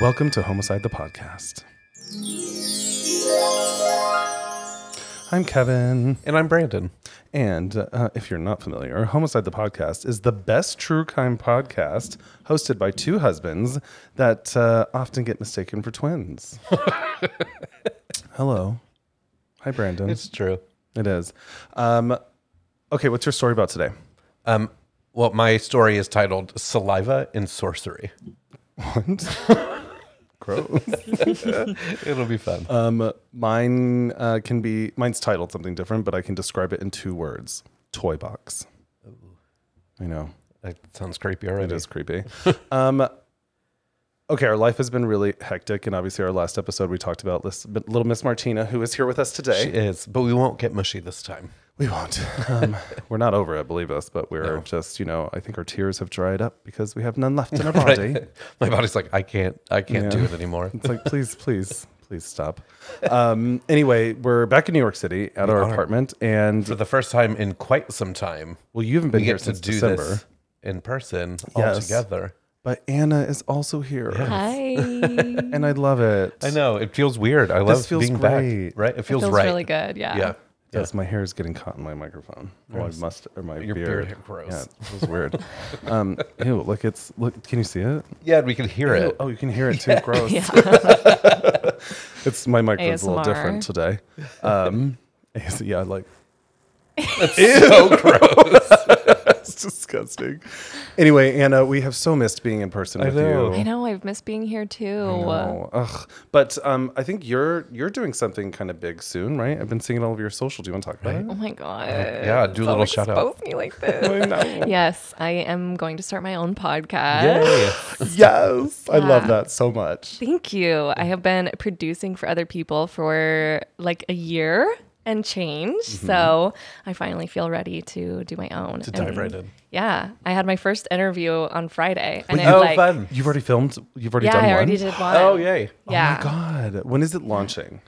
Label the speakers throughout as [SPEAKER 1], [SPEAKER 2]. [SPEAKER 1] Welcome to Homicide the Podcast. I'm Kevin.
[SPEAKER 2] And I'm Brandon.
[SPEAKER 1] And uh, if you're not familiar, Homicide the Podcast is the best true crime podcast hosted by two husbands that uh, often get mistaken for twins. Hello. Hi, Brandon.
[SPEAKER 2] It's true.
[SPEAKER 1] It is. Um, okay, what's your story about today?
[SPEAKER 2] Um, well, my story is titled Saliva and Sorcery.
[SPEAKER 1] What? Gross.
[SPEAKER 2] It'll be fun.
[SPEAKER 1] Um, mine uh, can be mine's titled something different, but I can describe it in two words: toy box. I know
[SPEAKER 2] that sounds creepy
[SPEAKER 1] it
[SPEAKER 2] already.
[SPEAKER 1] is creepy. um, okay, our life has been really hectic, and obviously, our last episode we talked about this but little Miss Martina, who is here with us today.
[SPEAKER 2] She is, but we won't get mushy this time.
[SPEAKER 1] we won't. Um, we're not over it, believe us, but we're just you know I think our tears have dried up because we have none left in our body.
[SPEAKER 2] My body's like, I can't, I can't do
[SPEAKER 1] Yeah.
[SPEAKER 2] it anymore.
[SPEAKER 1] It's like, please, please, please stop. Um, anyway, we're back in New York City at our apartment,
[SPEAKER 2] For
[SPEAKER 1] and
[SPEAKER 2] the first time in quite some time,
[SPEAKER 1] well, you haven't been
[SPEAKER 2] we
[SPEAKER 1] here
[SPEAKER 2] get to
[SPEAKER 1] since
[SPEAKER 2] do
[SPEAKER 1] December,
[SPEAKER 2] this in person all
[SPEAKER 1] Yes.
[SPEAKER 2] together.
[SPEAKER 1] but Anna is also here,
[SPEAKER 3] Hi.
[SPEAKER 1] and I love it.
[SPEAKER 2] I know it feels weird. I love
[SPEAKER 1] feels
[SPEAKER 2] being
[SPEAKER 1] great.
[SPEAKER 2] back. Right? It feels,
[SPEAKER 3] Feels
[SPEAKER 2] right.
[SPEAKER 3] really good. Yeah.
[SPEAKER 2] Yeah.
[SPEAKER 1] Yes, my hair is getting caught in my microphone. Or my must or my
[SPEAKER 2] Your
[SPEAKER 1] beard.
[SPEAKER 2] beard hair, gross.
[SPEAKER 1] Yeah, it feels weird. um, ew, look, it's look. Can you see it?
[SPEAKER 2] Yeah, we can hear it.
[SPEAKER 1] Oh, you can hear it too. Gross. It's my microphone's a little
[SPEAKER 3] ASMR.
[SPEAKER 1] different today. Um, yeah, like
[SPEAKER 2] so gross.
[SPEAKER 1] it's disgusting. Anyway, Anna, we have so missed being in person with
[SPEAKER 2] know.
[SPEAKER 1] you.
[SPEAKER 3] I know. I've missed being here too.
[SPEAKER 1] Oh, ugh. But um, I think you're you're doing something kind of big soon, right? I've been seeing it all over your social. Do you want to talk about
[SPEAKER 3] Oh my god.
[SPEAKER 2] Yeah, do a little
[SPEAKER 3] Don't
[SPEAKER 2] shout out.
[SPEAKER 3] expose me like this.
[SPEAKER 1] it? I know.
[SPEAKER 3] yes, I am going to start my own podcast.
[SPEAKER 2] Yay.
[SPEAKER 1] yes, I love
[SPEAKER 3] Yeah.
[SPEAKER 1] that so much.
[SPEAKER 3] Thank you. I have been producing for other people for like a year and change.
[SPEAKER 2] Mm-hmm.
[SPEAKER 3] So I finally feel ready to do my own. To
[SPEAKER 2] dive right in.
[SPEAKER 3] Yeah. I had my first interview on Friday. And I
[SPEAKER 2] Oh,
[SPEAKER 3] like,
[SPEAKER 2] fun.
[SPEAKER 1] You've already filmed. You've already
[SPEAKER 3] Yeah,
[SPEAKER 1] done
[SPEAKER 3] I
[SPEAKER 1] one.
[SPEAKER 3] already did one.
[SPEAKER 2] Oh, yay.
[SPEAKER 3] Yeah.
[SPEAKER 1] Oh my god! When is it launching?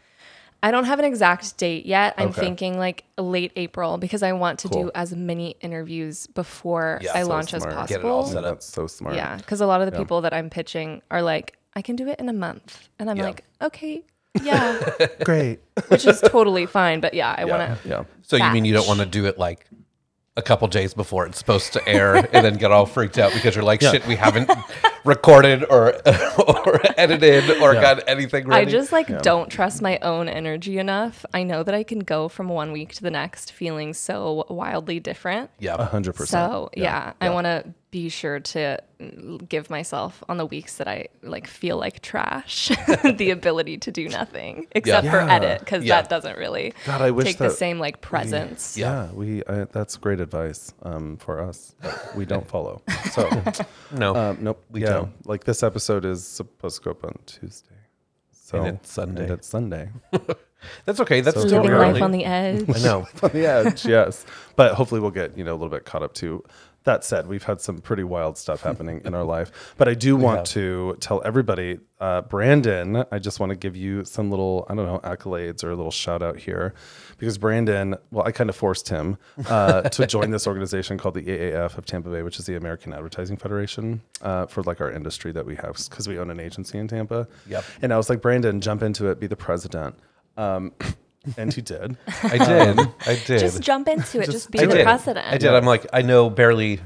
[SPEAKER 3] I don't have an exact date yet. I'm
[SPEAKER 1] Okay.
[SPEAKER 3] thinking like late April because I want to
[SPEAKER 1] Cool.
[SPEAKER 3] do as many interviews before
[SPEAKER 2] Yeah,
[SPEAKER 3] I
[SPEAKER 2] so
[SPEAKER 3] launch as
[SPEAKER 1] smart.
[SPEAKER 3] possible.
[SPEAKER 2] Get it all set up.
[SPEAKER 1] Oh, That's so smart.
[SPEAKER 3] Yeah, because a lot of the people that I'm pitching are like, I can do it in a month, and I'm
[SPEAKER 2] Yeah.
[SPEAKER 3] like, okay, yeah,
[SPEAKER 1] Great.
[SPEAKER 3] which is totally fine. But yeah, I want to.
[SPEAKER 1] Yeah.
[SPEAKER 2] So you mean you don't want to do it like a couple days before it's supposed to air and then get all freaked out because you're like, shit, we haven't recorded or or edited or got anything
[SPEAKER 3] I
[SPEAKER 2] ready.
[SPEAKER 3] just like don't trust my own energy enough. I know that I can go from one week to the next feeling so wildly different.
[SPEAKER 2] yeah.
[SPEAKER 1] A hundred percent.
[SPEAKER 3] So yeah, I want to be sure to mm, give myself on the weeks that I like feel like trash the ability to do nothing except for
[SPEAKER 1] Yeah.
[SPEAKER 3] edit because
[SPEAKER 2] Yeah.
[SPEAKER 3] that doesn't really
[SPEAKER 1] God, I wish
[SPEAKER 3] take
[SPEAKER 1] that-
[SPEAKER 3] the same like presence.
[SPEAKER 1] Yeah, we. I, that's great advice um, for us. But we don't follow. So
[SPEAKER 2] no.
[SPEAKER 1] um, nope. We yeah.
[SPEAKER 2] Uh, don't.
[SPEAKER 1] Like this episode is supposed to go up on Tuesday. So
[SPEAKER 2] And it's Sunday.
[SPEAKER 1] And it's Sunday.
[SPEAKER 2] That's okay. That's still
[SPEAKER 3] Living
[SPEAKER 2] early.
[SPEAKER 3] life on the edge.
[SPEAKER 2] I know.
[SPEAKER 1] on the edge. Yes, but hopefully we'll get you know a little bit caught up to. That said, we've had some pretty wild stuff happening in our life, but I do want to tell everybody, uh, Brandon. I just want to give you some little, I don't know, accolades or a little shout out here, because Brandon. Well, I kind of forced him uh, to join this organization called the AAF of Tampa Bay, which is the American Advertising Federation uh, for like our industry that we have because we own an agency in Tampa.
[SPEAKER 2] Yep.
[SPEAKER 1] And I was like, Brandon, jump into it, be the president. Um, and he did.
[SPEAKER 2] I did. I did.
[SPEAKER 3] Just jump into it. Just, be
[SPEAKER 2] I
[SPEAKER 3] the
[SPEAKER 2] did.
[SPEAKER 3] president.
[SPEAKER 2] I did. I'm like, I know barely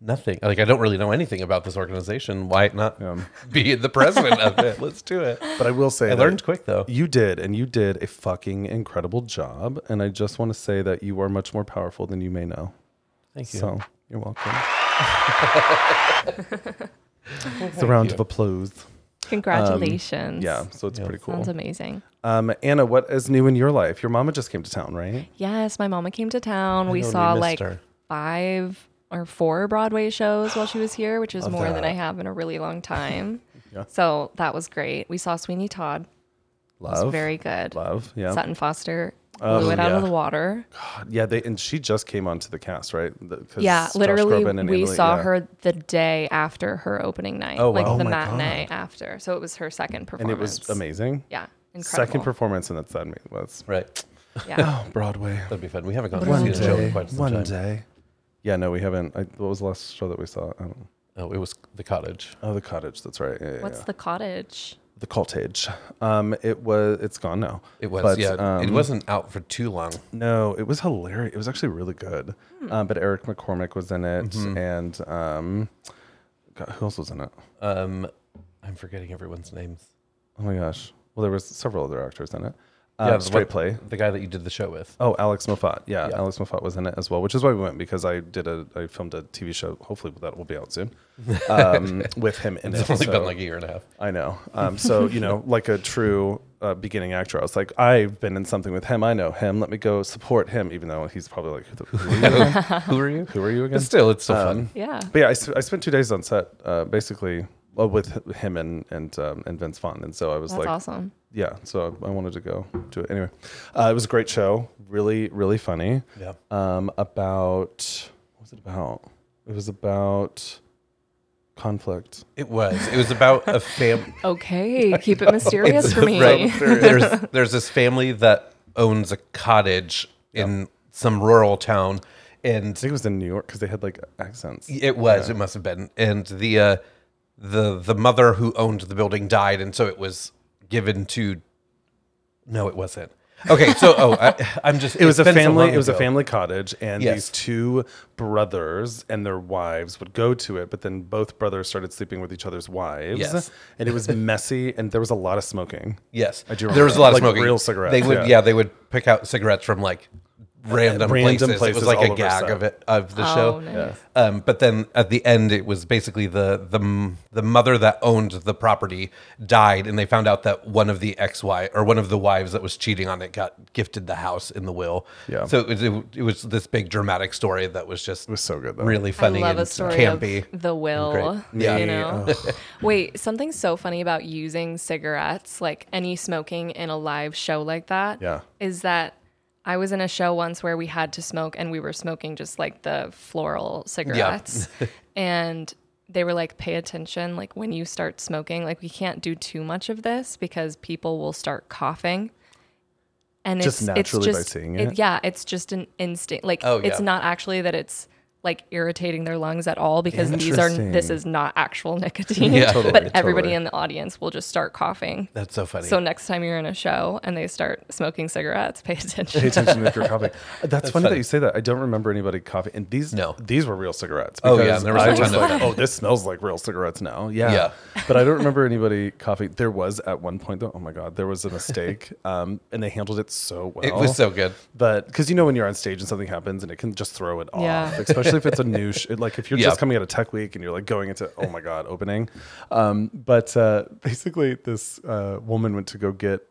[SPEAKER 2] nothing. Like, I don't really know anything about this organization. Why not be the president of it? Let's do it.
[SPEAKER 1] But I will say,
[SPEAKER 2] I
[SPEAKER 1] that-
[SPEAKER 2] learned quick though.
[SPEAKER 1] You did, and you did a fucking incredible job. And I just want to say that you are much more powerful than you may know.
[SPEAKER 2] Thank you.
[SPEAKER 1] So you're welcome. it's a round of applause.
[SPEAKER 3] Congratulations.
[SPEAKER 1] Um, Yeah, so it's pretty cool.
[SPEAKER 3] Sounds amazing.
[SPEAKER 1] Um, Anna, what is new in your life? Your mama just came to town, right?
[SPEAKER 3] Yes, my mama came to town. we
[SPEAKER 2] know, we
[SPEAKER 3] saw
[SPEAKER 2] missed
[SPEAKER 3] like
[SPEAKER 2] her.
[SPEAKER 3] five or four Broadway shows while she was here, which is more than I
[SPEAKER 2] that.
[SPEAKER 3] have in a really long time.
[SPEAKER 1] Yeah.
[SPEAKER 3] So that was great. We saw Sweeney Todd. It
[SPEAKER 1] Love,
[SPEAKER 3] was very good.
[SPEAKER 1] love, yeah, Oh,
[SPEAKER 3] Sutton Foster blew it out of
[SPEAKER 2] yeah.
[SPEAKER 3] the water.
[SPEAKER 1] yeah. They and she just came onto the cast, right? The- 'cause
[SPEAKER 3] yeah,
[SPEAKER 1] Josh
[SPEAKER 3] literally,
[SPEAKER 1] Groban and
[SPEAKER 3] we
[SPEAKER 1] Emily-
[SPEAKER 3] saw
[SPEAKER 1] yeah.
[SPEAKER 3] her the day after her opening night,
[SPEAKER 2] Oh, wow.
[SPEAKER 3] like
[SPEAKER 2] Oh
[SPEAKER 3] the
[SPEAKER 1] my
[SPEAKER 3] matinee after. So it was her second
[SPEAKER 1] and
[SPEAKER 3] performance.
[SPEAKER 1] it was amazing.
[SPEAKER 3] Yeah, incredible.
[SPEAKER 1] Second performance, and that's that was
[SPEAKER 2] Right.
[SPEAKER 3] yeah.
[SPEAKER 1] oh, Broadway.
[SPEAKER 2] That'd be fun. We haven't gone
[SPEAKER 1] One
[SPEAKER 2] to see the show
[SPEAKER 1] day.
[SPEAKER 2] in quite some
[SPEAKER 1] one
[SPEAKER 2] time.
[SPEAKER 1] day. Yeah, no, we haven't. I, what was the last show that we saw? I don't know.
[SPEAKER 2] Oh, it was the cottage.
[SPEAKER 1] Oh, the cottage. That's right. Yeah, yeah,
[SPEAKER 3] What's
[SPEAKER 1] yeah.
[SPEAKER 3] the cottage?
[SPEAKER 1] the cottage? Um, it was. It's gone now.
[SPEAKER 2] It was.
[SPEAKER 1] But,
[SPEAKER 2] yeah, it
[SPEAKER 1] um,
[SPEAKER 2] wasn't out for too long.
[SPEAKER 1] No, it was hilarious. It was actually really good.
[SPEAKER 2] Hmm.
[SPEAKER 1] Um, but Eric McCormick was in it,
[SPEAKER 2] Mm-hmm.
[SPEAKER 1] and um, God, who else was in it?
[SPEAKER 2] Um, I'm forgetting everyone's names.
[SPEAKER 1] Oh my gosh. Well, there was several other actors in it.
[SPEAKER 2] Yeah,
[SPEAKER 1] Um,
[SPEAKER 2] the
[SPEAKER 1] straight
[SPEAKER 2] one-
[SPEAKER 1] play.
[SPEAKER 2] The guy that you did the show with.
[SPEAKER 1] Oh, Alex Moffat. Yeah,
[SPEAKER 2] Yeah.
[SPEAKER 1] Alex Moffat was in it as well, which is why we went because I did a I filmed a TV show. Hopefully that will be out soon. Um, with him in
[SPEAKER 2] It's
[SPEAKER 1] it.
[SPEAKER 2] only
[SPEAKER 1] so-
[SPEAKER 2] been like a year and a half.
[SPEAKER 1] I know. Um, so you know, like a true uh, beginning actor, I was like, I've been in something with him. I know him. Let me go support him, even though he's probably like, who, the, who are you again?
[SPEAKER 2] Who are you?
[SPEAKER 1] Who are you again?
[SPEAKER 2] But still, it's so
[SPEAKER 1] Um,
[SPEAKER 2] fun.
[SPEAKER 3] Yeah.
[SPEAKER 1] But yeah, I, s- I spent two days on set, uh, basically uh, with him and and um, and Vince Vaughn, and so I was
[SPEAKER 3] That's
[SPEAKER 1] like,
[SPEAKER 3] awesome.
[SPEAKER 1] yeah. So I wanted to go do it anyway. Uh, it was a great show, really, really funny.
[SPEAKER 2] Yeah.
[SPEAKER 1] Um, about what was it about? It was about conflict.
[SPEAKER 2] It was. It was about a family.
[SPEAKER 3] Okay. Keep it mysterious for me.
[SPEAKER 2] there's there's this family that owns a cottage in some rural town, and
[SPEAKER 1] I think it was in New York because they had like accents.
[SPEAKER 2] It was. It must have been. And the uh, the the mother who owned the building died, and so it was given to. No, it wasn't. Okay, so oh, I, I'm just.
[SPEAKER 1] It was a
[SPEAKER 2] been so
[SPEAKER 1] family.
[SPEAKER 2] long
[SPEAKER 1] it was a
[SPEAKER 2] ago.
[SPEAKER 1] family cottage, and
[SPEAKER 2] Yes.
[SPEAKER 1] these two brothers and their wives would go to it. But then both brothers started sleeping with each other's wives,
[SPEAKER 2] Yes.
[SPEAKER 1] and it was messy, and there was a lot of smoking.
[SPEAKER 2] Yes,
[SPEAKER 1] I do
[SPEAKER 2] There was a lot of
[SPEAKER 1] remember. Like
[SPEAKER 2] smoking.
[SPEAKER 1] real cigarettes,
[SPEAKER 2] They would.
[SPEAKER 1] yeah.
[SPEAKER 2] Yeah. they would pick out cigarettes from like random,
[SPEAKER 1] Random
[SPEAKER 2] places.
[SPEAKER 1] places
[SPEAKER 2] It was like
[SPEAKER 1] all
[SPEAKER 2] a
[SPEAKER 1] over
[SPEAKER 2] gag
[SPEAKER 1] set.
[SPEAKER 2] of it of the
[SPEAKER 3] Oh,
[SPEAKER 2] show.
[SPEAKER 3] nice. Yeah.
[SPEAKER 2] Um, but then at the end, it was basically the the m- the mother that owned the property died, and they found out that one of the ex wife or one of the wives that was cheating on it got gifted the house in the will.
[SPEAKER 1] Yeah.
[SPEAKER 2] So it was, it, was this big dramatic story that was just
[SPEAKER 1] was so good, though.
[SPEAKER 2] really funny
[SPEAKER 3] I love
[SPEAKER 2] and
[SPEAKER 3] a story
[SPEAKER 2] campy.
[SPEAKER 3] of the will.
[SPEAKER 2] Great.
[SPEAKER 1] Yeah.
[SPEAKER 3] You know? Wait, something so funny about using cigarettes, like any smoking in a live show like that, is
[SPEAKER 1] Yeah.
[SPEAKER 3] that I was in a show once where we had to smoke and we were smoking just like the floral cigarettes. and they were like, pay attention, like when you start smoking, like we can't do too much of this because people will start coughing. And
[SPEAKER 1] Just
[SPEAKER 3] it's,
[SPEAKER 1] naturally by
[SPEAKER 3] it's just,
[SPEAKER 1] seeing it?
[SPEAKER 3] Yeah, it's just an instinct. Like
[SPEAKER 2] Oh,
[SPEAKER 3] it's
[SPEAKER 2] yeah.
[SPEAKER 3] not actually that it's like irritating their lungs at all because these are this
[SPEAKER 1] Interesting.
[SPEAKER 3] is not actual nicotine.
[SPEAKER 2] Yeah.
[SPEAKER 1] Totally,
[SPEAKER 3] but everybody
[SPEAKER 1] totally.
[SPEAKER 3] in the audience will just start coughing.
[SPEAKER 2] That's so funny.
[SPEAKER 3] So next time you're in a show and they start smoking cigarettes, pay
[SPEAKER 1] Pay
[SPEAKER 3] attention.
[SPEAKER 1] attention if you're coughing. That's, funny,
[SPEAKER 2] funny.
[SPEAKER 1] that you say that. I don't remember anybody coughing. And these
[SPEAKER 2] No.
[SPEAKER 1] these were real cigarettes.
[SPEAKER 2] Oh, yeah,
[SPEAKER 1] because
[SPEAKER 2] there was a
[SPEAKER 1] I
[SPEAKER 2] ton of
[SPEAKER 1] like,
[SPEAKER 2] them.
[SPEAKER 1] oh, this smells like real cigarettes now. Yeah.
[SPEAKER 2] Yeah.
[SPEAKER 1] But I don't remember anybody coughing. There was at one point though. Oh my god, there was a mistake. um, and they handled it so well.
[SPEAKER 2] it was so good.
[SPEAKER 1] But because you know when you're on stage and something happens and it can just throw it off,
[SPEAKER 3] Yeah.
[SPEAKER 1] especially if it's a new sh- like if you're
[SPEAKER 2] Yeah.
[SPEAKER 1] just coming out of Tech Week and you're like going into oh my god opening. Um, but uh, basically, this uh, woman went to go get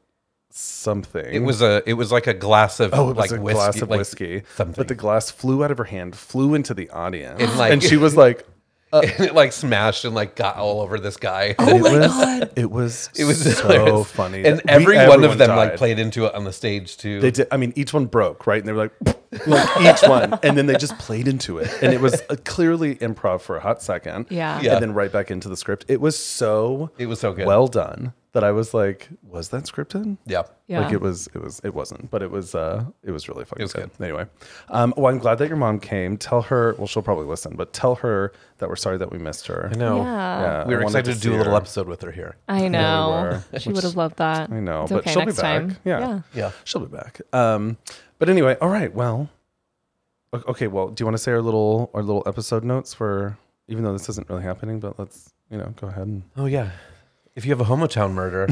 [SPEAKER 1] something.
[SPEAKER 2] It was a. It was like a glass of
[SPEAKER 1] Oh, it was
[SPEAKER 2] like
[SPEAKER 1] a
[SPEAKER 2] whiskey,
[SPEAKER 1] glass of
[SPEAKER 2] like
[SPEAKER 1] whiskey.
[SPEAKER 2] something.
[SPEAKER 1] But the glass flew out of her hand, flew into the audience,
[SPEAKER 2] And, like-
[SPEAKER 1] and she was like,
[SPEAKER 2] and it like smashed and like got all over this guy.
[SPEAKER 1] "Oh my god!" It was it was so
[SPEAKER 2] hilarious.
[SPEAKER 1] funny,
[SPEAKER 2] And
[SPEAKER 1] We-
[SPEAKER 2] every one
[SPEAKER 1] everyone
[SPEAKER 2] of them like
[SPEAKER 1] died.
[SPEAKER 2] played into it on the stage too.
[SPEAKER 1] They did. I mean, each one broke, right? And they were like, like each one, and then they just played into it, and it was uh clearly improv for a hot second.
[SPEAKER 3] Yeah.
[SPEAKER 2] Yeah.
[SPEAKER 1] And then right back into the script. It was so
[SPEAKER 2] It was so good.
[SPEAKER 1] well done that I was like, "Was that scripted?"
[SPEAKER 2] yeah.
[SPEAKER 3] Yeah.
[SPEAKER 1] Like it was, it was, it wasn't, but it was, uh, it was really fucking
[SPEAKER 2] was
[SPEAKER 1] good. Anyway, um, well, I'm glad that your mom came. Tell her, well, she'll probably listen, but tell her that we're sorry that we missed her.
[SPEAKER 2] I know.
[SPEAKER 3] Yeah.
[SPEAKER 1] Yeah,
[SPEAKER 2] uh, We were
[SPEAKER 1] I wanted
[SPEAKER 2] excited
[SPEAKER 1] see
[SPEAKER 2] to do a little
[SPEAKER 1] her.
[SPEAKER 2] episode with her here.
[SPEAKER 3] I know.
[SPEAKER 1] were,
[SPEAKER 3] she would have loved that.
[SPEAKER 1] I know,
[SPEAKER 3] It's
[SPEAKER 1] but
[SPEAKER 3] okay,
[SPEAKER 1] she'll be
[SPEAKER 3] next
[SPEAKER 1] back.
[SPEAKER 3] time.
[SPEAKER 1] Yeah.
[SPEAKER 3] yeah.
[SPEAKER 2] Yeah.
[SPEAKER 1] she'll be back. Um, but anyway, all right. Well, o- okay. Well, do you want to say our little our little episode notes for? Even though this isn't really happening, but let's you know go ahead and
[SPEAKER 2] Oh yeah. If you have a hometown murder,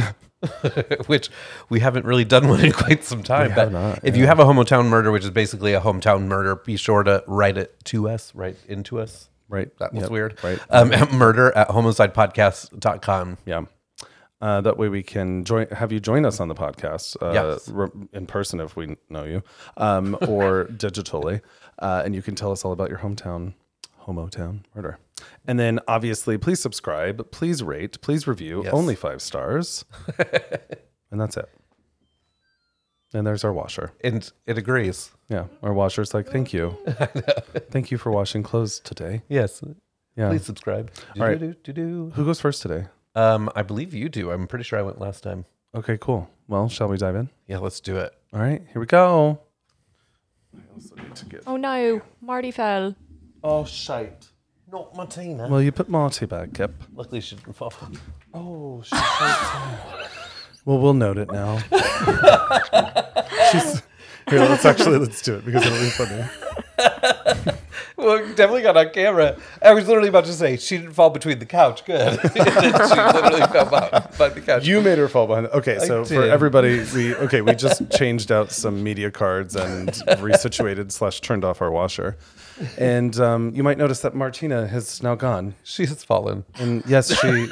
[SPEAKER 2] which we haven't really done one in quite some time,
[SPEAKER 1] We
[SPEAKER 2] but
[SPEAKER 1] have not,
[SPEAKER 2] if you have a hometown murder, which is basically a hometown murder, be sure to write it to us, write into us.
[SPEAKER 1] right.
[SPEAKER 2] That was
[SPEAKER 1] Yep,
[SPEAKER 2] weird.
[SPEAKER 1] Right.
[SPEAKER 2] Um, at murder at homicidepodcast.com.
[SPEAKER 1] Yeah. Uh, that way we can join, have you join us on the podcast uh,
[SPEAKER 2] Yes.
[SPEAKER 1] re- in person if we know you, um, or digitally, uh, and you can tell us all about your hometown, homotown murder. And then obviously, please subscribe, please rate, please review,
[SPEAKER 2] Yes.
[SPEAKER 1] only five stars, and that's it. And there's our washer.
[SPEAKER 2] And it agrees.
[SPEAKER 1] Yeah, our washer's like, thank you, thank you for washing clothes today.
[SPEAKER 2] Yes.
[SPEAKER 1] Yeah.
[SPEAKER 2] Please subscribe.
[SPEAKER 1] All right.
[SPEAKER 2] Do-do-do-do-do.
[SPEAKER 1] Who goes first today?
[SPEAKER 2] Um, I believe you do. I'm pretty sure I went last time.
[SPEAKER 1] Okay, cool. Well, shall we dive in?
[SPEAKER 2] Yeah, let's do it.
[SPEAKER 1] All right, here we go. I also need to get
[SPEAKER 3] Oh no, Marty fell.
[SPEAKER 1] Oh, shite.
[SPEAKER 2] Not Martina.
[SPEAKER 1] Well, you put Marty back up.
[SPEAKER 2] Luckily, she didn't fall.
[SPEAKER 1] Oh, she's Well, we'll note it now. she's, here, let's actually let's do it because it'll be funny.
[SPEAKER 2] Well, it definitely got on camera. I was literally about to say she didn't fall between the couch. Good. And then she literally fell behind behind the couch.
[SPEAKER 1] You made her fall behind. Okay, so for
[SPEAKER 2] did.
[SPEAKER 1] everybody, we okay, we just changed out some media cards and resituated slash turned off our washer, and um, you might notice that Martina has now gone.
[SPEAKER 2] she has fallen.
[SPEAKER 1] And yes, she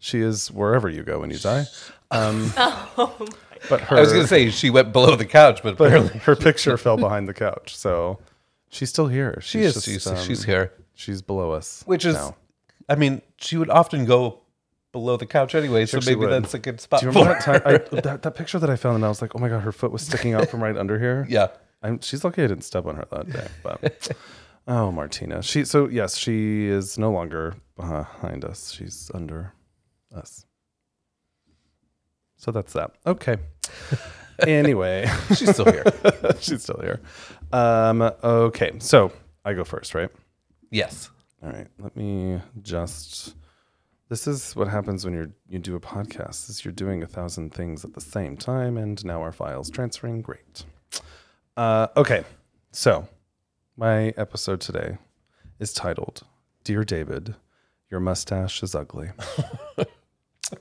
[SPEAKER 1] she is wherever you go when you die. Um, But her
[SPEAKER 2] Oh I was going to say she went below the couch, but,
[SPEAKER 1] but
[SPEAKER 2] apparently
[SPEAKER 1] her, her picture fell behind the couch, so she's still here. She's
[SPEAKER 2] she is.
[SPEAKER 1] just,
[SPEAKER 2] she's,
[SPEAKER 1] um,
[SPEAKER 2] she's here.
[SPEAKER 1] She's below us,
[SPEAKER 2] Which is,
[SPEAKER 1] now.
[SPEAKER 2] I mean, she would often go below the couch anyway, so
[SPEAKER 1] Sure she
[SPEAKER 2] maybe
[SPEAKER 1] would.
[SPEAKER 2] that's a good spot
[SPEAKER 1] Do you
[SPEAKER 2] for
[SPEAKER 1] remember
[SPEAKER 2] her.
[SPEAKER 1] that, time, I, that, that picture that I found? And I was like, oh my God, her foot was sticking out from right under here.
[SPEAKER 2] Yeah.
[SPEAKER 1] I'm, she's lucky I didn't step on her that day. But oh, Martina. She so yes, she is no longer behind us. She's under us. So that's that. Okay. Anyway,
[SPEAKER 2] She's still here.
[SPEAKER 1] she's still here. Um, okay, so I go first, right?
[SPEAKER 2] yes.
[SPEAKER 1] All right. Let me just. This is what happens when you're you do a podcast. Is you're doing a thousand things at the same time, and now our files transferring. Great. Uh, okay, so my episode today is titled "Dear David, Your Mustache is Ugly,"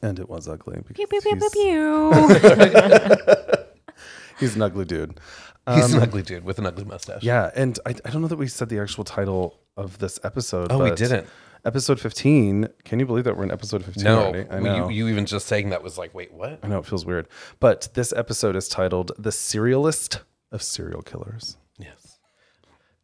[SPEAKER 1] and it was ugly because
[SPEAKER 3] Pew, pew, pew, pew,
[SPEAKER 1] he's,
[SPEAKER 3] pew.
[SPEAKER 1] he's an ugly dude.
[SPEAKER 2] He's an ugly dude with an ugly mustache.
[SPEAKER 1] Um, Yeah, and I, I don't know that we said the actual title of this episode.
[SPEAKER 2] Oh, we
[SPEAKER 1] but
[SPEAKER 2] didn't.
[SPEAKER 1] Episode fifteen. Can you believe that we're in episode fifteen
[SPEAKER 2] No,
[SPEAKER 1] already?
[SPEAKER 2] well, You, you even just saying that was like, wait, what?
[SPEAKER 1] I know it feels weird, but this episode is titled "The Serialist of Serial Killers,"
[SPEAKER 2] Yes.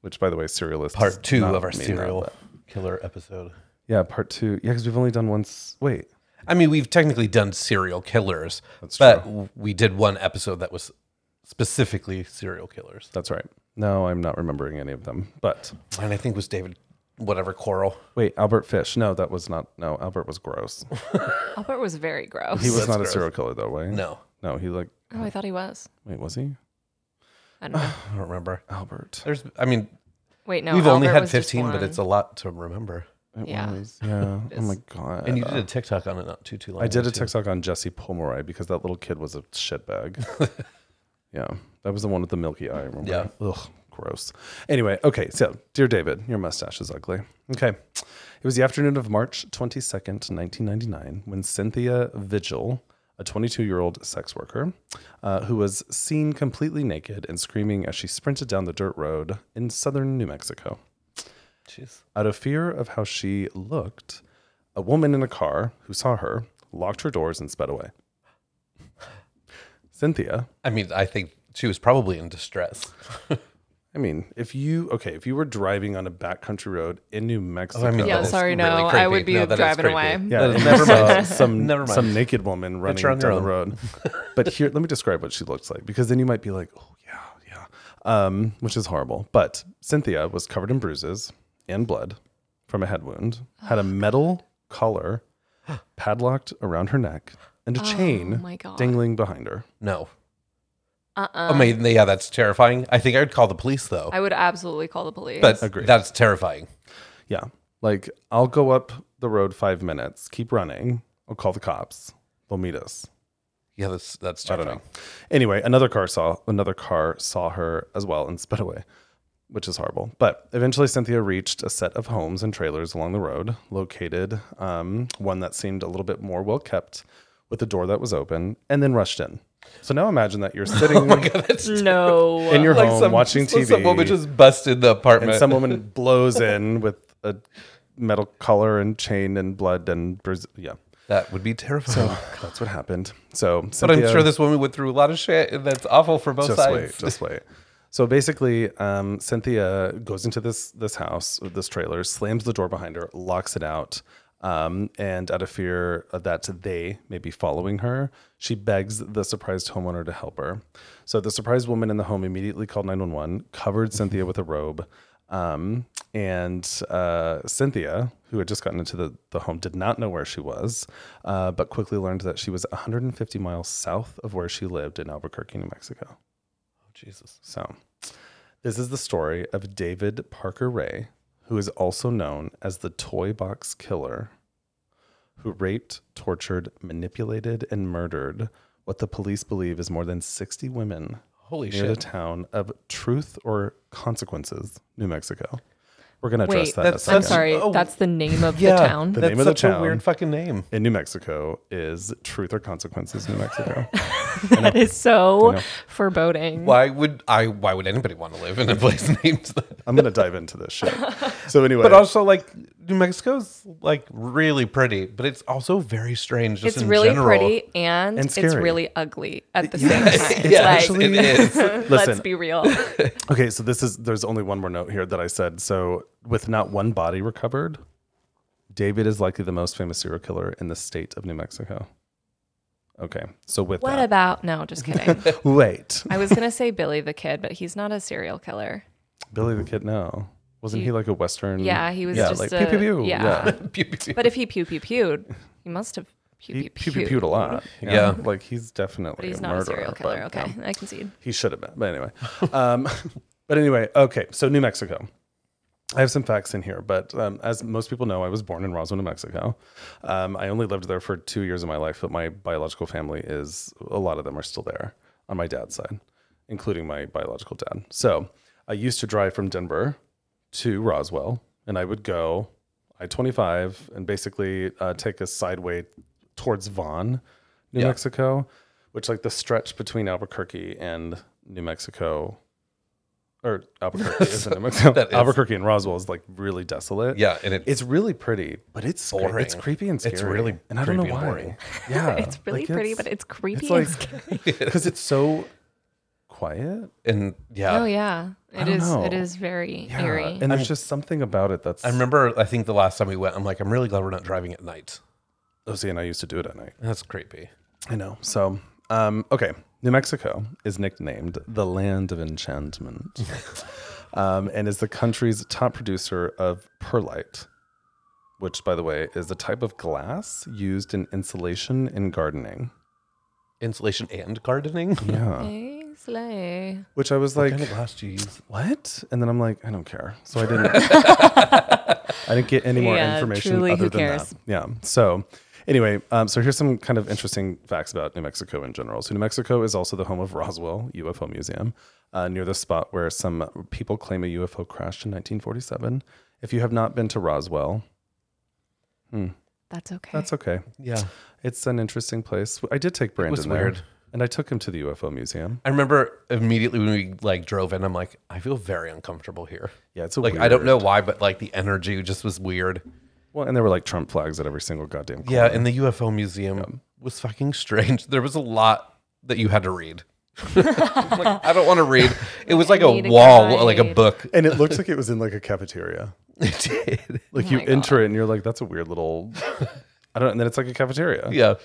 [SPEAKER 1] which, by the way, serialist does
[SPEAKER 2] Part two
[SPEAKER 1] not
[SPEAKER 2] of our
[SPEAKER 1] mean that,
[SPEAKER 2] serial
[SPEAKER 1] but-
[SPEAKER 2] killer episode.
[SPEAKER 1] yeah, part two. Yeah, because we've only done once. Wait,
[SPEAKER 2] I mean, we've technically done serial killers,
[SPEAKER 1] That's
[SPEAKER 2] but w- we did one episode that was specifically serial killers,
[SPEAKER 1] that's right. No, I'm not remembering any of them. But
[SPEAKER 2] and I think it was David, whatever Coral.
[SPEAKER 1] wait, Albert Fish. No, that was not. No, Albert was gross.
[SPEAKER 3] Albert was very gross.
[SPEAKER 1] He was
[SPEAKER 2] That's
[SPEAKER 1] not a
[SPEAKER 2] gross.
[SPEAKER 1] serial killer though, right?
[SPEAKER 2] No,
[SPEAKER 1] no, he like.
[SPEAKER 3] oh, I thought he was.
[SPEAKER 1] Wait, was he
[SPEAKER 3] I don't know.
[SPEAKER 2] I don't remember.
[SPEAKER 1] Albert?
[SPEAKER 2] There's, I mean,
[SPEAKER 3] Wait, no.
[SPEAKER 2] we've only
[SPEAKER 3] Albert
[SPEAKER 2] had
[SPEAKER 3] was just
[SPEAKER 2] 15, but it's a
[SPEAKER 3] one.
[SPEAKER 2] lot to remember.
[SPEAKER 1] It
[SPEAKER 3] Yeah.
[SPEAKER 1] was. Yeah. oh my god.
[SPEAKER 2] And you did a TikTok on it not too too long.
[SPEAKER 1] I did
[SPEAKER 2] ago,
[SPEAKER 1] a
[SPEAKER 2] too.
[SPEAKER 1] TikTok on Jesse Pomeroy because that little kid was a shitbag. yeah. That was the one with the milky eye, I remember?
[SPEAKER 2] Yeah.
[SPEAKER 1] Ugh, gross. Anyway, okay. So, dear David, your mustache is ugly. Okay. It was the afternoon of March 22nd, 1999, when Cynthia Vigil, a 22 year old sex worker, uh, who was seen completely naked and screaming as she sprinted down the dirt road in southern New Mexico.
[SPEAKER 2] Jeez.
[SPEAKER 1] Out of fear of how she looked, a woman in a car who saw her locked her doors and sped away. Cynthia,
[SPEAKER 2] I mean, I think she was probably in distress.
[SPEAKER 1] I mean, if you okay, if you were driving on a backcountry road in New Mexico,
[SPEAKER 2] Oh, I mean,
[SPEAKER 3] Yeah,
[SPEAKER 2] that is
[SPEAKER 3] sorry,
[SPEAKER 2] really
[SPEAKER 3] no. I
[SPEAKER 2] creepy.
[SPEAKER 3] would be
[SPEAKER 2] No, that is
[SPEAKER 3] driving
[SPEAKER 2] creepy.
[SPEAKER 3] away.
[SPEAKER 1] yeah,
[SPEAKER 2] That is-
[SPEAKER 1] if
[SPEAKER 2] never
[SPEAKER 1] you saw
[SPEAKER 2] mind.
[SPEAKER 1] some
[SPEAKER 2] Never mind.
[SPEAKER 1] some naked woman running
[SPEAKER 2] on
[SPEAKER 1] down
[SPEAKER 2] your
[SPEAKER 1] the road. but here, let me describe what she looks like because then you might be like, oh yeah, yeah, um, which is horrible. But Cynthia was covered in bruises and blood from a head wound,
[SPEAKER 3] Oh
[SPEAKER 1] had a metal collar padlocked around her neck, and a chain
[SPEAKER 3] Oh my God.
[SPEAKER 1] dangling behind her.
[SPEAKER 2] No.
[SPEAKER 3] Uh-uh.
[SPEAKER 2] I mean, yeah, that's terrifying. I think I would call the police though.
[SPEAKER 3] I would absolutely call the police.
[SPEAKER 2] but
[SPEAKER 1] Agreed.
[SPEAKER 2] that's terrifying.
[SPEAKER 1] Yeah, like I'll go up the road five minutes, keep running, I'll call the cops, they'll meet us.
[SPEAKER 2] Yeah, that's that's
[SPEAKER 1] I don't
[SPEAKER 2] terrifying.
[SPEAKER 1] know. Anyway, another car saw another car saw her as well and sped away, which is horrible. But eventually, Cynthia reached a set of homes and trailers along the road, located um, one that seemed a little bit more well kept, with a door that was open, and then rushed in. So now imagine that you're sitting
[SPEAKER 2] That's
[SPEAKER 3] no.
[SPEAKER 1] in your
[SPEAKER 2] Oh like
[SPEAKER 1] home
[SPEAKER 2] some-
[SPEAKER 1] watching
[SPEAKER 2] so
[SPEAKER 1] TV,
[SPEAKER 2] Some woman just busted the
[SPEAKER 1] and
[SPEAKER 2] apartment.
[SPEAKER 1] some woman blows in with a metal collar and chain and blood and bruise. Yeah,
[SPEAKER 2] that would be terrifying.
[SPEAKER 1] that's what happened. So,
[SPEAKER 2] Oh, but I'm sure this woman went through a lot of shit, and that's awful for both
[SPEAKER 1] just
[SPEAKER 2] sides.
[SPEAKER 1] wait, just wait. So basically, um, Cynthia goes into this this house, this trailer, slams the door behind her, locks it out, um, and out of fear that they may be following her, she begs the surprised homeowner to help her. So the surprised woman in the home immediately called nine one one, covered
[SPEAKER 2] Mm-hmm.
[SPEAKER 1] Cynthia with a robe, um, and uh, Cynthia, who had just gotten into the, the home, did not know where she was, uh, but quickly learned that she was 150 miles south of where she lived in Albuquerque, New Mexico.
[SPEAKER 2] Jesus.
[SPEAKER 1] So, this is the story of David Parker Ray, who is also known as the Toy Box Killer, who raped, tortured, manipulated, and murdered what the police believe is more than 60 women
[SPEAKER 2] Holy
[SPEAKER 1] near the
[SPEAKER 2] shit.
[SPEAKER 1] town of Truth or Consequences, New Mexico. We're going to address
[SPEAKER 3] Wait,
[SPEAKER 1] that
[SPEAKER 2] that's-
[SPEAKER 1] in a
[SPEAKER 3] I'm
[SPEAKER 2] that's-
[SPEAKER 1] second.
[SPEAKER 3] sorry.
[SPEAKER 2] oh.
[SPEAKER 3] That's the name of the town.
[SPEAKER 1] The name of the
[SPEAKER 2] such
[SPEAKER 1] town.
[SPEAKER 2] a weird fucking name.
[SPEAKER 1] in New Mexico is Truth or Consequences, New Mexico.
[SPEAKER 3] that is
[SPEAKER 1] I
[SPEAKER 3] so
[SPEAKER 1] know.
[SPEAKER 3] foreboding.
[SPEAKER 2] Why would I? Why would anybody want to live in a place named that?
[SPEAKER 1] I'm going to dive into this shit. So, anyway,
[SPEAKER 2] But also, like New Mexico's like really pretty, but it's also very strange. Just
[SPEAKER 3] It's
[SPEAKER 2] in
[SPEAKER 3] really
[SPEAKER 2] general.
[SPEAKER 3] pretty and,
[SPEAKER 1] And
[SPEAKER 3] it's
[SPEAKER 1] scary.
[SPEAKER 3] really ugly at the same time.
[SPEAKER 2] Yes,
[SPEAKER 3] like,
[SPEAKER 2] it is.
[SPEAKER 1] Listen.
[SPEAKER 3] let's be real.
[SPEAKER 1] okay, so this is there's only one more note here that I said. So, with not one body recovered, David is likely the most famous serial killer in the state of New Mexico. Okay, so with
[SPEAKER 3] What
[SPEAKER 1] that,
[SPEAKER 3] about? No, just kidding.
[SPEAKER 1] wait,
[SPEAKER 3] I was gonna say Billy the Kid, but he's not a serial killer.
[SPEAKER 1] Billy the Kid, no, wasn't he,
[SPEAKER 3] He-
[SPEAKER 1] like a Western?
[SPEAKER 3] Yeah, he was
[SPEAKER 1] yeah,
[SPEAKER 3] just
[SPEAKER 1] like
[SPEAKER 3] a,
[SPEAKER 1] pew pew pew.
[SPEAKER 3] Yeah.
[SPEAKER 2] Pew, pew, pew.
[SPEAKER 3] but if he pew pew pewed, he must have pew
[SPEAKER 1] He
[SPEAKER 3] pew
[SPEAKER 1] pew pew pewed a lot.
[SPEAKER 2] Yeah.
[SPEAKER 1] like he's definitely
[SPEAKER 3] But he's
[SPEAKER 1] a
[SPEAKER 3] not
[SPEAKER 1] murderer.
[SPEAKER 3] a serial killer.
[SPEAKER 1] but,
[SPEAKER 3] okay,
[SPEAKER 1] um,
[SPEAKER 3] I concede.
[SPEAKER 1] He should have been. But anyway. Um, but anyway, okay. So New Mexico. I have some facts in here, but um, as most people know, I was born in Roswell, New Mexico. Um, I only lived there for two years of my life, but my biological family is a lot of them are still there on my dad's side, including my biological dad. So I used to drive from Denver to Roswell, and I would go I 25 and basically uh, take a sideway towards Vaughn, New
[SPEAKER 2] Yeah.
[SPEAKER 1] Mexico, which like the stretch between Albuquerque and New Mexico, or Albuquerque isn't New Mexico.
[SPEAKER 2] That is-
[SPEAKER 1] Albuquerque and Roswell is like really desolate.
[SPEAKER 2] yeah, and it,
[SPEAKER 1] It's really pretty, but it's boring.
[SPEAKER 2] Boring.
[SPEAKER 1] It's creepy and scary.
[SPEAKER 2] It's really
[SPEAKER 1] and I don't know
[SPEAKER 2] creepy and
[SPEAKER 1] why.
[SPEAKER 2] boring.
[SPEAKER 1] Yeah,
[SPEAKER 3] It's really
[SPEAKER 1] Like,
[SPEAKER 3] pretty, but it's creepy
[SPEAKER 1] uh, it's
[SPEAKER 3] and
[SPEAKER 1] like uh,
[SPEAKER 3] scary.
[SPEAKER 1] because it's so quiet.
[SPEAKER 2] and yeah.
[SPEAKER 3] Oh yeah, it
[SPEAKER 1] don't
[SPEAKER 3] is.
[SPEAKER 1] know.
[SPEAKER 3] It is very
[SPEAKER 1] Yeah,
[SPEAKER 3] eerie.
[SPEAKER 1] and there's just something about it that's.
[SPEAKER 2] I remember. I think the last time we went, I'm like, I'm really glad we're not driving at night.
[SPEAKER 1] oh, see, and I used to do it at night.
[SPEAKER 2] That's creepy.
[SPEAKER 1] I know. So, um, okay. New Mexico is nicknamed the land of enchantment um, and is the country's top producer of perlite, which, by the way, is a type of glass used in insulation and gardening.
[SPEAKER 2] Insulation and gardening.
[SPEAKER 1] Yeah.
[SPEAKER 3] Hey, slay.
[SPEAKER 1] Which I was like,
[SPEAKER 2] kind of glass do you use?
[SPEAKER 1] what? And then I'm like, I don't care. So I didn't. I didn't get any more
[SPEAKER 3] Yeah,
[SPEAKER 1] information
[SPEAKER 3] truly,
[SPEAKER 1] other
[SPEAKER 3] who
[SPEAKER 1] than
[SPEAKER 3] cares?
[SPEAKER 1] that. Yeah. So anyway, um, so here's some kind of interesting facts about New Mexico in general. So New Mexico is also the home of Roswell UFO Museum, uh, near the spot where some people claim a UFO crashed in 1947. If you have not been to Roswell,
[SPEAKER 3] That's okay.
[SPEAKER 1] that's okay.
[SPEAKER 2] Yeah,
[SPEAKER 1] It's an interesting place. I did take Brandon
[SPEAKER 2] was
[SPEAKER 1] there,
[SPEAKER 2] weird.
[SPEAKER 1] and I took him to the UFO Museum.
[SPEAKER 2] I remember immediately when we like drove in. I'm like, I feel very uncomfortable here.
[SPEAKER 1] Yeah, it's a
[SPEAKER 2] Like I don't know why, but like the energy just was weird.
[SPEAKER 1] Well, and there were like Trump flags at every single goddamn corner.
[SPEAKER 2] Yeah, and the UFO museum was fucking strange. There was a lot that you had to read. like, I don't want to read. It was like
[SPEAKER 3] need
[SPEAKER 2] a
[SPEAKER 3] a
[SPEAKER 2] wall, like a
[SPEAKER 3] guide.
[SPEAKER 2] book.
[SPEAKER 1] and it looked like it was in like a cafeteria.
[SPEAKER 2] It did.
[SPEAKER 1] Like
[SPEAKER 3] Oh
[SPEAKER 1] you
[SPEAKER 3] my
[SPEAKER 1] enter it and you're like, that's a weird little. I don't. And then it's like a cafeteria
[SPEAKER 2] Yeah,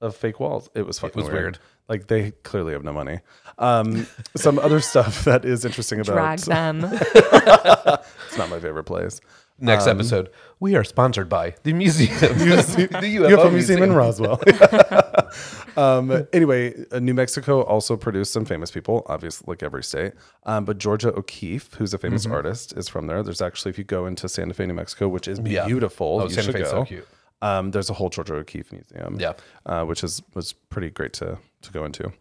[SPEAKER 1] of fake walls. It was fucking
[SPEAKER 2] was weird.
[SPEAKER 1] Like they clearly have no money. Um, some other stuff that is interesting
[SPEAKER 3] Drag
[SPEAKER 1] about
[SPEAKER 3] them.
[SPEAKER 1] it's not my favorite place.
[SPEAKER 2] Next
[SPEAKER 1] Um,
[SPEAKER 2] episode, we are sponsored by the museum, the UFO,
[SPEAKER 1] UFO Museum, in Roswell. um, anyway, uh, New Mexico also produced some famous people, obviously, like every state. Um, but Georgia O'Keeffe, who's a famous
[SPEAKER 2] Mm-hmm.
[SPEAKER 1] artist, is from there. There's actually, if you go into Santa Fe, New Mexico, which is
[SPEAKER 2] Yeah.
[SPEAKER 1] beautiful,
[SPEAKER 2] Oh,
[SPEAKER 1] you
[SPEAKER 2] Santa
[SPEAKER 1] should
[SPEAKER 2] Fe's
[SPEAKER 1] go.
[SPEAKER 2] so cute.
[SPEAKER 1] Um, there's a whole Georgia O'Keeffe museum,
[SPEAKER 2] Yeah.
[SPEAKER 1] uh, which is was pretty great to to go into.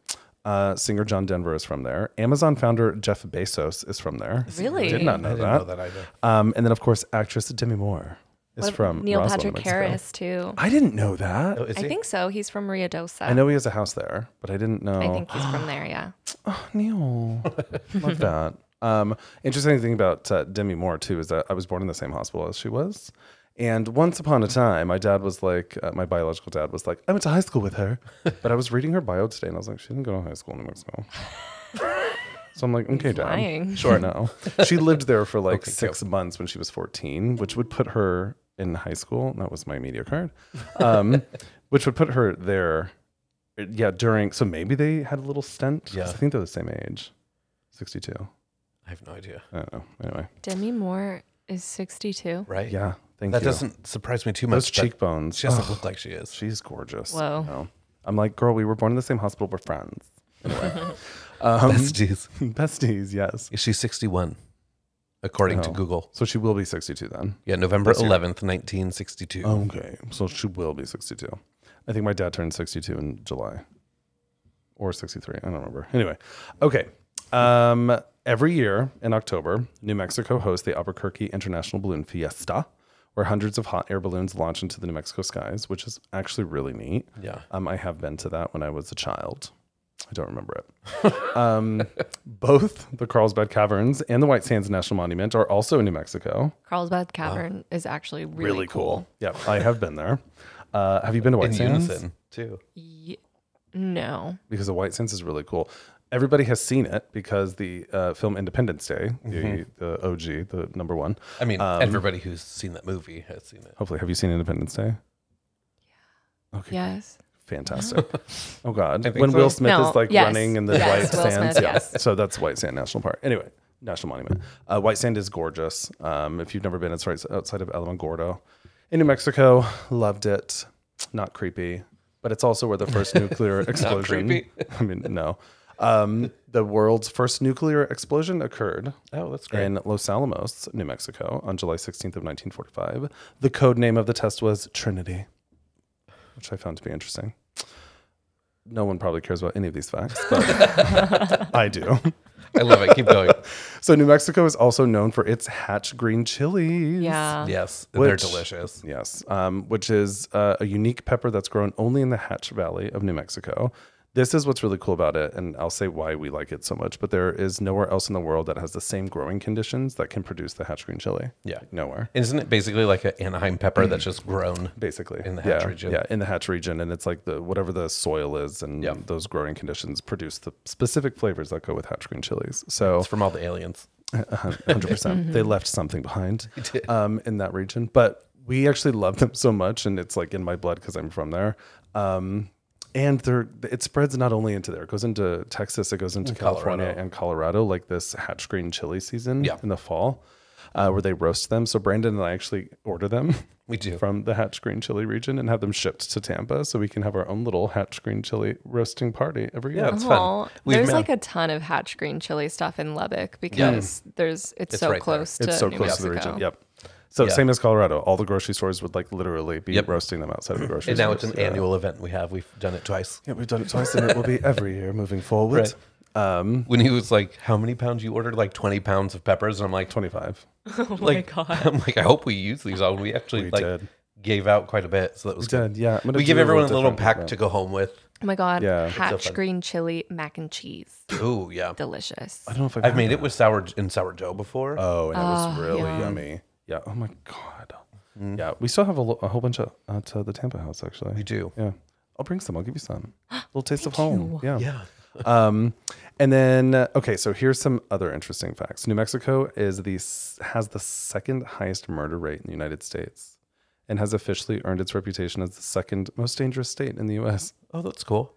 [SPEAKER 1] Uh, singer John Denver is from there. Amazon founder Jeff Bezos is from there.
[SPEAKER 3] Really?
[SPEAKER 1] did not
[SPEAKER 2] I
[SPEAKER 1] know
[SPEAKER 2] didn't know
[SPEAKER 1] that.
[SPEAKER 2] that either.
[SPEAKER 1] Um, and then of course, actress Demi Moore is
[SPEAKER 3] What-
[SPEAKER 1] from
[SPEAKER 3] Neil
[SPEAKER 1] Roswell, New
[SPEAKER 3] Patrick
[SPEAKER 1] Mexico.
[SPEAKER 3] Harris too.
[SPEAKER 1] I didn't know that.
[SPEAKER 2] Oh, is
[SPEAKER 3] I
[SPEAKER 2] he?
[SPEAKER 3] think so. He's from Rio Dosa.
[SPEAKER 1] I know he has a house there, but I didn't know.
[SPEAKER 3] I think he's from there. Yeah.
[SPEAKER 1] oh, Neil, love that. Um, interesting thing about uh, Demi Moore too is that I was born in the same hospital as she was. And once upon a time, my dad was like, uh, my biological dad was like, I went to high school with her, but I was reading her bio today, and I was like, she didn't go to high school in New Mexico. so I'm like, okay, dad,
[SPEAKER 3] lying.
[SPEAKER 1] sure, no. She lived there for like six months when she was 14, which would put her in high school. That was my media card, um, which would put her there. Yeah, during so maybe they had a little stint. 'cause
[SPEAKER 2] Yeah.
[SPEAKER 1] I think they're the same age, 62.
[SPEAKER 2] I have no idea.
[SPEAKER 1] I don't know. Anyway,
[SPEAKER 3] Demi Moore is 62.
[SPEAKER 2] Right?
[SPEAKER 1] yeah, thank
[SPEAKER 2] That
[SPEAKER 1] you.
[SPEAKER 2] doesn't surprise me too much.
[SPEAKER 1] Those
[SPEAKER 2] but
[SPEAKER 1] cheekbones.
[SPEAKER 2] She doesn't
[SPEAKER 1] Ugh,
[SPEAKER 2] look like she is.
[SPEAKER 1] she's gorgeous.
[SPEAKER 3] Whoa.
[SPEAKER 1] No. I'm like, girl, we were born in the same hospital. We're friends. Anyway. um,
[SPEAKER 2] Besties.
[SPEAKER 1] besties, yes.
[SPEAKER 2] She's 61. according
[SPEAKER 1] Oh.
[SPEAKER 2] to Google.
[SPEAKER 1] So she will be 62 then.
[SPEAKER 2] Yeah, November 11th, 1962.
[SPEAKER 1] Okay. So she will be 62. I think my dad turned 62 in July or 63. I don't remember. Anyway. Okay. Um, every year in October, New Mexico hosts the Albuquerque International Balloon Fiesta, where hundreds of hot air balloons launch into the New Mexico skies, which is actually really neat.
[SPEAKER 2] Yeah.
[SPEAKER 1] Um, I have been to that when I was a child. I don't remember it. um, both the Carlsbad Caverns and the White Sands National Monument are also in New Mexico.
[SPEAKER 3] Carlsbad Cavern is actually really, cool.
[SPEAKER 1] Yeah, I have been there. Uh, have you been to White
[SPEAKER 2] In
[SPEAKER 1] Sands?
[SPEAKER 2] unison, too.
[SPEAKER 3] Ye- no.
[SPEAKER 1] because the White Sands is really cool. Everybody has seen it because the uh, film Independence Day,
[SPEAKER 2] Mm-hmm.
[SPEAKER 1] the, the OG, the number one.
[SPEAKER 2] I mean, everybody who's seen that movie has seen it.
[SPEAKER 1] Hopefully, have you seen Independence Day?
[SPEAKER 3] Yes.
[SPEAKER 1] Fantastic. oh God,
[SPEAKER 2] think
[SPEAKER 1] when
[SPEAKER 2] so.
[SPEAKER 1] Will Smith
[SPEAKER 3] No,
[SPEAKER 1] is like
[SPEAKER 3] yes,
[SPEAKER 1] running in the
[SPEAKER 3] yes,
[SPEAKER 1] White
[SPEAKER 3] Will Smith,
[SPEAKER 1] Sands, yeah.
[SPEAKER 3] yes.
[SPEAKER 1] So that's White Sand National Park. Anyway, National Monument. Uh, White Sand is gorgeous. Um, if you've never been, it's right outside of El Gordo, in New Mexico. Loved it. Not creepy, but it's also where the first nuclear explosion.
[SPEAKER 2] creepy.
[SPEAKER 1] I mean, no. Um, the world's first nuclear explosion occurred
[SPEAKER 2] Oh, that's great.
[SPEAKER 1] in Los Alamos, New Mexico, on July 16th of 1945. The code name of the test was Trinity, which I found to be interesting. No one probably cares about any of these facts, but I do.
[SPEAKER 2] I love it. Keep going.
[SPEAKER 1] So New Mexico is also known for its hatch green chilies.
[SPEAKER 3] Yeah.
[SPEAKER 2] Yes, they're
[SPEAKER 1] Which-
[SPEAKER 2] delicious.
[SPEAKER 1] Yes, um, which is uh, a unique pepper that's grown only in the Hatch Valley of New Mexico. This is what's really cool about it, and I'll say why we like it so much. But there is nowhere else in the world that has the same growing conditions that can produce the Hatch green chili.
[SPEAKER 2] Yeah.
[SPEAKER 1] nowhere
[SPEAKER 2] Isn't it basically like an Anaheim pepper that's just grown?
[SPEAKER 1] basically
[SPEAKER 2] In the
[SPEAKER 1] Yeah,
[SPEAKER 2] Hatch region.
[SPEAKER 1] Yeah, in the Hatch region, and it's like the whatever the soil is and
[SPEAKER 2] Yeah.
[SPEAKER 1] those growing conditions produce the specific flavors that go with Hatch green chilies. So
[SPEAKER 2] It's from all the aliens.
[SPEAKER 1] hundred
[SPEAKER 2] Mm-hmm.
[SPEAKER 1] percent. They left something behind um, in that region, but we actually love them so much, and it's like in my blood because I'm from there. Um, and they're, it spreads not only into there, it goes into Texas, it goes into California
[SPEAKER 2] Colorado.
[SPEAKER 1] and Colorado, like this hatch green chili season
[SPEAKER 2] Yeah.
[SPEAKER 1] in the fall, uh, where they roast them. So Brandon and I actually order them
[SPEAKER 2] We do.
[SPEAKER 1] from the hatch green chili region and have them shipped to Tampa, so we can have our own little hatch green chili roasting party every year.
[SPEAKER 2] Yeah, it's fun.
[SPEAKER 3] Aw,
[SPEAKER 2] We've
[SPEAKER 3] there's
[SPEAKER 2] met-
[SPEAKER 3] like a ton of hatch green chili stuff in Lubbock because there's it's, so
[SPEAKER 2] right there.
[SPEAKER 3] close to
[SPEAKER 1] It's so
[SPEAKER 3] New
[SPEAKER 1] close
[SPEAKER 3] Mexico.
[SPEAKER 1] to the region. Yep. So
[SPEAKER 2] Yeah.
[SPEAKER 1] same as Colorado, all the grocery stores would like literally be
[SPEAKER 2] Yep.
[SPEAKER 1] roasting them outside of the grocery.
[SPEAKER 2] And now
[SPEAKER 1] stores.
[SPEAKER 2] it's an
[SPEAKER 1] Yeah.
[SPEAKER 2] annual event we have. We've done it twice.
[SPEAKER 1] Yeah, we've done it twice, and it will be every year moving forward. Um,
[SPEAKER 2] When he was like, "How many pounds you ordered?" Like twenty pounds of peppers, and I'm like,
[SPEAKER 1] twenty-five.
[SPEAKER 3] Oh
[SPEAKER 2] like, I'm like, I hope we use these all. We actually
[SPEAKER 1] We
[SPEAKER 2] like
[SPEAKER 1] did.
[SPEAKER 2] gave out quite a bit, so that was good.
[SPEAKER 1] Dad, yeah, I'm gonna
[SPEAKER 2] We
[SPEAKER 1] do
[SPEAKER 2] give everyone a little
[SPEAKER 1] different
[SPEAKER 2] pack
[SPEAKER 1] event.
[SPEAKER 2] to go home with.
[SPEAKER 3] Oh my god,
[SPEAKER 1] Yeah. It's so
[SPEAKER 3] hatch
[SPEAKER 2] fun.
[SPEAKER 3] green chili mac and cheese.
[SPEAKER 2] Ooh, yeah.
[SPEAKER 3] Delicious.
[SPEAKER 1] I don't know if I've,
[SPEAKER 2] I've
[SPEAKER 1] had
[SPEAKER 2] made
[SPEAKER 1] that.
[SPEAKER 2] it with sour in sourdough before.
[SPEAKER 1] Oh, and it was
[SPEAKER 3] Oh,
[SPEAKER 1] really
[SPEAKER 3] yeah.
[SPEAKER 1] yummy. Yeah. Oh my god. Yeah, we still have a, lo- a whole bunch of at uh, the Tampa house actually.
[SPEAKER 2] Mm-hmm. we do.
[SPEAKER 1] Yeah, I'll bring some. I'll give you some. little taste of home. Yeah.
[SPEAKER 2] Yeah.
[SPEAKER 1] um, and then uh, okay, so here's some other interesting facts. New Mexico is the s- has the second highest murder rate in the United States, and has officially earned its reputation as the second most dangerous state in the U.S.
[SPEAKER 2] Oh, that's cool.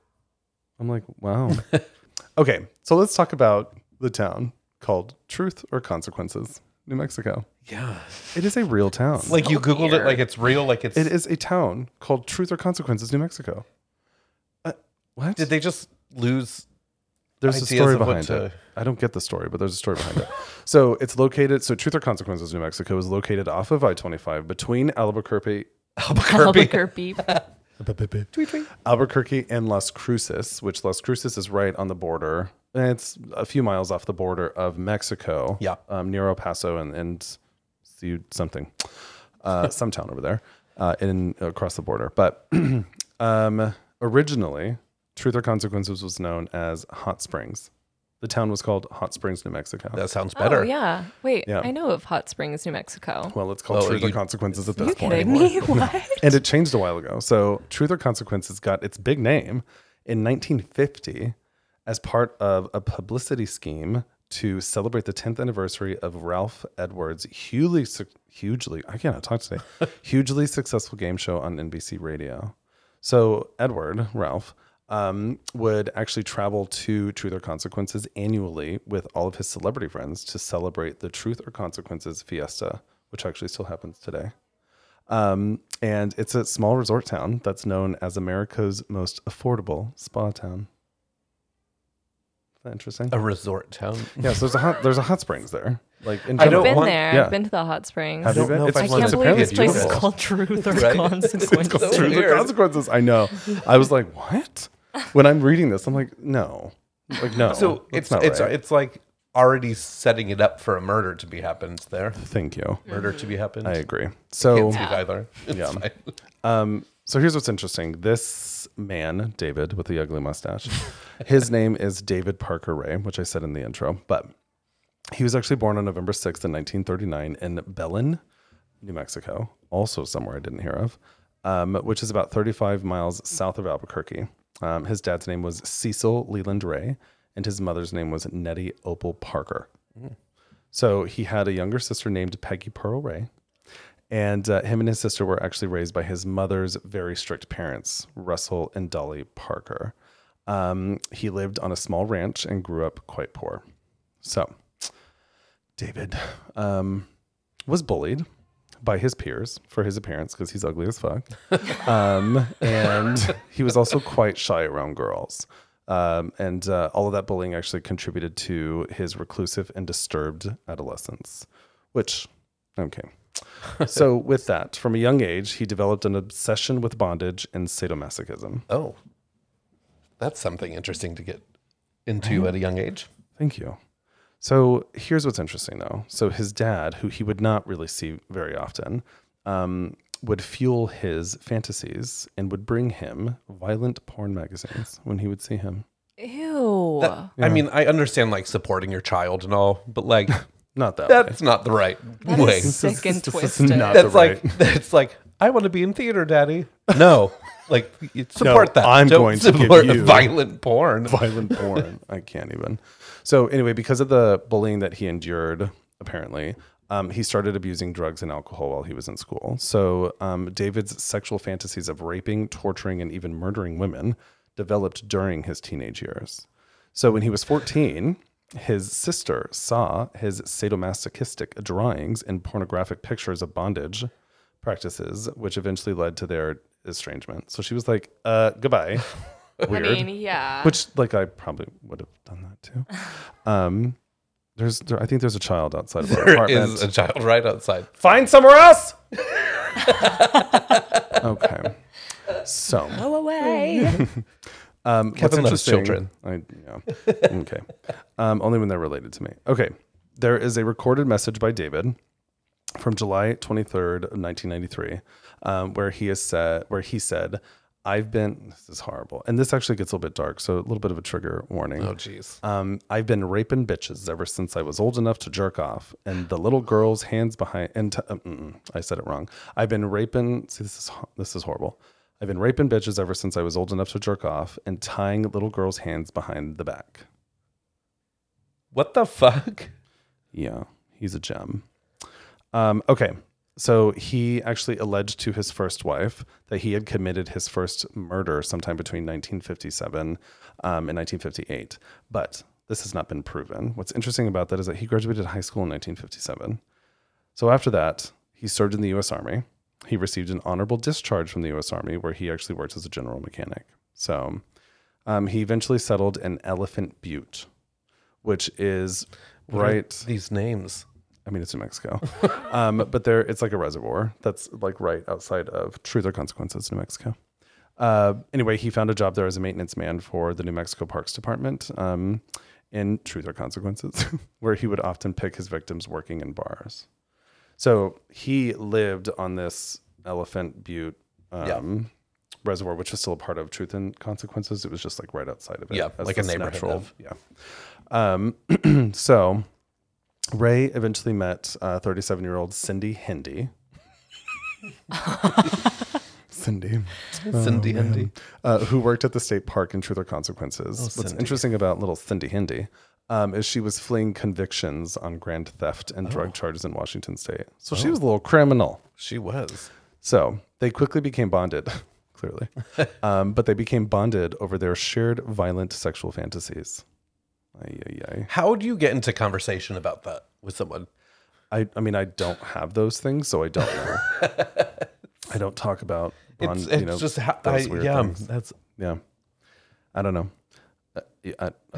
[SPEAKER 1] I'm like, wow. okay, so let's talk about the town called Truth or Consequences, New Mexico.
[SPEAKER 2] Yeah.
[SPEAKER 1] It is a real town.
[SPEAKER 2] Like you googled it, like it's real, like it's.
[SPEAKER 1] it is a town called Truth or Consequences, New Mexico. Uh, what?
[SPEAKER 2] Did they just lose?
[SPEAKER 1] there's a
[SPEAKER 2] ideas
[SPEAKER 1] story
[SPEAKER 2] of what
[SPEAKER 1] behind
[SPEAKER 2] to-
[SPEAKER 1] it. I don't get the story, but there's a story behind it. So it's located. So Truth or Consequences, New Mexico, is located off of I-25 between Albuquerque,
[SPEAKER 3] Albuquerque.
[SPEAKER 1] Albuquerque and Las Cruces, which Las Cruces is right on the border. And It's a few miles off the border of Mexico.
[SPEAKER 2] Yeah.
[SPEAKER 1] um, near El Paso and and see something, uh, some town over there, uh, in across the border. But um, originally, Truth or Consequences was known as Hot Springs. The town was called Hot Springs, New Mexico.
[SPEAKER 2] That sounds better.
[SPEAKER 3] oh yeah. Wait,
[SPEAKER 1] Yeah.
[SPEAKER 3] I know of Hot Springs, New Mexico.
[SPEAKER 1] Well, it's called
[SPEAKER 2] Oh,
[SPEAKER 1] Truth or
[SPEAKER 2] you-
[SPEAKER 1] Consequences at
[SPEAKER 3] Are
[SPEAKER 1] this
[SPEAKER 3] you
[SPEAKER 1] point.
[SPEAKER 3] kidding me? What?
[SPEAKER 1] And it changed a while ago. So Truth or Consequences got its big name in 1950 as part of a publicity scheme to celebrate the 10th anniversary of Ralph Edwards' hugely, su- hugely, I cannot talk today, hugely successful game show on NBC Radio. So Edward, Ralph, um, would actually travel to Truth or Consequences annually with all of his celebrity friends to celebrate the Truth or Consequences Fiesta, which actually still happens today. Um, and it's a small resort town that's known as America's most affordable spa town. Is that interesting?
[SPEAKER 2] A resort town.
[SPEAKER 1] Yeah, so there's a hot, there's a hot springs there. Like in
[SPEAKER 2] I
[SPEAKER 1] general.
[SPEAKER 2] don't
[SPEAKER 3] been
[SPEAKER 2] want-
[SPEAKER 3] there.
[SPEAKER 1] yeah.
[SPEAKER 3] I've been to the hot springs.
[SPEAKER 1] Have you
[SPEAKER 2] don't
[SPEAKER 1] been?
[SPEAKER 2] know if
[SPEAKER 1] It's
[SPEAKER 2] I
[SPEAKER 3] I
[SPEAKER 2] Well,
[SPEAKER 3] can't
[SPEAKER 1] it's
[SPEAKER 3] believe
[SPEAKER 1] apparently
[SPEAKER 3] this place is
[SPEAKER 2] beautiful.
[SPEAKER 3] called Truth or
[SPEAKER 2] Right?
[SPEAKER 1] It's
[SPEAKER 3] Consequences.
[SPEAKER 1] called Truth or
[SPEAKER 2] weird.
[SPEAKER 1] consequences. I know. I was like, what? When I'm reading this, I'm like, no, like no.
[SPEAKER 2] So
[SPEAKER 1] that's
[SPEAKER 2] it's
[SPEAKER 1] not
[SPEAKER 2] it's
[SPEAKER 1] right.
[SPEAKER 2] it's like already setting it up for a murder to be happened there.
[SPEAKER 1] Thank you.
[SPEAKER 2] Murder to be happened.
[SPEAKER 1] I agree. So
[SPEAKER 2] Can't speak either. It's
[SPEAKER 1] Yeah.
[SPEAKER 2] fine.
[SPEAKER 1] Um, so here's what's interesting. This man, David, with the ugly mustache, his name is David Parker Ray, which I said in the intro, but he was actually born on November 6th in 1939 in Belen, New Mexico, also somewhere I didn't hear of, um, which is about 35 miles south of Albuquerque. Um, his dad's name was Cecil Leland Ray, and his mother's name was Nettie Opal Parker. So he had a younger sister named Peggy Pearl Ray, and uh, him and his sister were actually raised by his mother's very strict parents, Russell and Dolly Parker. Um, he lived on a small ranch and grew up quite poor. So, David um, was bullied by his peers for his appearance because he's ugly as fuck. um, and he was also quite shy around girls. Um, and uh, all of that bullying actually contributed to his reclusive and disturbed adolescence, which, okay. So, with that, from a young age, he developed an obsession with bondage and sadomasochism.
[SPEAKER 2] Oh, that's something interesting to get
[SPEAKER 1] Mm-hmm.
[SPEAKER 2] into at a young age.
[SPEAKER 1] Thank you. So here's what's interesting though. So his dad, who he would not really see very often, um, would fuel his fantasies and would bring him violent porn magazines when he would see him.
[SPEAKER 3] Ew.
[SPEAKER 2] That- I mean, I understand like supporting your child and all, but like
[SPEAKER 1] Not that. way.
[SPEAKER 2] that's not the right
[SPEAKER 3] That is
[SPEAKER 2] way.
[SPEAKER 3] sick and
[SPEAKER 1] This is
[SPEAKER 3] twisted.
[SPEAKER 1] not
[SPEAKER 2] That's
[SPEAKER 1] the
[SPEAKER 2] like
[SPEAKER 1] right-
[SPEAKER 2] that's like I want to be in theater, Daddy. No, like you support that.
[SPEAKER 1] I'm
[SPEAKER 2] Don't
[SPEAKER 1] going to give
[SPEAKER 2] support
[SPEAKER 1] you-
[SPEAKER 2] violent porn.
[SPEAKER 1] violent porn. I can't even. So anyway, because of the bullying that he endured, apparently, um, he started abusing drugs and alcohol while he was in school. So um, David's sexual fantasies of raping, torturing, and even murdering women developed during his teenage years. So when he was 14, his sister saw his sadomasochistic drawings and pornographic pictures of bondage practices, which eventually led to their estrangement. So she was like, uh, goodbye. Weird
[SPEAKER 3] I mean, yeah.
[SPEAKER 1] which like I probably would have done that too. Um, there's there, I think there's a child outside of our
[SPEAKER 2] There
[SPEAKER 1] apartment.
[SPEAKER 2] is a child right outside.
[SPEAKER 1] Find somewhere else. okay, so
[SPEAKER 3] Go away.
[SPEAKER 1] um, what's
[SPEAKER 2] Kevin loves
[SPEAKER 1] interesting- I, yeah. okay, um, only when they're related to me. Okay, there is a recorded message by David from July 23rd, of 1993, um, where he is said, where he said, "I've been this is horrible," and this actually gets a little bit dark, so a little bit of a trigger warning.
[SPEAKER 2] Oh, jeez.
[SPEAKER 1] Um, I've been raping bitches ever since I was old enough to jerk off, and the little girl's hands behind. And t- uh, mm-mm, I said it wrong. I've been raping. See, this is ho- this is horrible. I've been raping bitches ever since I was old enough to jerk off, and tying little girls' hands behind the back.
[SPEAKER 2] What the fuck?
[SPEAKER 1] Yeah, he's a gem. Um, okay, so he actually alleged to his first wife that he had committed his first murder sometime between 1957 um, and 1958, but this has not been proven. What's interesting about that is that he graduated high school in 1957. So after that, he served in the U.S. Army. He received an honorable discharge from the U.S. Army, where he actually worked as a general mechanic. So um, he eventually settled in Elephant Butte, which is right.
[SPEAKER 2] These names.
[SPEAKER 1] I mean, it's New Mexico, um, but there it's like a reservoir that's like right outside of Truth or Consequences, New Mexico. Uh, anyway, he found a job there as a maintenance man for the New Mexico Parks Department um, in Truth or Consequences, where he would often pick his victims working in bars. So he lived on this Elephant Butte um, reservoir, which was still a part of Truth and Consequences. It was just like right outside of it.
[SPEAKER 2] Yeah,
[SPEAKER 1] as
[SPEAKER 2] like a
[SPEAKER 1] this
[SPEAKER 2] neighborhood of.
[SPEAKER 1] Yeah. Um, so Ray eventually met 37 year old Cindy Hindi. Cindy, Oh,
[SPEAKER 2] Cindy Hendy.
[SPEAKER 1] uh, who worked at the state park in Truth or Consequences.
[SPEAKER 2] Oh,
[SPEAKER 1] What's interesting about little Cindy Hindi um, is she was fleeing convictions on grand theft and
[SPEAKER 2] Oh.
[SPEAKER 1] drug charges in Washington state. So she was a little criminal.
[SPEAKER 2] She was.
[SPEAKER 1] So they quickly became bonded, clearly, um, but they became bonded over their shared violent sexual fantasies. Ay, ay, ay.
[SPEAKER 2] How do you get into conversation about that with someone?
[SPEAKER 1] I, I mean, I don't have those things, so I don't know. I don't talk about bond,
[SPEAKER 2] it's it's
[SPEAKER 1] you know,
[SPEAKER 2] just how, I,
[SPEAKER 1] those weird
[SPEAKER 2] yeah.
[SPEAKER 1] things.
[SPEAKER 2] That's Uh,
[SPEAKER 1] Yeah. I don't know. Yeah, I,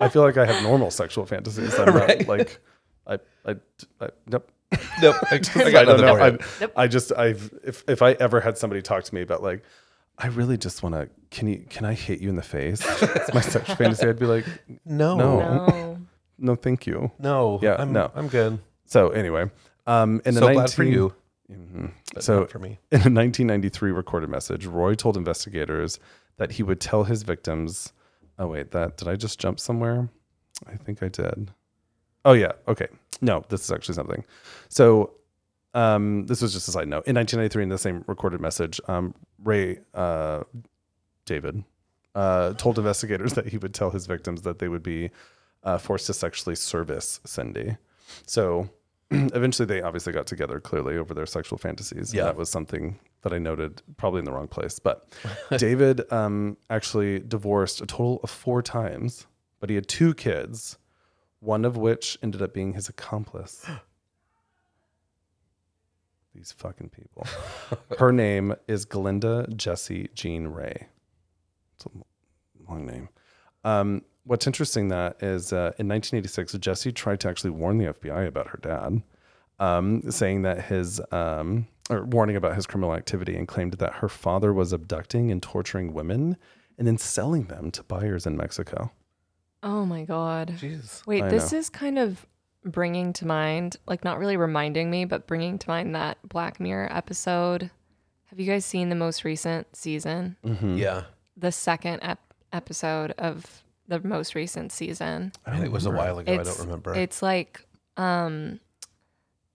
[SPEAKER 1] I feel like I have normal sexual fantasies. I'm not like I I, I nope.
[SPEAKER 2] Nope. I, I
[SPEAKER 1] I
[SPEAKER 2] got
[SPEAKER 1] don't
[SPEAKER 2] nothing
[SPEAKER 1] know.
[SPEAKER 2] for you.
[SPEAKER 1] I'm- I just I've if if I ever had somebody talk to me about like I really just want to can you can I hit you in the face? It's my sexual fantasy. I'd be like
[SPEAKER 2] No.
[SPEAKER 1] No.
[SPEAKER 3] No.
[SPEAKER 1] no, thank you.
[SPEAKER 2] No.
[SPEAKER 1] Yeah,
[SPEAKER 2] I'm,
[SPEAKER 1] no.
[SPEAKER 2] I'm good.
[SPEAKER 1] So anyway, um, in the
[SPEAKER 2] So glad for
[SPEAKER 1] 19
[SPEAKER 2] you.
[SPEAKER 1] Mhm.
[SPEAKER 2] but
[SPEAKER 1] So
[SPEAKER 2] not for me.
[SPEAKER 1] In a 1993 recorded message, Roy told investigators that he would tell his victims. Oh wait, that did I just jump somewhere? I think I did. Oh yeah, okay. No, this is actually something. So um, this was just a side note. In 1993, in the same recorded message, um, Ray uh, David uh, told investigators that he would tell his victims that they would be uh, forced to sexually service Cindy. So eventually they obviously got together clearly over their sexual fantasies.
[SPEAKER 2] Yeah.
[SPEAKER 1] And that was something that I noted probably in the wrong place. But David um, actually divorced a total of four times, but he had two kids, one of which ended up being his accomplice. These fucking people. Her name is Glinda Jessie Jean Ray. It's a l- long name. Um, what's interesting that is uh, in 1986, Jessie tried to actually warn the FBI about her dad, um, saying that his um, or warning about his criminal activity, and claimed that her father was abducting and torturing women and then selling them to buyers in Mexico.
[SPEAKER 3] Oh my god.
[SPEAKER 2] Jeez.
[SPEAKER 3] Wait,
[SPEAKER 1] I
[SPEAKER 3] this is kind of bringing to mind, like not really reminding me, but bringing to mind that Black Mirror episode. Have you guys seen the most recent season?
[SPEAKER 1] Hmm.
[SPEAKER 2] Yeah.
[SPEAKER 3] The second ep- episode of the most recent season.
[SPEAKER 1] I
[SPEAKER 2] And it was a
[SPEAKER 1] remember.
[SPEAKER 2] while ago. I don't remember.
[SPEAKER 3] It's like um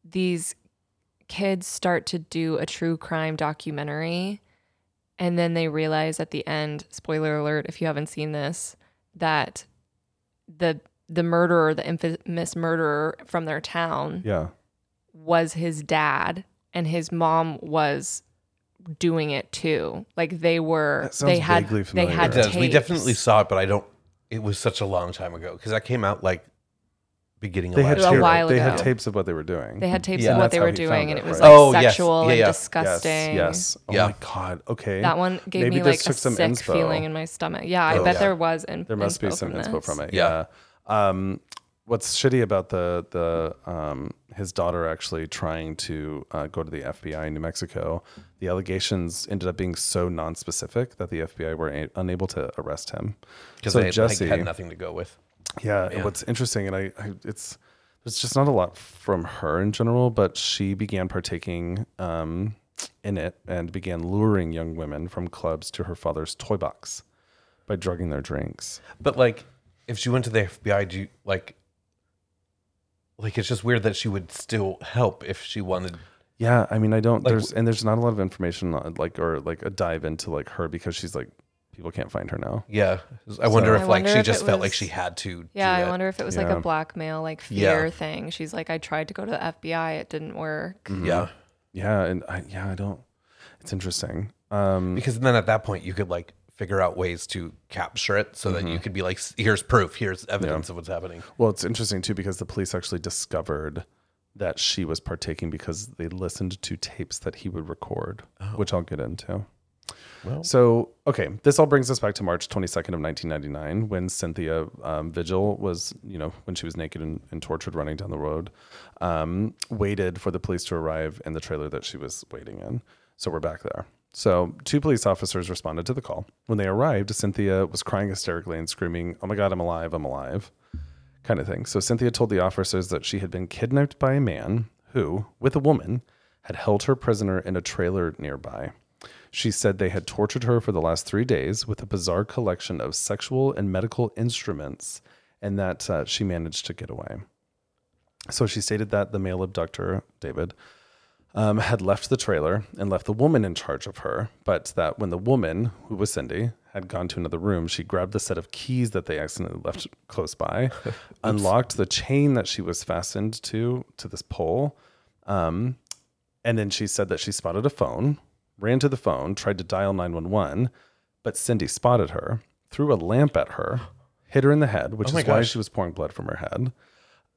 [SPEAKER 3] these kids start to do a true crime documentary and then they realize at the end, spoiler alert if you haven't seen this, that the the murderer, the infamous murderer from their town
[SPEAKER 1] Yeah.
[SPEAKER 3] was his dad and his mom was doing it too. Like they were
[SPEAKER 1] That sounds
[SPEAKER 3] they had
[SPEAKER 1] vaguely
[SPEAKER 3] they
[SPEAKER 1] familiar.
[SPEAKER 3] had
[SPEAKER 2] It does. We
[SPEAKER 3] tapes.
[SPEAKER 2] definitely saw it, but I don't. It was such a long time ago because I came out like beginning
[SPEAKER 1] They
[SPEAKER 2] of
[SPEAKER 1] had,
[SPEAKER 2] last
[SPEAKER 3] a
[SPEAKER 1] tapes-
[SPEAKER 2] year.
[SPEAKER 3] while
[SPEAKER 1] they had
[SPEAKER 3] ago.
[SPEAKER 1] tapes of what they were doing.
[SPEAKER 3] they had tapes
[SPEAKER 2] Yeah.
[SPEAKER 3] of what
[SPEAKER 1] That's
[SPEAKER 3] they
[SPEAKER 1] how
[SPEAKER 3] were
[SPEAKER 1] he found
[SPEAKER 3] doing
[SPEAKER 1] it,
[SPEAKER 3] and it was
[SPEAKER 1] right?
[SPEAKER 3] like
[SPEAKER 2] Oh, yes.
[SPEAKER 3] sexual
[SPEAKER 2] Yeah, yeah.
[SPEAKER 3] and
[SPEAKER 2] Yes.
[SPEAKER 1] yes.
[SPEAKER 3] disgusting.
[SPEAKER 1] Yes. Oh
[SPEAKER 2] Yeah.
[SPEAKER 1] my God. Okay.
[SPEAKER 3] That one gave
[SPEAKER 1] Maybe
[SPEAKER 3] me
[SPEAKER 1] this
[SPEAKER 3] like a
[SPEAKER 1] took some
[SPEAKER 3] sick
[SPEAKER 1] inspo.
[SPEAKER 3] feeling in my stomach. Yeah, I
[SPEAKER 2] Oh,
[SPEAKER 3] bet
[SPEAKER 2] yeah.
[SPEAKER 3] there was. In,
[SPEAKER 1] There must be some
[SPEAKER 3] from
[SPEAKER 1] inspo
[SPEAKER 3] this.
[SPEAKER 1] from it. Yeah.
[SPEAKER 2] Yeah.
[SPEAKER 1] Um, what's shitty about the the um, his daughter actually trying to uh, go to the FBI in New Mexico? The allegations ended up being so nonspecific that the FBI were a- unable to arrest him.
[SPEAKER 2] because
[SPEAKER 1] So
[SPEAKER 2] they had, like,
[SPEAKER 1] Jesse,
[SPEAKER 2] had nothing to go with.
[SPEAKER 1] yeah, and what's interesting, and I, I it's there's just not a lot from her in general, but she began partaking um, in it and began luring young women from clubs to her father's toy box by drugging their drinks.
[SPEAKER 2] But like, if she went to the FBI, do you, like, like it's just weird that she would still help if she wanted.
[SPEAKER 1] Yeah, I mean, I don't. there's and there's not a lot of information, on, like or like a dive into like her because she's like people can't find her now.
[SPEAKER 2] Yeah, I wonder
[SPEAKER 3] I
[SPEAKER 2] if like
[SPEAKER 3] wonder
[SPEAKER 2] she
[SPEAKER 3] if
[SPEAKER 2] just
[SPEAKER 3] it
[SPEAKER 2] felt like
[SPEAKER 3] was-
[SPEAKER 2] she had to.
[SPEAKER 3] Yeah,
[SPEAKER 2] do
[SPEAKER 3] I
[SPEAKER 2] it.
[SPEAKER 3] wonder if it was like
[SPEAKER 1] Yeah.
[SPEAKER 3] a blackmail, like
[SPEAKER 2] Yeah.
[SPEAKER 3] fear thing. She's like, I tried to go to the FBI, it didn't work.
[SPEAKER 1] Mm.
[SPEAKER 2] Yeah,
[SPEAKER 1] Yeah, and I, yeah, I don't. It's interesting. Um,
[SPEAKER 2] because then at that point you could like figure out ways to capture it so that
[SPEAKER 3] Mm-hmm.
[SPEAKER 2] you could be like, here's proof, here's evidence of what's happening.
[SPEAKER 1] well, it's interesting too because the police actually discovered that she was partaking because they listened to tapes that he would record, which I'll get into.
[SPEAKER 2] Well.
[SPEAKER 1] so okay, this all brings us back to March 22nd of 1999 when Cynthia um, Vigil was, you know, when she was naked and, and tortured running down the road, um, waited for the police to arrive in the trailer that she was waiting in. So we're back there. So two police officers responded to the call. When they arrived, Cynthia was crying hysterically and screaming, "Oh my God, I'm alive! I'm alive!" kind of thing. So Cynthia told the officers that she had been kidnapped by a man who, with a woman, had held her prisoner in a trailer nearby. She said they had tortured her for the last three days with a bizarre collection of sexual and medical instruments, and that uh, she managed to get away. So she stated that the male abductor, David, um, had left the trailer and left the woman in charge of her, but that when the woman, who was Cindy, had gone to another room, she grabbed the set of keys that they accidentally left close by, unlocked the chain that she was fastened to to this pole, um, and then she said that she spotted a phone, ran to the phone, tried to dial 911, but Cindy spotted her, threw a lamp at her, hit her in the head, which
[SPEAKER 2] Oh my
[SPEAKER 1] is why
[SPEAKER 2] gosh.
[SPEAKER 1] she was pouring blood from her head.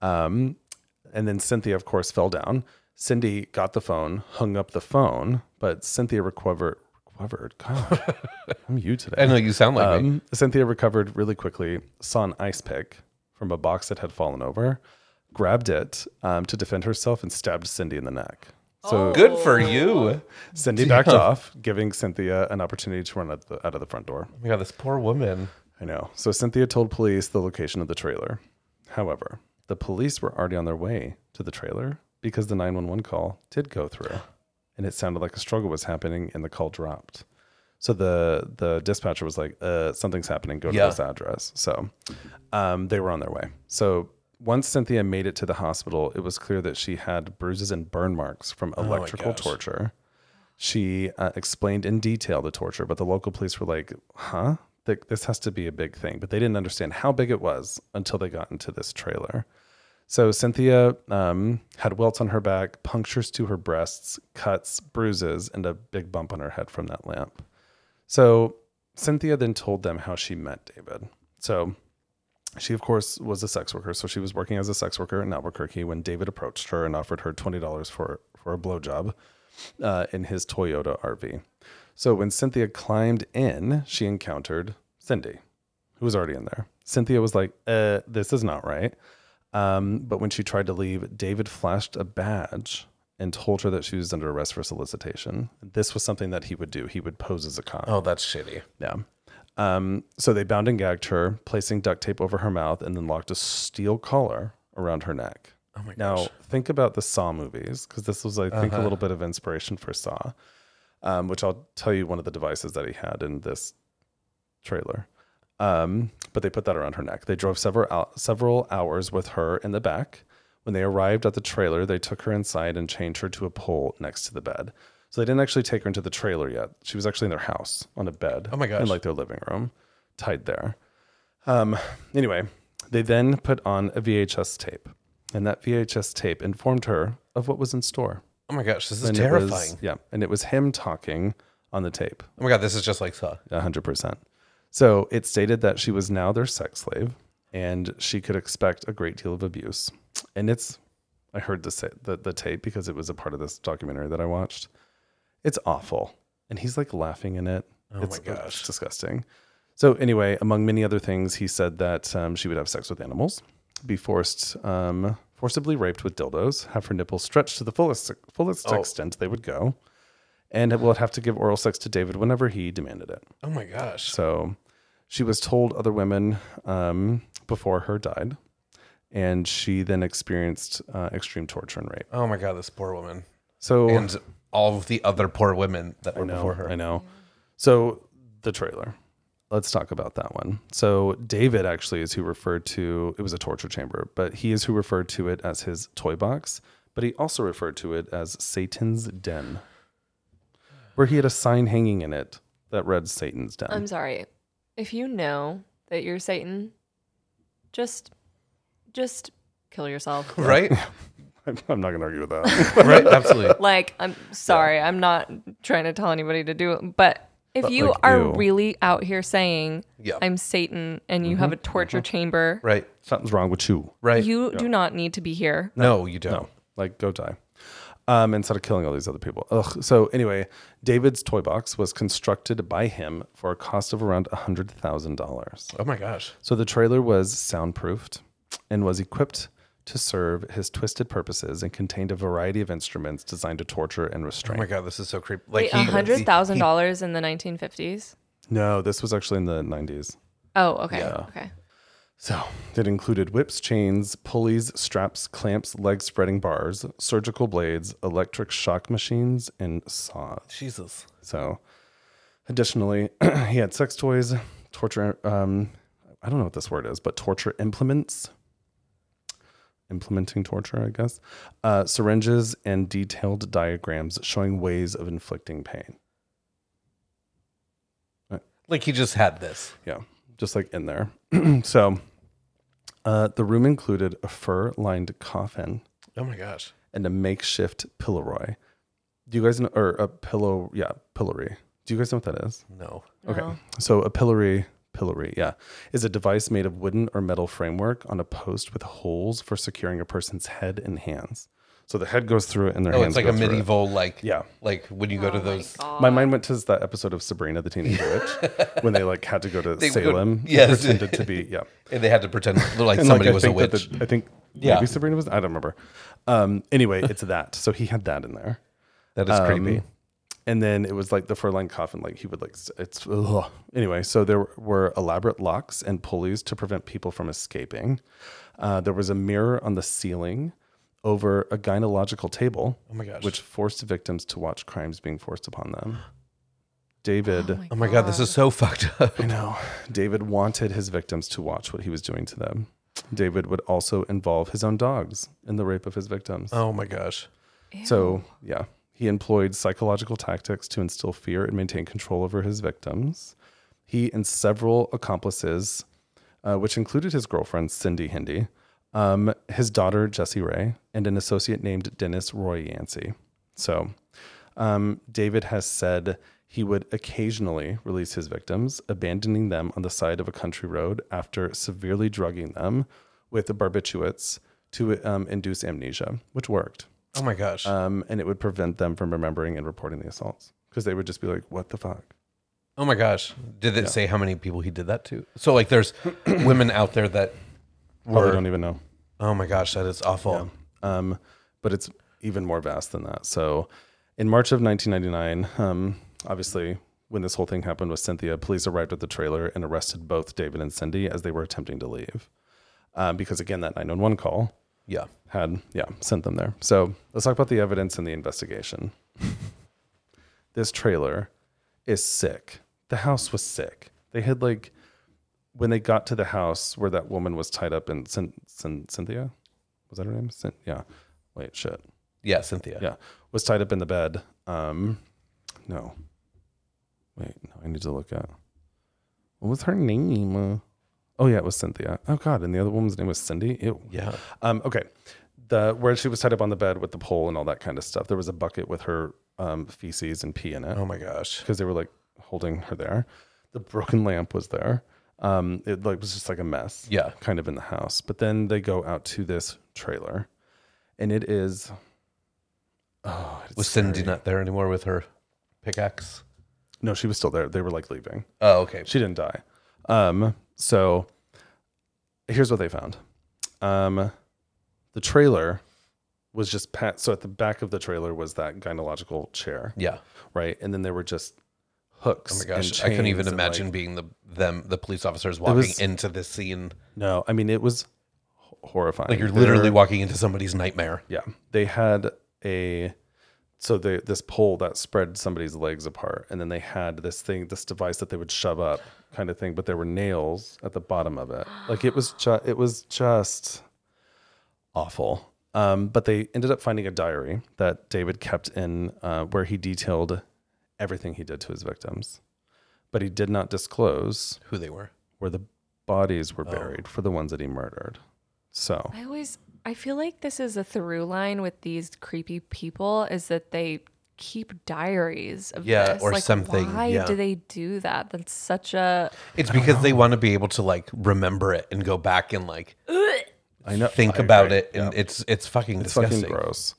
[SPEAKER 1] Um, and then Cynthia, of course, fell down. Cindy got the phone, hung up the phone, but Cynthia recover, requ- recovered. God, I'm you today.
[SPEAKER 2] I know you sound like me.
[SPEAKER 1] Um, Cynthia recovered really quickly, saw an ice pick from a box that had fallen over, grabbed it um, to defend herself, and stabbed Cindy in the neck. So
[SPEAKER 2] Good for you.
[SPEAKER 1] Cindy backed off, giving Cynthia an opportunity to run out, the, out of the front door.
[SPEAKER 2] Oh my God, this poor woman.
[SPEAKER 1] I know. So Cynthia told police the location of the trailer. However, the police were already on their way to the trailer because the 911 call did go through and it sounded like a struggle was happening and the call dropped. So the the dispatcher was like, uh, something's happening, go to
[SPEAKER 2] Yeah.
[SPEAKER 1] this address. So um, they were on their way. So once Cynthia made it to the hospital, it was clear that she had bruises and burn marks from electrical
[SPEAKER 2] gosh.
[SPEAKER 1] torture. She uh, explained in detail the torture, but the local police were like, huh? Th- This has to be a big thing. But they didn't understand how big it was until they got into this trailer. So Cynthia um, had welts on her back, punctures to her breasts, cuts, bruises, and a big bump on her head from that lamp. So Cynthia then told them how she met David. So she, of course, was a sex worker. So she was working as a sex worker in Albuquerque when David approached her and offered her twenty dollars for for a blowjob uh, in his Toyota RV. So when Cynthia climbed in, she encountered Cindy, who was already in there. Cynthia was like, "Uh, this is not right." Um, but when she tried to leave, David flashed a badge and told her that she was under arrest for solicitation. This was something that he would do. He would pose as a cop.
[SPEAKER 2] Oh, that's shitty.
[SPEAKER 1] Yeah. Um, so they bound and gagged her, placing duct tape over her mouth and then locked a steel collar around her neck. Oh my now, think about the Saw movies, because this was, I think, a little bit of inspiration for Saw, um, which I'll tell you one of the devices that he had in this trailer. Um, but they put that around her neck. They drove several hou- several hours with her in the back. When they arrived at the trailer, they took her inside and chained her to a pole next to the bed. So they didn't actually take her into the trailer yet. She was actually in their house on a bed.
[SPEAKER 2] Oh my gosh.
[SPEAKER 1] In like their living room, tied there. Um, anyway, they then put on a VHS tape, and that VHS tape informed her of what was in store.
[SPEAKER 2] Oh my gosh, this is
[SPEAKER 1] And it was-
[SPEAKER 2] terrifying.
[SPEAKER 1] yeah, and it was him talking on the tape.
[SPEAKER 2] oh my God, this is just like Saw.
[SPEAKER 1] A 100%. So it stated that she was now their sex slave and she could expect a great deal of abuse. And it's, I heard the, sa- the, the tape because it was a part of this documentary that I watched. It's awful. And he's like laughing in it. Oh it's,
[SPEAKER 2] my gosh.
[SPEAKER 1] it's disgusting. So, anyway, among many other things, he said that um, she would have sex with animals, be forced, um, forcibly raped with dildos, have her nipples stretched to the fullest, fullest
[SPEAKER 2] Oh.
[SPEAKER 1] extent they would go, and would have to give oral sex to David whenever he demanded it.
[SPEAKER 2] Oh my gosh.
[SPEAKER 1] So she was told other women um, before her died, and she then experienced uh, extreme torture and rape.
[SPEAKER 2] Oh my God, this poor woman.
[SPEAKER 1] So
[SPEAKER 2] And all of the other poor women that were
[SPEAKER 1] I know,
[SPEAKER 2] before her.
[SPEAKER 1] I know. So the trailer. Let's talk about that one. So David actually is who referred to it was a torture chamber, but he is who referred to it as his toy box, but he also referred to it as Satan's den. Where he had a sign hanging in it that read Satan's den.
[SPEAKER 3] I'm sorry. If you know that you're Satan, just just kill yourself.
[SPEAKER 2] Right?
[SPEAKER 1] I'm not going to argue with that.
[SPEAKER 2] right? Absolutely.
[SPEAKER 3] like I'm sorry, I'm not trying to tell anybody to do it, but if
[SPEAKER 1] But,
[SPEAKER 3] you
[SPEAKER 1] like,
[SPEAKER 3] are
[SPEAKER 1] ew.
[SPEAKER 3] really out here saying
[SPEAKER 2] Yeah.
[SPEAKER 3] I'm Satan and you have a torture chamber,
[SPEAKER 2] Right.
[SPEAKER 1] Something's wrong with you.
[SPEAKER 2] Right.
[SPEAKER 3] you do not need to be here.
[SPEAKER 2] no, you don't.
[SPEAKER 1] No, like go die. Um, instead of killing all these other people. Ugh. So anyway, David's toy box was constructed by him for a cost of around hundred thousand dollars.
[SPEAKER 2] Oh my gosh.
[SPEAKER 1] So the trailer was soundproofed and was equipped to serve his twisted purposes and contained a variety of instruments designed to torture and
[SPEAKER 2] Oh
[SPEAKER 1] restrain.
[SPEAKER 2] my God, this is so creepy. Like
[SPEAKER 3] Wait,
[SPEAKER 2] he-
[SPEAKER 3] hundred thousand dollars in the 1950s?
[SPEAKER 1] no, this was actually in the nineties.
[SPEAKER 3] Oh, okay, okay.
[SPEAKER 1] So it included whips, chains, pulleys, straps, clamps, leg spreading bars, surgical blades, electric shock machines, and saws.
[SPEAKER 2] Jesus.
[SPEAKER 1] So, additionally, he had sex toys, torture. Um, I don't know what this word is, but torture implements, implementing torture, I guess. Uh, syringes and detailed diagrams showing ways of inflicting pain.
[SPEAKER 2] Like he just had this.
[SPEAKER 1] Yeah, just like in there. so, uh, the room included a fur-lined coffin
[SPEAKER 2] Oh my gosh.
[SPEAKER 1] and a makeshift pillory. Do you guys know, or a pillow? Yeah, pillory. Do you guys know what that is?
[SPEAKER 2] No. Oh,
[SPEAKER 1] Okay.
[SPEAKER 3] No.
[SPEAKER 1] So a pillory, pillory, yeah, is a device made of wooden or metal framework on a post with holes for securing a person's head and hands. So the head goes through it and their
[SPEAKER 2] Oh,
[SPEAKER 1] hands.
[SPEAKER 2] it's like
[SPEAKER 1] go
[SPEAKER 2] a
[SPEAKER 1] through it.
[SPEAKER 2] medieval, like
[SPEAKER 1] Yeah.
[SPEAKER 2] like when you go to
[SPEAKER 3] Oh
[SPEAKER 2] those.
[SPEAKER 3] God.
[SPEAKER 1] My mind went to that episode of Sabrina the Teenage Witch when they like had to go to
[SPEAKER 2] They would-
[SPEAKER 1] Salem.
[SPEAKER 2] yes.
[SPEAKER 1] and pretended to be yeah.
[SPEAKER 2] And they had to pretend like
[SPEAKER 1] And,
[SPEAKER 2] somebody
[SPEAKER 1] I
[SPEAKER 2] was a
[SPEAKER 1] think that
[SPEAKER 2] witch.
[SPEAKER 1] the- I think
[SPEAKER 2] Yeah.
[SPEAKER 1] maybe Sabrina was. I don't remember. Um, anyway, it's that. So he had that in there.
[SPEAKER 2] that is creepy.
[SPEAKER 1] Um, And then it was like the fur lined coffin, like he would like, s- it's ugh. anyway. So there were elaborate locks and pulleys to prevent people from escaping. Uh, there was a mirror on the ceiling over a gynecological table,
[SPEAKER 2] Oh my gosh.
[SPEAKER 1] which forced victims to watch crimes being forced upon them. David,
[SPEAKER 2] Oh my god, this is so fucked up.
[SPEAKER 1] I know, David wanted his victims to watch what he was doing to them. David would also involve his own dogs in the rape of his victims.
[SPEAKER 2] Oh my gosh.
[SPEAKER 1] So, yeah, he employed psychological tactics to instill fear and maintain control over his victims. He and several accomplices, uh, which included his girlfriend, Cindy Hindi, um, his daughter, Jessie Ray, and an associate named Dennis Roy Yancey. So, um, David has said he would occasionally release his victims, abandoning them on the side of a country road after severely drugging them with barbiturates to um, induce amnesia, which worked
[SPEAKER 2] Oh my gosh.
[SPEAKER 1] um, and it would prevent them from remembering and reporting the assaults because they would just be like, "What the fuck?"
[SPEAKER 2] oh my gosh. Did it say how many people he did that to? So like, there's women out there that
[SPEAKER 1] Probably
[SPEAKER 2] were.
[SPEAKER 1] don't even know.
[SPEAKER 2] oh my gosh, that is awful.
[SPEAKER 1] Um, but it's even more vast than that. So, in March of 1999, um, obviously, when this whole thing happened with Cynthia, police arrived at the trailer and arrested both David and Cindy as they were attempting to leave. Um, because again, that 911 call
[SPEAKER 2] Yeah.
[SPEAKER 1] had yeah sent them there. So let's talk about the evidence and the investigation. this trailer is sick. The house was sick. They had like when they got to the house where that woman was tied up in Cyn- Cyn- Cynthia, was that her name? Cyn- yeah. Wait, shit.
[SPEAKER 2] Yeah, Cynthia.
[SPEAKER 1] Yeah, was tied up in the bed. Um, no. Wait, no. I need to look at what was her name. Uh, oh yeah, it was Cynthia. Oh god, and the other woman's name was Cindy. Ew.
[SPEAKER 2] Yeah.
[SPEAKER 1] Um, okay. The where she was tied up on the bed with the pole and all that kind of stuff. There was a bucket with her um, feces and pee in it
[SPEAKER 2] Oh my gosh.
[SPEAKER 1] because they were like holding her there. The broken lamp was there. Um, it like was just like a mess.
[SPEAKER 2] Yeah.
[SPEAKER 1] kind of in the house. But then they go out to this trailer, and it is. Oh, it's
[SPEAKER 2] Was Cindy
[SPEAKER 1] scary.
[SPEAKER 2] not there anymore with her pickaxe?
[SPEAKER 1] No, she was still there. They were like leaving.
[SPEAKER 2] Oh, okay.
[SPEAKER 1] She didn't die. Um, so here's what they found. Um, the trailer was just pat. So at the back of the trailer was that gynecological chair,
[SPEAKER 2] Yeah.
[SPEAKER 1] right? And then there were just hooks.
[SPEAKER 2] Oh my
[SPEAKER 1] and
[SPEAKER 2] gosh. I couldn't even
[SPEAKER 1] chains and, like-
[SPEAKER 2] imagine being the them the police officers walking
[SPEAKER 1] was-
[SPEAKER 2] into this scene.
[SPEAKER 1] no, I mean it was h- horrifying.
[SPEAKER 2] Like you're
[SPEAKER 1] There-
[SPEAKER 2] literally walking into somebody's nightmare.
[SPEAKER 1] Yeah, they had a so they this pole that spread somebody's legs apart, and then they had this thing, this device that they would shove up, kind of thing. But there were nails at the bottom of it. Like it was just it was just awful. Um, but they ended up finding a diary that David kept in uh, where he detailed everything he did to his victims, but he did not disclose
[SPEAKER 2] Who they were.
[SPEAKER 1] where the bodies
[SPEAKER 2] Oh.
[SPEAKER 1] were buried for the ones that he murdered. So
[SPEAKER 3] I always I feel like this is a through line with these creepy people is that they keep diaries of
[SPEAKER 2] Yeah,
[SPEAKER 3] this.
[SPEAKER 2] or
[SPEAKER 3] Like,
[SPEAKER 2] something,
[SPEAKER 3] Why
[SPEAKER 2] yeah.
[SPEAKER 3] do they do that? That's such a
[SPEAKER 2] It's because they want to be able to like remember it and go back and like
[SPEAKER 1] I know
[SPEAKER 2] think
[SPEAKER 1] I
[SPEAKER 2] about
[SPEAKER 1] agree.
[SPEAKER 2] it and it's it's fucking
[SPEAKER 1] It's
[SPEAKER 2] disgusting.
[SPEAKER 1] fucking gross.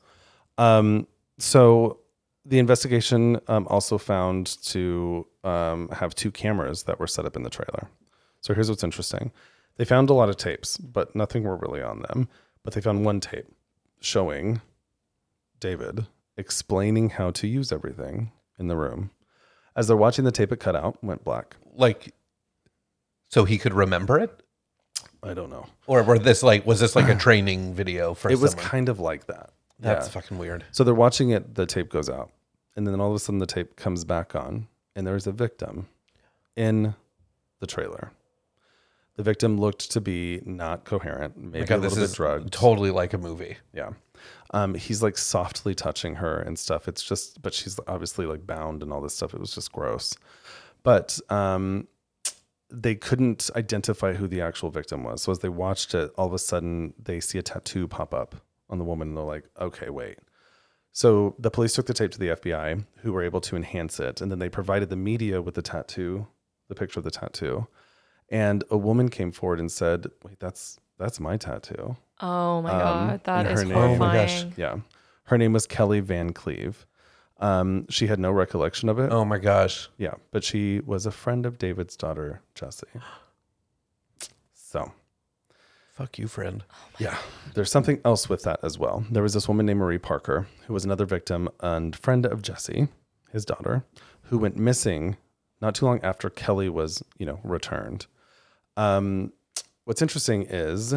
[SPEAKER 1] Um, so the investigation um, also found to um, have two cameras that were set up in the trailer. So here's what's interesting: they found a lot of tapes, but nothing were really on them. But they found one tape showing David explaining how to use everything in the room. As they're watching the tape, it cut out, went black.
[SPEAKER 2] Like so he could remember it?
[SPEAKER 1] I don't know.
[SPEAKER 2] Or were this like was this like a training video for
[SPEAKER 1] It was
[SPEAKER 2] someone?
[SPEAKER 1] kind of like that.
[SPEAKER 2] That's
[SPEAKER 1] Yeah.
[SPEAKER 2] fucking weird.
[SPEAKER 1] So they're watching it, the tape goes out. And then all of a sudden the tape comes back on, and there's a victim in the trailer. The victim looked to be not coherent, maybe
[SPEAKER 2] God,
[SPEAKER 1] a
[SPEAKER 2] this
[SPEAKER 1] little bit
[SPEAKER 2] is
[SPEAKER 1] drugged.
[SPEAKER 2] totally like a movie.
[SPEAKER 1] yeah. Um, he's like softly touching her and stuff. It's just, but she's obviously like bound and all this stuff. It was just gross. But um, they couldn't identify who the actual victim was. So as they watched it, all of a sudden they see a tattoo pop up on the woman and they're like, okay, wait. So the police took the tape to the FBI, who were able to enhance it, and then they provided the media with the tattoo, the picture of the tattoo. And a woman came forward and said, "Wait, that's that's my tattoo."
[SPEAKER 3] oh my
[SPEAKER 1] Um,
[SPEAKER 3] god, that
[SPEAKER 1] and
[SPEAKER 3] is
[SPEAKER 1] her name-
[SPEAKER 3] horrifying.
[SPEAKER 1] Yeah. Her name was Kelly Van Cleve. Um, she had no recollection of it.
[SPEAKER 2] Oh my gosh.
[SPEAKER 1] Yeah, but she was a friend of David's daughter, Jessie. So
[SPEAKER 2] Fuck you, friend.
[SPEAKER 1] yeah, there's something else with that as well. There was this woman named Marie Parker, who was another victim and friend of Jesse, his daughter, who went missing not too long after Kelly was, you know, returned. Um, what's interesting is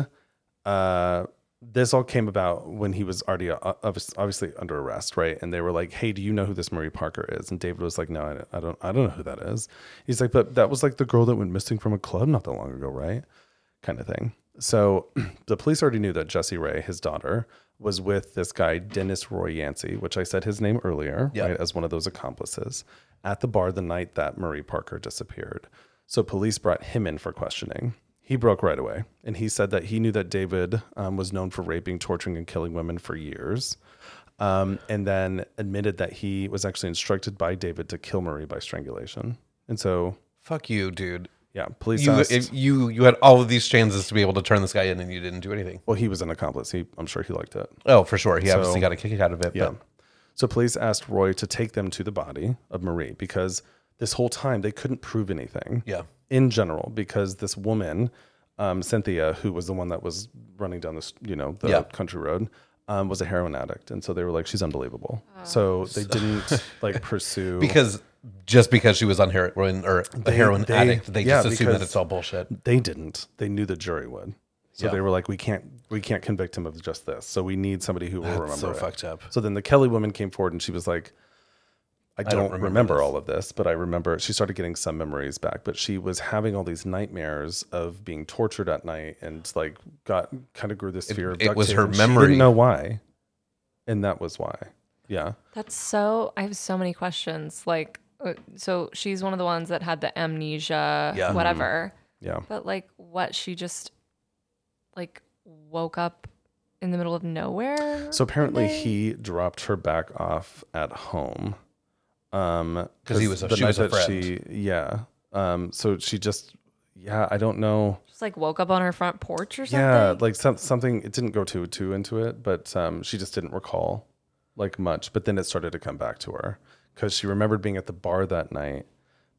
[SPEAKER 1] uh, this all came about when he was already uh, obvi- obviously under arrest, right? And they were like, "Hey, do you know who this Marie Parker is?" And David was like, "No, I don't. I don't, I don't know who that is." He's like, "But that was like the girl that went missing from a club not that long ago, right?" Kind of thing. So the police already knew that Jessie Ray, his daughter, was with this guy Dennis Roy Yancey, which I said his name earlier,
[SPEAKER 2] Yeah.
[SPEAKER 1] right, as one of those accomplices at the bar the night that Marie Parker disappeared. So police brought him in for questioning. He broke right away, and he said that he knew that David um, was known for raping, torturing, and killing women for years, um, and then admitted that he was actually instructed by David to kill Marie by strangulation. And so,
[SPEAKER 2] Fuck you, dude.
[SPEAKER 1] yeah, police
[SPEAKER 2] You,
[SPEAKER 1] asked.
[SPEAKER 2] if you you had all of these chances to be able to turn this guy in and you didn't do anything.
[SPEAKER 1] well, he was an accomplice. He, I'm sure he liked it.
[SPEAKER 2] Oh, for sure. He
[SPEAKER 1] So-
[SPEAKER 2] obviously got a kick out of it.
[SPEAKER 1] Yeah. So police asked Roy to take them to the body of Marie because this whole time they couldn't prove anything.
[SPEAKER 2] Yeah.
[SPEAKER 1] In general, because this woman, um, Cynthia, who was the one that was running down this, you know, the
[SPEAKER 2] Yeah.
[SPEAKER 1] country road, um, was a heroin addict, and so they were like, "She's unbelievable." so they didn't like pursue
[SPEAKER 2] Because just because she was on heroin or a heroin
[SPEAKER 1] they-
[SPEAKER 2] addict, they
[SPEAKER 1] yeah,
[SPEAKER 2] just assume that
[SPEAKER 1] because-
[SPEAKER 2] it's all bullshit.
[SPEAKER 1] they didn't. They knew the jury would. So
[SPEAKER 2] Yeah.
[SPEAKER 1] they were like, "We can't, we can't convict him of just this. So we need somebody who will remember."
[SPEAKER 2] That's so
[SPEAKER 1] it."
[SPEAKER 2] fucked up.
[SPEAKER 1] So then the Kelly woman came forward and she was like, I don't, remember,
[SPEAKER 2] remember this.
[SPEAKER 1] all of this, but I remember she started getting some memories back, but she was having all these nightmares of being tortured at night and like got kind of grew this fear of
[SPEAKER 2] it
[SPEAKER 1] duct
[SPEAKER 2] was
[SPEAKER 1] tape,
[SPEAKER 2] her
[SPEAKER 1] and She
[SPEAKER 2] memory.
[SPEAKER 1] didn't know why. And that was why. Yeah.
[SPEAKER 3] That's so. I have so many questions. Like, uh, so she's one of the ones that had the amnesia,
[SPEAKER 2] Yeah. Mhm.
[SPEAKER 3] whatever.
[SPEAKER 1] Yeah.
[SPEAKER 3] But like, what she just like woke up in the middle of nowhere.
[SPEAKER 1] So apparently
[SPEAKER 3] They-
[SPEAKER 1] he dropped her back off at home. Um
[SPEAKER 2] 'Cause he was a-
[SPEAKER 1] the
[SPEAKER 2] she
[SPEAKER 1] night
[SPEAKER 2] was a
[SPEAKER 1] that she yeah. Um so she just yeah, I don't know.
[SPEAKER 3] just like woke up on her front porch or something.
[SPEAKER 1] Yeah, like some, something. It didn't go too too into it, but um, she just didn't recall like much. But then it started to come back to her because she remembered being at the bar that night,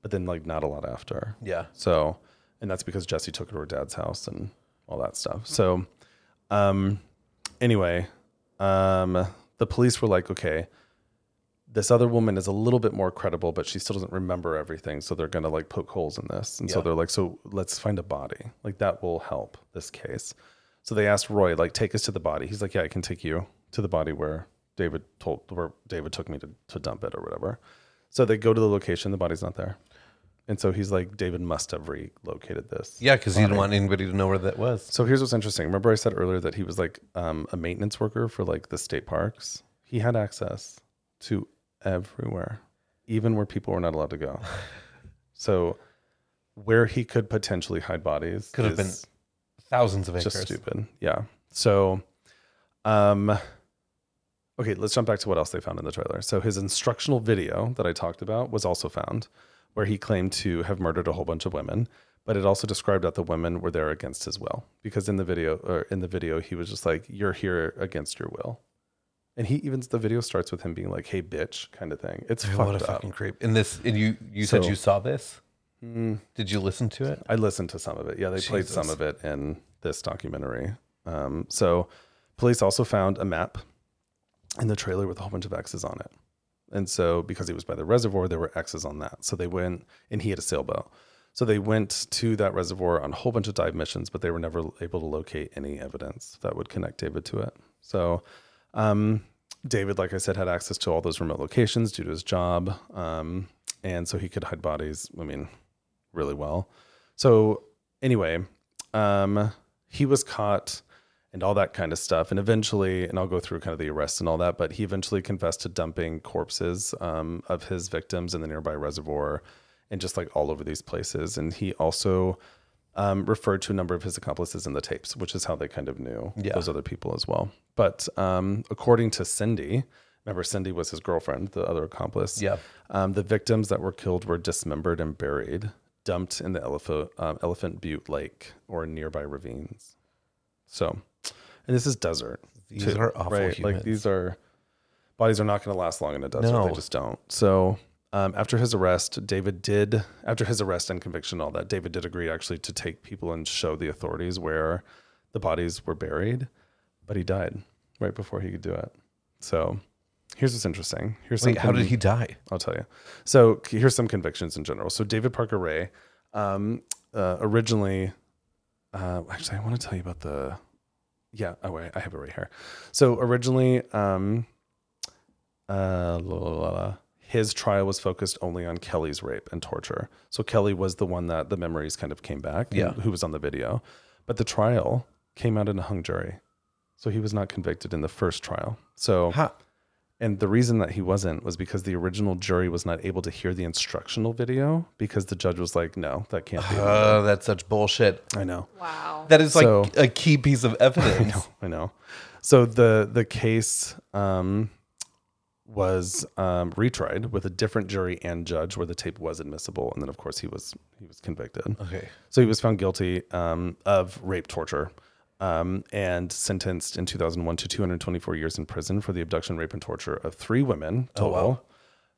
[SPEAKER 1] but then like not a lot after.
[SPEAKER 2] Yeah.
[SPEAKER 1] So, and that's because Jesse took her to her dad's house and all that stuff. So, um, anyway, um, the police were like, okay, this other woman is a little bit more credible, but she still doesn't remember everything. So they're going to like poke holes in this. And so
[SPEAKER 2] Yeah.
[SPEAKER 1] they're like, so let's find a body. Like that will help this case. So they asked Roy, like, take us to the body. He's like, yeah, I can take you to the body where David told, where David took me to, to dump it or whatever. So they go to the location. The body's not there. And so he's like, David must have relocated this.
[SPEAKER 2] Yeah, because he didn't want anybody to know where that was.
[SPEAKER 1] So here's what's interesting. Remember, I said earlier that he was like um, a maintenance worker for like the state parks. He had access to everywhere, even where people were not allowed to go. so where he could potentially hide bodies
[SPEAKER 2] Could have been
[SPEAKER 1] is
[SPEAKER 2] Thousands of acres.
[SPEAKER 1] just stupid. Yeah. So, um, okay, let's jump back to what else they found in the trailer. So his instructional video that I talked about was also found, where he claimed to have murdered a whole bunch of women, but it also described that the women were there against his will because in the video or in the video he was just like, "You're here against your will," and he even the video starts with him being like, "Hey, bitch," kind of thing. It's
[SPEAKER 2] Dude,
[SPEAKER 1] fucked
[SPEAKER 2] what a
[SPEAKER 1] up.
[SPEAKER 2] fucking creep. And this, and you, you
[SPEAKER 1] So-
[SPEAKER 2] said you saw this.
[SPEAKER 1] Mm.
[SPEAKER 2] Did you listen to it?
[SPEAKER 1] I listened to some of it. Yeah, they played some
[SPEAKER 2] Jesus.
[SPEAKER 1] of it in this documentary. Um, so, police also found a map in the trailer with a whole bunch of X's on it. And so, because he was by the reservoir, there were X's on that. So they went, and he had a sailboat. So they went to that reservoir on a whole bunch of dive missions, but they were never able to locate any evidence that would connect David to it. So, um, David, like I said, had access to all those remote locations due to his job. Um, and so he could hide bodies, I mean, really well. So, anyway, um, he was caught and all that kind of stuff. And eventually, and I'll go through kind of the arrest and all that, but he eventually confessed to dumping corpses um, of his victims in the nearby reservoir and just like all over these places. And he also um, referred to a number of his accomplices in the tapes, which is how they kind of knew
[SPEAKER 2] Yeah.
[SPEAKER 1] those other people as well. But um, according to Cindy, remember Cindy was his girlfriend, the other accomplice.
[SPEAKER 2] Yeah.
[SPEAKER 1] Um, the victims that were killed were dismembered and buried, dumped in the elephant um, Elephant Butte Lake or nearby ravines. So, and this is desert.
[SPEAKER 2] These are awful
[SPEAKER 1] Like
[SPEAKER 2] humans.
[SPEAKER 1] these are bodies are not going to last long in a desert.
[SPEAKER 2] No.
[SPEAKER 1] They just don't. So um, after his arrest, David did after his arrest and conviction, and all that David did agree actually to take people and show the authorities where the bodies were buried, but he died right before he could do it. So here's what's interesting. Here's
[SPEAKER 2] Wait, how
[SPEAKER 1] something-
[SPEAKER 2] did he die?
[SPEAKER 1] I'll tell you. So c- here's some convictions in general. So David Parker Ray, um, uh, originally, uh, actually, I want to tell you about the, yeah. Oh wait, I have it right here. So originally, um, uh, la, la, la, la, his trial was focused only on Kelly's rape and torture. So Kelly was the one that the memories kind of came back.
[SPEAKER 2] Yeah.
[SPEAKER 1] who was on the video, but the trial came out in a hung jury, so he was not convicted in the first trial. So
[SPEAKER 2] Ha.
[SPEAKER 1] and the reason that he wasn't was because the original jury was not able to hear the instructional video because the judge was like, no, that can't be.
[SPEAKER 2] Oh, that's such bullshit.
[SPEAKER 1] I know.
[SPEAKER 3] Wow.
[SPEAKER 2] That is like
[SPEAKER 1] So-
[SPEAKER 2] a key piece of evidence.
[SPEAKER 1] I know. So the the case um, was um, retried with a different jury and judge where the tape was admissible and then of course he was he was convicted.
[SPEAKER 2] Okay.
[SPEAKER 1] So he was found guilty um, of rape torture um, and sentenced in 2001 to 224 years in prison for the abduction, rape, and torture of three women total.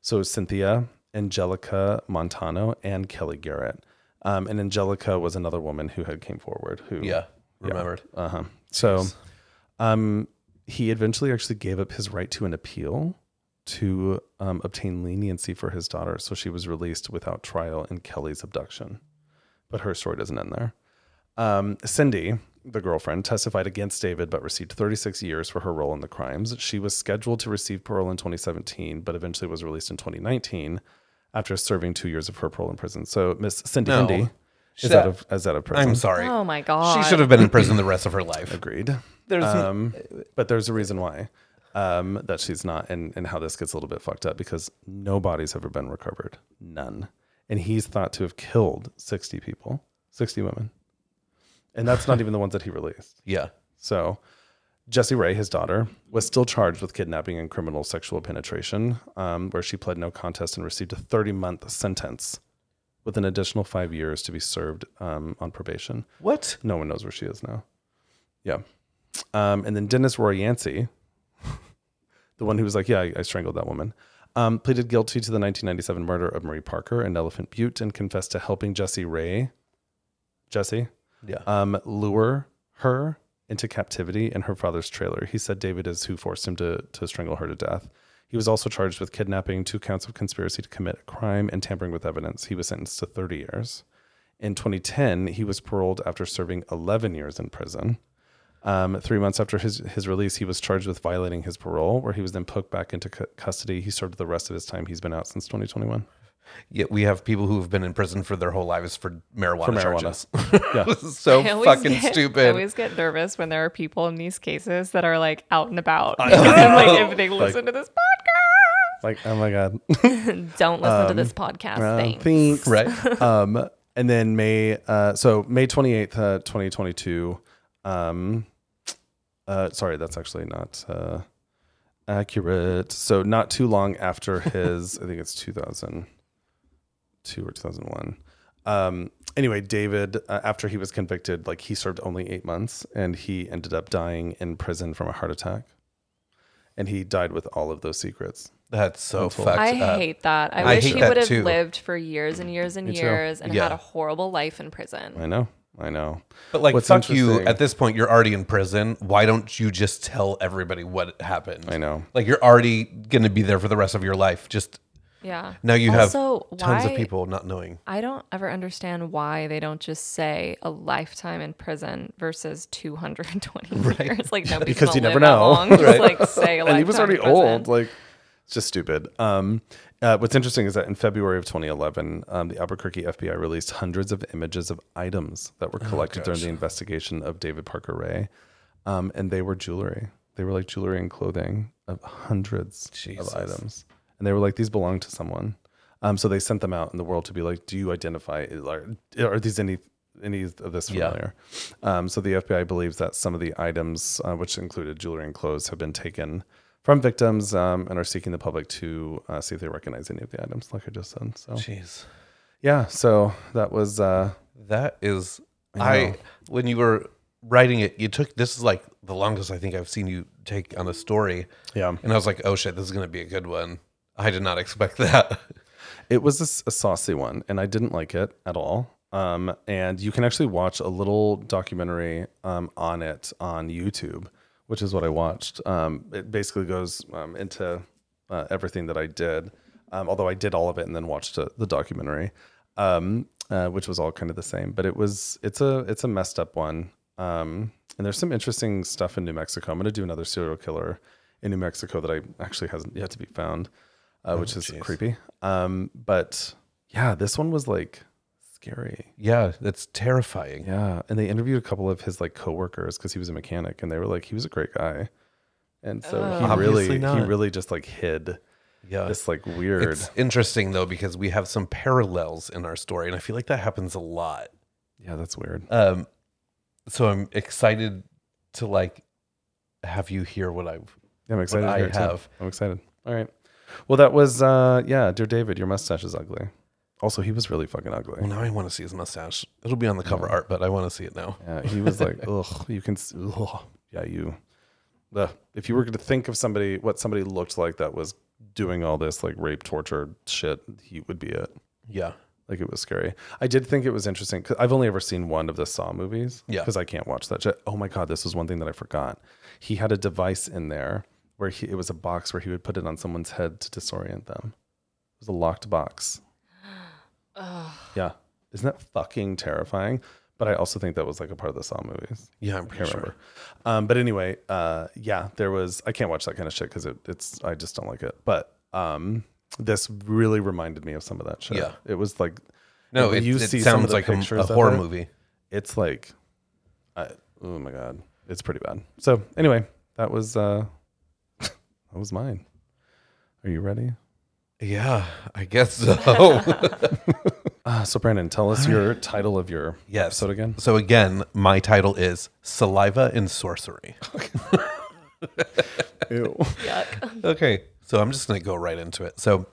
[SPEAKER 1] So Cynthia, Angelica Montano, and Kelly Garrett. Um, and Angelica was another woman who had came forward. Who,
[SPEAKER 2] Yeah. Remembered.
[SPEAKER 1] Uh huh. So, um, he eventually actually gave up his right to an appeal to um, obtain leniency for his daughter, so she was released without trial in Kelly's abduction. But her story doesn't end there. Um, Cindy, the girlfriend, testified against David but received 36 years for her role in the crimes. She was scheduled to receive parole in 2017, but eventually was released in 2019 after serving two years of her parole in prison. So Miss Cindy
[SPEAKER 2] No.
[SPEAKER 1] Hindy is
[SPEAKER 2] Shut
[SPEAKER 1] out
[SPEAKER 2] up.
[SPEAKER 1] of is out of prison.
[SPEAKER 2] I'm sorry.
[SPEAKER 3] Oh my god.
[SPEAKER 2] She should have been in prison the rest of her life.
[SPEAKER 1] Agreed.
[SPEAKER 2] There's
[SPEAKER 1] Um, but there's a reason why um, that she's not, and, and how this gets a little bit fucked up because no bodies ever been recovered, none, and he's thought to have killed sixty people, sixty women, and that's not even the ones that he released.
[SPEAKER 2] yeah.
[SPEAKER 1] So Jessie Ray, his daughter, was still charged with kidnapping and criminal sexual penetration, um, where she pled no contest and received a thirty month sentence. With an additional five years to be served um, on probation.
[SPEAKER 2] What?
[SPEAKER 1] No one knows where she is now. Yeah. Um, and then Dennis Royancy, the one who was like, Yeah, I, I strangled that woman, um, pleaded guilty to the 1997 murder of Marie Parker and Elephant Butte and confessed to helping Jesse Ray, Jesse,
[SPEAKER 2] Yeah. Uh,
[SPEAKER 1] um, lure her into captivity in her father's trailer. He said David is who forced him to, to strangle her to death. He was also charged with kidnapping, two counts of conspiracy to commit a crime, and tampering with evidence. He was sentenced to 30 years. In 2010, he was paroled after serving 11 years in prison. Um, three months after his, his release, he was charged with violating his parole, where he was then poked back into cu- custody. He served the rest of his time. He's been out since 2021.
[SPEAKER 2] Yet we have people who have been in prison for their whole lives for marijuana,
[SPEAKER 1] For marijuana.
[SPEAKER 2] charges.
[SPEAKER 1] Yeah.
[SPEAKER 2] so
[SPEAKER 3] I always
[SPEAKER 2] fucking
[SPEAKER 3] get- I
[SPEAKER 2] stupid.
[SPEAKER 3] always get nervous when there are people in these cases that are like out and about. I'm like, if they listen to this podcast,
[SPEAKER 1] Like, oh my God.
[SPEAKER 3] don't listen to this podcast. thing.
[SPEAKER 1] Thanks.
[SPEAKER 2] right.
[SPEAKER 1] um, and then May, uh, so May 28th, uh, 2022. Um, uh, sorry, that's actually not uh, accurate. So, not too long after his, I think it's 2002 or 2001. Um, anyway, David, uh, after he was convicted, like he served only eight months and he ended up dying in prison from a heart attack. And he died with all of those secrets.
[SPEAKER 2] That's so
[SPEAKER 1] Untold.
[SPEAKER 2] fucked
[SPEAKER 3] I
[SPEAKER 2] up.
[SPEAKER 3] hate that. I,
[SPEAKER 2] I
[SPEAKER 3] wish
[SPEAKER 2] hate
[SPEAKER 3] he
[SPEAKER 2] that
[SPEAKER 3] would have
[SPEAKER 2] too.
[SPEAKER 3] lived for years and years and
[SPEAKER 1] Me too.
[SPEAKER 3] years and
[SPEAKER 2] Yeah.
[SPEAKER 3] had a horrible life in prison.
[SPEAKER 1] I know. I know.
[SPEAKER 2] But like,
[SPEAKER 1] What's
[SPEAKER 2] fuck you.
[SPEAKER 1] interesting-
[SPEAKER 2] At this point, you're already in prison. Why don't you just tell everybody what happened?
[SPEAKER 1] I know.
[SPEAKER 2] Like, you're already going to be there for the rest of your life. Just
[SPEAKER 3] Yeah.
[SPEAKER 2] now you
[SPEAKER 3] Also,
[SPEAKER 2] have tons
[SPEAKER 3] why-
[SPEAKER 2] of people not knowing.
[SPEAKER 3] I don't ever understand why they don't just say a lifetime in prison versus 220 years. Like nobody's
[SPEAKER 1] Because
[SPEAKER 3] gonna
[SPEAKER 1] you never
[SPEAKER 3] live that
[SPEAKER 1] know.
[SPEAKER 3] long. Just,
[SPEAKER 2] Right.
[SPEAKER 3] like say a lifetime.
[SPEAKER 1] and he was already
[SPEAKER 3] in prison.
[SPEAKER 1] old. Like, it's just stupid. Um, uh, what's interesting is that in February of 2011, um, the Albuquerque FBI released hundreds of images of items that were collected during the investigation of David Parker Ray, um, and they were jewelry. They were like jewelry and clothing of hundreds
[SPEAKER 2] Jesus.
[SPEAKER 1] of items, and they were like these belong to someone. Um, so they sent them out in the world to be like, do you identify? Are, are these any any of this
[SPEAKER 2] Yeah.
[SPEAKER 1] familiar? Um, so the FBI believes that some of the items, uh, which included jewelry and clothes, have been taken from victims um, and are seeking the public to uh, see if they recognize any of the items, like I just said. So
[SPEAKER 2] Jeez.
[SPEAKER 1] yeah, so that was uh,
[SPEAKER 2] That is, I, when you were writing it, you took this is like the longest I think I've seen you take on a story.
[SPEAKER 1] Yeah.
[SPEAKER 2] And I was like, oh shit, this is gonna be a good one. I did not expect that.
[SPEAKER 1] It was a s- a, saucy one, and I didn't like it at all. Um, and you can actually watch a little documentary um, on it on YouTube, which is what I watched. Um, it basically goes um, into uh, everything that I did, um, although I did all of it and then watched a, the documentary, um, uh, which was all kind of the same. But it was it's a it's a messed up one, um, and there's some interesting stuff in New Mexico. I'm going to do another serial killer in New Mexico that I actually hasn't yet to be found uh, which is
[SPEAKER 2] Oh, jeez.
[SPEAKER 1] creepy. Um, but yeah, this one was like scary.
[SPEAKER 2] yeah, that's terrifying.
[SPEAKER 1] Yeah, and they interviewed a couple of his like coworkers because he was a mechanic, and they were like, he was a great guy, and so he
[SPEAKER 2] Oh. Obviously
[SPEAKER 1] really, he
[SPEAKER 2] not.
[SPEAKER 1] really just like hid
[SPEAKER 2] Yeah.
[SPEAKER 1] this like weird.
[SPEAKER 2] it's interesting though because we have some parallels in our story, and I feel like that happens a lot.
[SPEAKER 1] yeah, that's weird.
[SPEAKER 2] Um, so I'm excited to like have you hear what I've
[SPEAKER 1] Yeah, I'm excited. to
[SPEAKER 2] I
[SPEAKER 1] hear it, too.
[SPEAKER 2] have.
[SPEAKER 1] I'm excited. All right. Well, that was uh, yeah, dear David, your mustache is ugly. Also, he was really fucking ugly.
[SPEAKER 2] Well, now I want to see his mustache. It'll be on the cover art, but I want to see it now.
[SPEAKER 1] Yeah, Uh, he was like, ugh, you can, s- ugh, yeah, you. Ugh. If you were to think of somebody, what somebody looked like that was doing all this like rape, torture shit, he would be it.
[SPEAKER 2] Yeah.
[SPEAKER 1] Like it was scary. I did think it was interesting because I've only ever seen one of the Saw movies.
[SPEAKER 2] Yeah.
[SPEAKER 1] Because I can't watch that shit. Oh my God, this was one thing that I forgot. He had a device in there where he, it was a box where he would put it on someone's head to disorient them. It was a locked box. Yeah. Isn't that fucking terrifying? But I also think that was like a part of the Saw movies.
[SPEAKER 2] Yeah, I'm
[SPEAKER 1] I
[SPEAKER 2] pretty
[SPEAKER 1] can't
[SPEAKER 2] sure.
[SPEAKER 1] remember. Um, but anyway, uh, yeah, there was. I can't watch that kind of shit because it, it's. I just don't like it. But um, this really reminded me of some of that shit.
[SPEAKER 2] Yeah.
[SPEAKER 1] it was like
[SPEAKER 2] No,
[SPEAKER 1] when
[SPEAKER 2] it,
[SPEAKER 1] you
[SPEAKER 2] it
[SPEAKER 1] see some of the
[SPEAKER 2] sounds like a,
[SPEAKER 1] pictures
[SPEAKER 2] a
[SPEAKER 1] of
[SPEAKER 2] horror
[SPEAKER 1] it.
[SPEAKER 2] movie.
[SPEAKER 1] it's like, I, oh my god, it's pretty bad. So anyway, that was uh, that was mine. Are you ready?
[SPEAKER 2] Yeah, I guess so.
[SPEAKER 1] Uh, so Brandon, tell us your title of your
[SPEAKER 2] yes.
[SPEAKER 1] episode again.
[SPEAKER 2] So again, my title is Saliva and Sorcery.
[SPEAKER 1] Ew.
[SPEAKER 3] Yuck.
[SPEAKER 2] Okay. So I'm just going to go right into it. So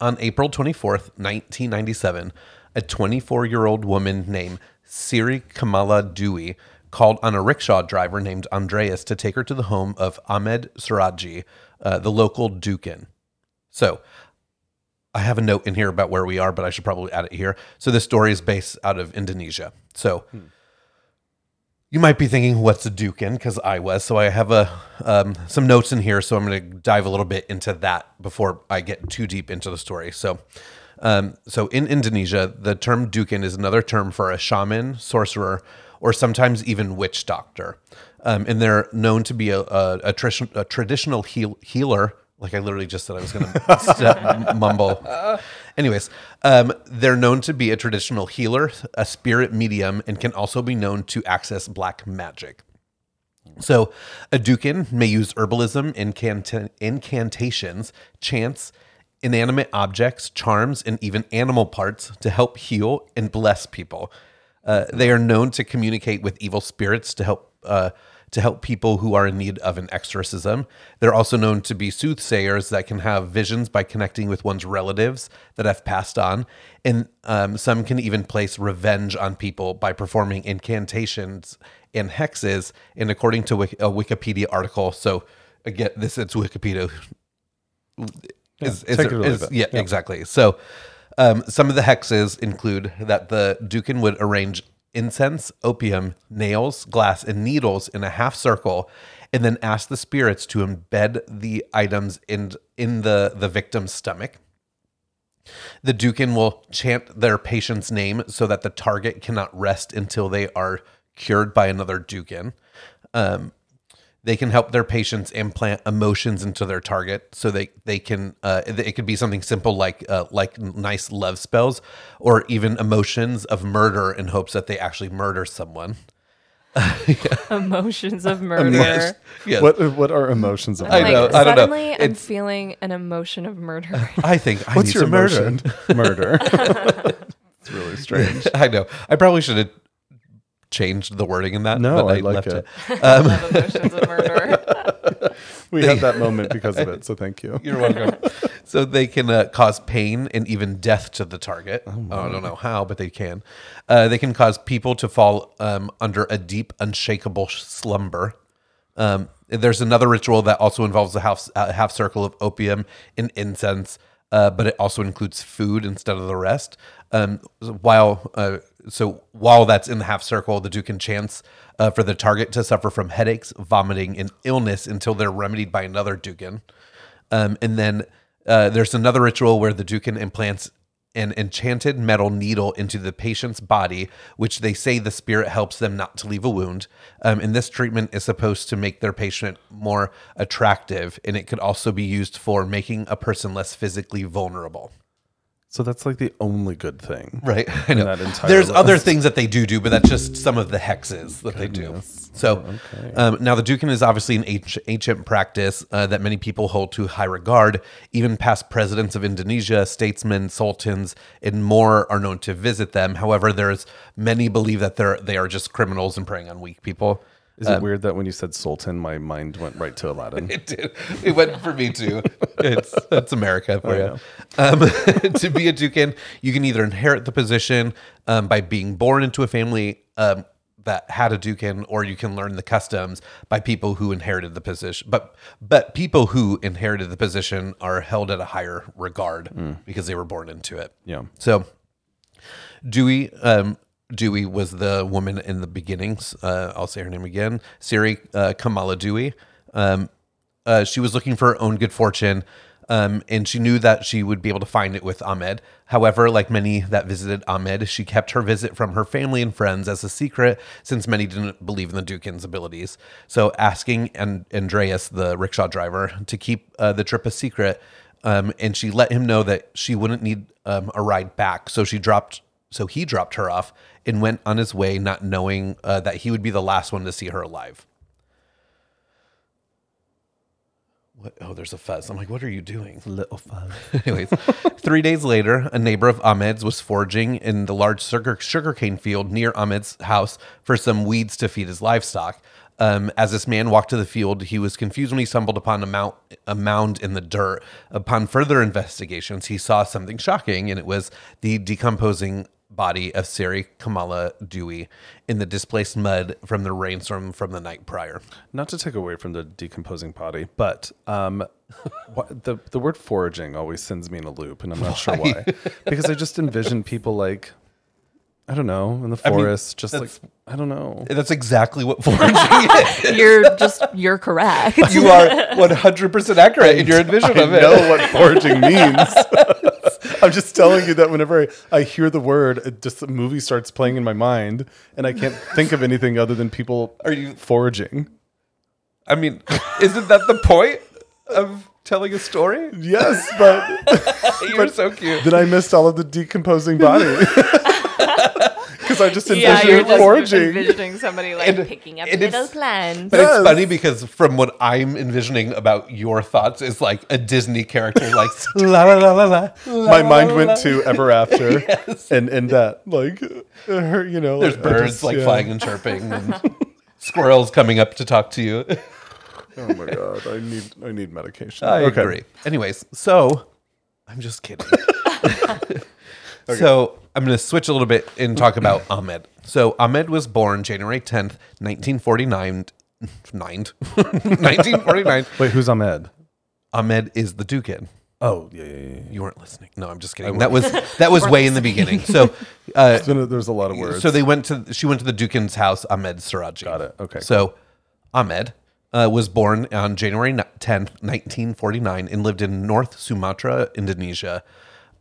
[SPEAKER 2] on April 24th, 1997, a 24 year old woman named Siri Kamala Dewey called on a rickshaw driver named Andreas to take her to the home of Ahmed Siraji, uh, the local Dukin. So I have a note in here about where we are, but I should probably add it here. So this story is based out of Indonesia. So you might be thinking, what's a Dukin? Because I was. So I have a um, some notes in here. So I'm going to dive a little bit into that before I get too deep into the story. So, um, so in Indonesia, the term Dukin is another term for a shaman, sorcerer, or sometimes even witch doctor. Um, and they're known to be a, a, a, trish- a traditional heal- healer. Like I literally just said, I was going to mumble. Anyways, um, they're known to be a traditional healer, a spirit medium, and can also be known to access black magic. So, a dukin may use herbalism, incant- incantations, chants, inanimate objects, charms, and even animal parts to help heal and bless people. Uh, they are known to communicate with evil spirits to help uh, to help people who are in need of an exorcism. They're also known to be soothsayers that can have visions by connecting with one's relatives that have passed on, and um, some can even place revenge on people by performing incantations and hexes. And according to Wik- a Wikipedia article, so again, this it's Wikipedia. Is, is,
[SPEAKER 1] take it or leave
[SPEAKER 2] is-
[SPEAKER 1] it.
[SPEAKER 2] yeah, exactly. So, um, some of the hexes include that the Dukin would arrange incense, opium, nails, glass, and needles in a half circle, and then ask the spirits to embed the items in in the the victim's stomach. The Dukin will chant their patient's name so that the target cannot rest until they are cured by another Dukin. Um, they can help their patients implant emotions into their target so they, they can uh, it could be something simple like uh, like nice love spells or even emotions of murder in hopes that they actually murder someone
[SPEAKER 3] Emotions of murder.
[SPEAKER 2] yes.
[SPEAKER 1] What what are emotions of?
[SPEAKER 3] I'm
[SPEAKER 2] I
[SPEAKER 3] like,
[SPEAKER 2] know,
[SPEAKER 1] murder?
[SPEAKER 2] I don't know.
[SPEAKER 3] suddenly I'm
[SPEAKER 2] It's-
[SPEAKER 3] feeling an emotion of murder.
[SPEAKER 2] i think I
[SPEAKER 1] What's
[SPEAKER 2] need
[SPEAKER 1] your
[SPEAKER 2] some murder.
[SPEAKER 1] emotion? Murder. it's really strange.
[SPEAKER 2] i know i probably should have changed the wording in that
[SPEAKER 1] No,
[SPEAKER 2] but
[SPEAKER 1] I like it.
[SPEAKER 3] I love emotions of murder.
[SPEAKER 1] We had that moment because of it, so thank you.
[SPEAKER 2] You're welcome. so they can uh, cause pain and even death to the target. I don't know how, but they can. Uh, they can cause people to fall um, under a deep, unshakable sh- slumber. Um, there's another ritual that also involves a half, a half circle of opium and incense, uh, but it also includes food instead of the rest. Um, while uh, so while that's in the half circle, the Duke can chance uh, for the target to suffer from headaches, vomiting, and illness until they're remedied by another Dukin. Um, and then uh, there's another ritual where the Dukin implants an enchanted metal needle into the patient's body, which they say the spirit helps them not to leave a wound. Um, and this treatment is supposed to make their patient more attractive, and it could also be used for making a person less physically vulnerable.
[SPEAKER 1] So that's like the only good thing.
[SPEAKER 2] Right. I know.
[SPEAKER 1] that entire
[SPEAKER 2] There's
[SPEAKER 1] list.
[SPEAKER 2] other things that they do do, but that's just some of the hexes that they do. So
[SPEAKER 1] Oh,
[SPEAKER 2] um, now the Dukin is obviously an anci- ancient practice uh, that many people hold to high regard. Even past presidents of Indonesia, statesmen, sultans, and more are known to visit them. However, there's many believe that they're they are just criminals and preying on weak people.
[SPEAKER 1] Is it weird that when you said Sultan, my mind went right to Aladdin?
[SPEAKER 2] It did. It went for me too. It's that's America for you. Um, to be a Dukin, you can either inherit the position um, by being born into a family um, that had a Dukin, or you can learn the customs by people who inherited the position. But but people who inherited the position are held at a higher regard because they were born into it.
[SPEAKER 1] Yeah.
[SPEAKER 2] So Dewey, um, Dewey was the woman in the beginnings. Uh, I'll say her name again. Siri uh, Kamala Dewey. Um, uh, she was looking for her own good fortune, um, and she knew that she would be able to find it with Ahmed. However, like many that visited Ahmed, she kept her visit from her family and friends as a secret, since many didn't believe in the Dukin's abilities. So, asking and Andreas, the rickshaw driver, to keep uh, the trip a secret, um, and she let him know that she wouldn't need um, a ride back. So she dropped, so he dropped her off and went on his way, not knowing uh, that he would be the last one to see her alive. What? Oh, there's a fuzz. I'm like, what are you doing? Little fuzz. Anyways, three days later, a neighbor of Ahmed's was foraging in the large sugar sugarcane field near Ahmed's house for some weeds to feed his livestock. Um, as this man walked to the field, he was confused when he stumbled upon a, mount, a mound in the dirt. Upon further investigations, he saw something shocking, and it was the decomposing body of Siri Kamala Dewey in the displaced mud from the rainstorm from the night prior.
[SPEAKER 1] Not to take away from the decomposing body, but um, what, the the word foraging always sends me in a loop, and I'm not sure why. Because I just envision people like, I don't know, in the forest, just like I don't know.
[SPEAKER 2] That's exactly what foraging is.
[SPEAKER 3] You're just you're correct.
[SPEAKER 2] You are 100% accurate in your envision of it.
[SPEAKER 1] know what foraging means. I'm just telling you that whenever I, I hear the word, it just the movie starts playing in my mind, and I can't think of anything other than people
[SPEAKER 2] Are you-
[SPEAKER 1] foraging.
[SPEAKER 2] I mean, isn't that the point of telling a story?
[SPEAKER 1] Yes, but
[SPEAKER 2] You're so cute.
[SPEAKER 1] then I missed all of the decomposing body because I just
[SPEAKER 3] yeah,
[SPEAKER 1] envisioned
[SPEAKER 3] you're just
[SPEAKER 1] foraging.
[SPEAKER 3] envisioning somebody like
[SPEAKER 2] And-
[SPEAKER 3] picking up
[SPEAKER 2] and it's-
[SPEAKER 3] little plants.
[SPEAKER 2] But
[SPEAKER 1] Yes.
[SPEAKER 2] it's funny because from what I'm envisioning about your thoughts is like a Disney character, like la la la la la.
[SPEAKER 1] my mind went to ever after and and that like uh, her, you know
[SPEAKER 2] There's
[SPEAKER 1] I
[SPEAKER 2] birds
[SPEAKER 1] just-
[SPEAKER 2] like
[SPEAKER 1] yeah.
[SPEAKER 2] flying and chirping, and squirrels coming up to talk to you.
[SPEAKER 1] oh my god i need i need medication
[SPEAKER 2] I agree. Anyways, so I'm just kidding. So I'm going to switch a little bit and talk about Ahmed. So Ahmed was born January 10th, 1949. Nine, 1949.
[SPEAKER 1] wait who's ahmed
[SPEAKER 2] Ahmed is the Dukin.
[SPEAKER 1] oh yeah, yeah, yeah.
[SPEAKER 2] You weren't listening. No, I'm just kidding. That was that was way in the beginning. So, uh,
[SPEAKER 1] There's been- there's a lot of words
[SPEAKER 2] so they went to she went to the Dukin's house, Ahmed Siraji. Got
[SPEAKER 1] it. Okay,
[SPEAKER 2] So Ahmed uh, was born on January ni- 10th, 1949, and lived in North Sumatra, Indonesia.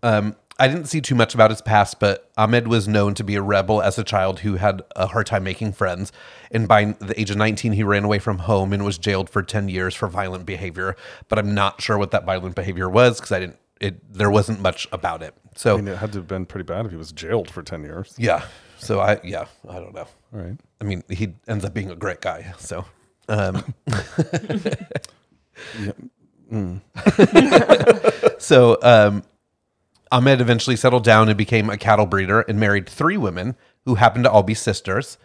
[SPEAKER 2] Um, I didn't see too much about his past, but Ahmed was known to be a rebel as a child who had a hard time making friends. And by the age of 19, he ran away from home and was jailed for 10 years for violent behavior. But I'm not sure what that violent behavior was because I didn't. It, there wasn't much about it. So
[SPEAKER 1] I mean, it had to have been pretty bad if he was jailed for 10 years
[SPEAKER 2] yeah. So I yeah, I don't know.
[SPEAKER 1] all right
[SPEAKER 2] I mean, he ends up being a great guy. So um So um Ahmed eventually settled down and became a cattle breeder and married three women who happened to all be sisters.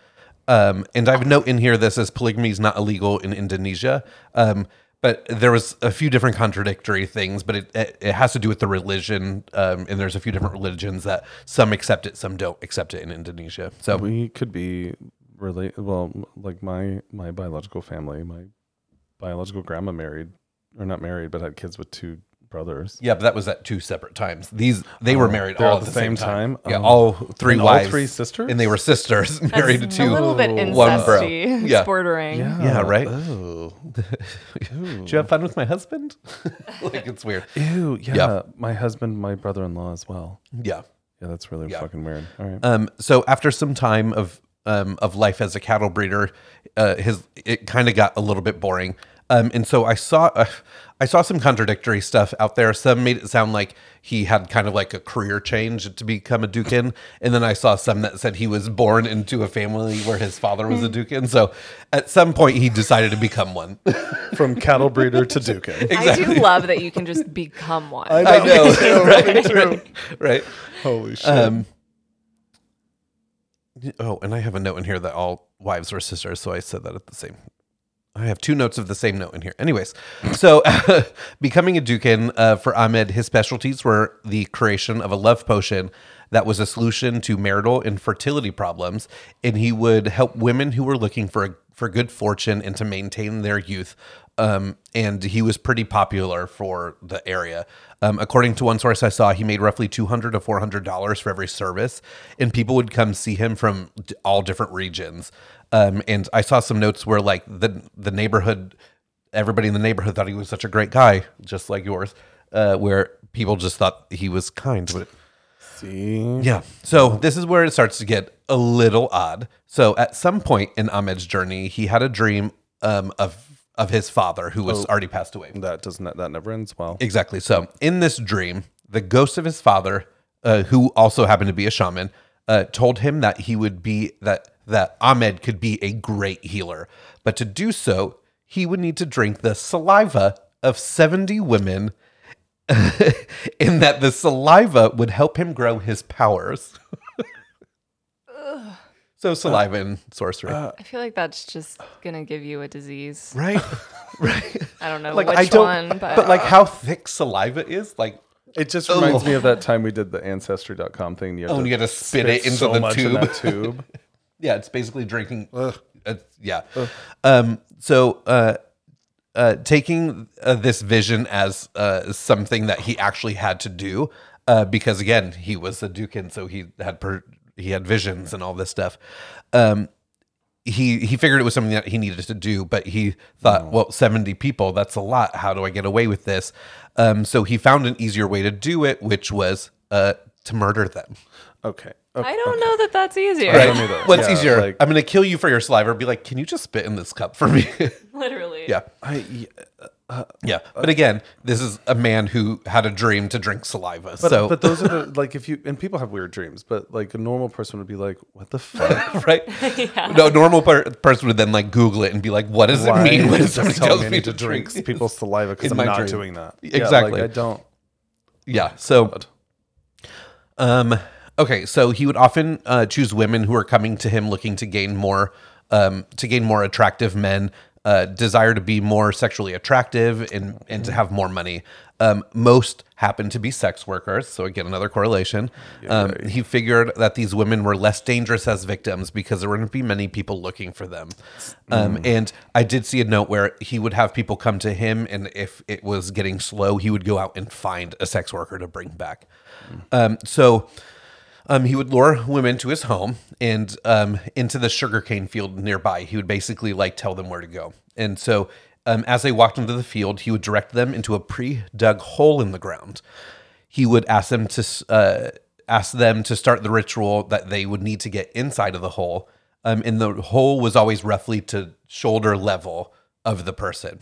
[SPEAKER 2] Um, and I would note in here this as polygamy is not illegal in Indonesia. Um, but there was a few different contradictory things, but it it, it has to do with the religion, um, and there's a few different religions that some accept it, some don't accept it in Indonesia. So
[SPEAKER 1] We could be really well, like my my biological family, my biological grandma married or not married, but had kids with two brothers.
[SPEAKER 2] yeah, but that was at two separate times. These they were married
[SPEAKER 1] they're
[SPEAKER 2] all Oh, at the same, time. Yeah,
[SPEAKER 1] Oh.
[SPEAKER 2] all three
[SPEAKER 1] And all
[SPEAKER 2] wives,
[SPEAKER 1] three sisters?
[SPEAKER 2] and they were sisters married
[SPEAKER 3] That's
[SPEAKER 2] to
[SPEAKER 3] a little bit
[SPEAKER 2] one bro.
[SPEAKER 3] incesty. It's
[SPEAKER 2] Yeah.
[SPEAKER 3] bordering.
[SPEAKER 2] Yeah, right?
[SPEAKER 1] Oh. Ew.
[SPEAKER 2] Did you have fun with my husband? like it's weird.
[SPEAKER 1] Ew, yeah.
[SPEAKER 2] Yeah.
[SPEAKER 1] My husband, my brother in law as well.
[SPEAKER 2] Yeah.
[SPEAKER 1] Yeah, that's really fucking weird. All right.
[SPEAKER 2] Um, so after some time of um, of life as a cattle breeder, uh, his it kind of got a little bit boring. Um, and so I saw uh, I saw some contradictory stuff out there. Some made it sound like he had kind of like a career change to become a dukin, and then I saw some that said he was born into a family where his father was a dukin. So at some point he decided to become one.
[SPEAKER 1] From cattle breeder to Dukin.
[SPEAKER 3] I do love that you can just become one.
[SPEAKER 1] I know.
[SPEAKER 2] right, right, right.
[SPEAKER 1] Holy shit.
[SPEAKER 2] Um, oh, and I have a note in here that all wives were sisters, so I said that at the same. I have two notes of the same note in here. Anyways, so becoming a dukin uh, for Ahmed, his specialties were the creation of a love potion that was a solution to marital and fertility problems, and he would help women who were looking for a, for good fortune and to maintain their youth. Um, and he was pretty popular for the area. Um, according to one source I saw, he made roughly two hundred to four hundred dollars for every service, and people would come see him from d- all different regions. Um, and I saw some notes where like the the neighborhood, everybody in the neighborhood thought he was such a great guy, just like yours. Uh, where people just thought he was kind, but
[SPEAKER 1] See?
[SPEAKER 2] yeah. So this is where it starts to get a little odd. So at some point in Ahmed's journey, he had a dream um, of of his father who was already passed away.
[SPEAKER 1] That doesn't that never ends well.
[SPEAKER 2] Exactly. So in this dream, the ghost of his father, uh, who also happened to be a shaman, uh, told him that he would be that that Ahmed could be a great healer, but to do so, he would need to drink the saliva of seventy women, and that the saliva would help him grow his powers. so saliva and sorcery,
[SPEAKER 3] I feel like that's just gonna give you a disease.
[SPEAKER 2] Uh, right? right.
[SPEAKER 3] I don't know
[SPEAKER 2] Like
[SPEAKER 3] which
[SPEAKER 2] I don't,
[SPEAKER 3] one, but, uh,
[SPEAKER 2] but like how thick saliva is, like
[SPEAKER 1] It just reminds me of that time we did the ancestry.com thing. You had
[SPEAKER 2] Oh, and you gotta spit it into the
[SPEAKER 1] in
[SPEAKER 2] tube.
[SPEAKER 1] that tube.
[SPEAKER 2] Yeah, it's basically drinking. It's- yeah. Um, so uh, uh, taking uh, this vision as uh, something that he actually had to do, uh, because again, he was a dukin, so he had per- he had visions and all this stuff. Um, he he figured it was something that he needed to do, but he thought, well, seventy people, that's a lot. How do I get away with this? Um, so he found an easier way to do it, which was uh, to murder them.
[SPEAKER 1] Okay. okay.
[SPEAKER 3] I don't know that that's easier.
[SPEAKER 1] Right. I
[SPEAKER 2] Right.
[SPEAKER 1] don't either.
[SPEAKER 2] What's
[SPEAKER 1] Yeah,
[SPEAKER 2] easier?
[SPEAKER 1] like-
[SPEAKER 2] I'm going to kill you for your saliva. Or be like, can you just spit in this cup for me?
[SPEAKER 3] Literally.
[SPEAKER 2] yeah.
[SPEAKER 1] I,
[SPEAKER 2] Yeah. But again, this is a man who had a dream to drink saliva.
[SPEAKER 1] but,
[SPEAKER 2] so,
[SPEAKER 1] but those are the, like, if you, and people have weird dreams, but like a normal person would be like, what the fuck?
[SPEAKER 2] right? No, a normal per- person would then like Google it and be like, what does
[SPEAKER 1] Why
[SPEAKER 2] it mean when
[SPEAKER 1] is
[SPEAKER 2] somebody
[SPEAKER 1] just telling
[SPEAKER 2] tells
[SPEAKER 1] me
[SPEAKER 2] me,
[SPEAKER 1] I need
[SPEAKER 2] to drink?
[SPEAKER 1] drink people's saliva because
[SPEAKER 2] in
[SPEAKER 1] I'm
[SPEAKER 2] my
[SPEAKER 1] not
[SPEAKER 2] dream.
[SPEAKER 1] doing that? Yeah,
[SPEAKER 2] Exactly.
[SPEAKER 1] like, I don't.
[SPEAKER 2] Yeah. So, um, okay. So he would often uh, choose women who are coming to him looking to gain more, um, to gain more attractive men, uh, desire to be more sexually attractive and and to have more money. Um, most happen to be sex workers. So again, another correlation. Um, he figured that these women were less dangerous as victims because there wouldn't be many people looking for them. Um, And I did see a note where he would have people come to him, and if it was getting slow, he would go out and find a sex worker to bring back. Um, so um, he would lure women to his home and um, into the sugarcane field nearby. He would basically like tell them where to go. And so um, as they walked into the field, he would direct them into a pre dug hole in the ground. He would ask them to s- uh, ask them to start the ritual that they would need to get inside of the hole. Um, and the hole was always roughly to shoulder level of the person.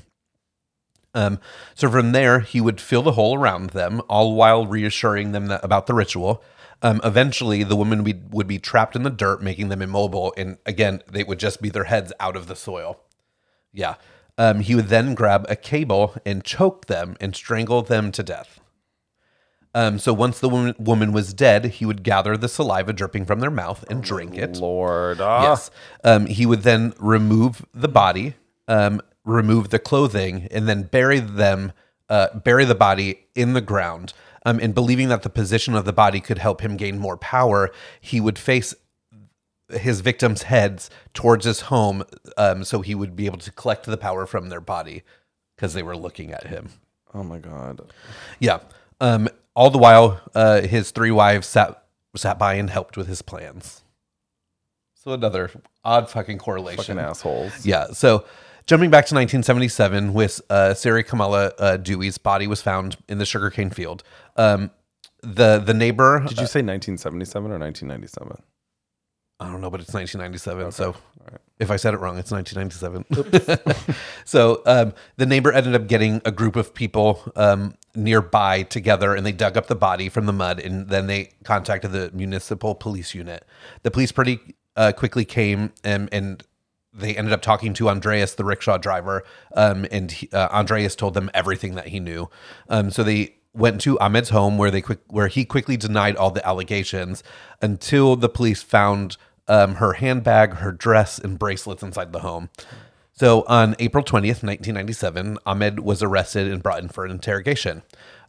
[SPEAKER 2] Um, so from there, he would fill the hole around them, all while reassuring them that, about the ritual. Um, eventually, the women would, would be trapped in the dirt, making them immobile. And again, they would just be their heads out of the soil. Yeah. Um, he would then grab a cable and choke them and strangle them to death. Um, so once the woman, woman was dead, he would gather the saliva dripping from their mouth and drink it.
[SPEAKER 1] Lord. Ah.
[SPEAKER 2] Yes. Um, he would then remove the body, um, remove the clothing, and then bury them, uh, bury the body in the ground. Um, and believing that the position of the body could help him gain more power, he would face his victims' heads towards his home, um, so he would be able to collect the power from their body because they were looking at him.
[SPEAKER 1] Oh my god.
[SPEAKER 2] Yeah. Um, all the while, uh, his three wives sat sat by and helped with his plans. So another odd fucking correlation.
[SPEAKER 1] Fucking assholes.
[SPEAKER 2] Yeah. So jumping back to 1977, with uh, Sari Kamala uh, Dewey's body was found in the sugarcane field. Um, the the neighbor.
[SPEAKER 1] Did you say 1977 or 1997?
[SPEAKER 2] I don't know, but it's 1997. So if I said it wrong, it's 1997. so um, the neighbor ended up getting a group of people um, nearby together and they dug up the body from the mud and then they contacted the municipal police unit. The police pretty uh, quickly came and, and they ended up talking to Andreas, the rickshaw driver. Um, and he, uh, Andreas told them everything that he knew. Um, so they went to Ahmed's home where they quick where he quickly denied all the allegations until the police found um, her handbag, her dress, and bracelets inside the home. So on April 20th, 1997, Ahmed was arrested and brought in for an interrogation.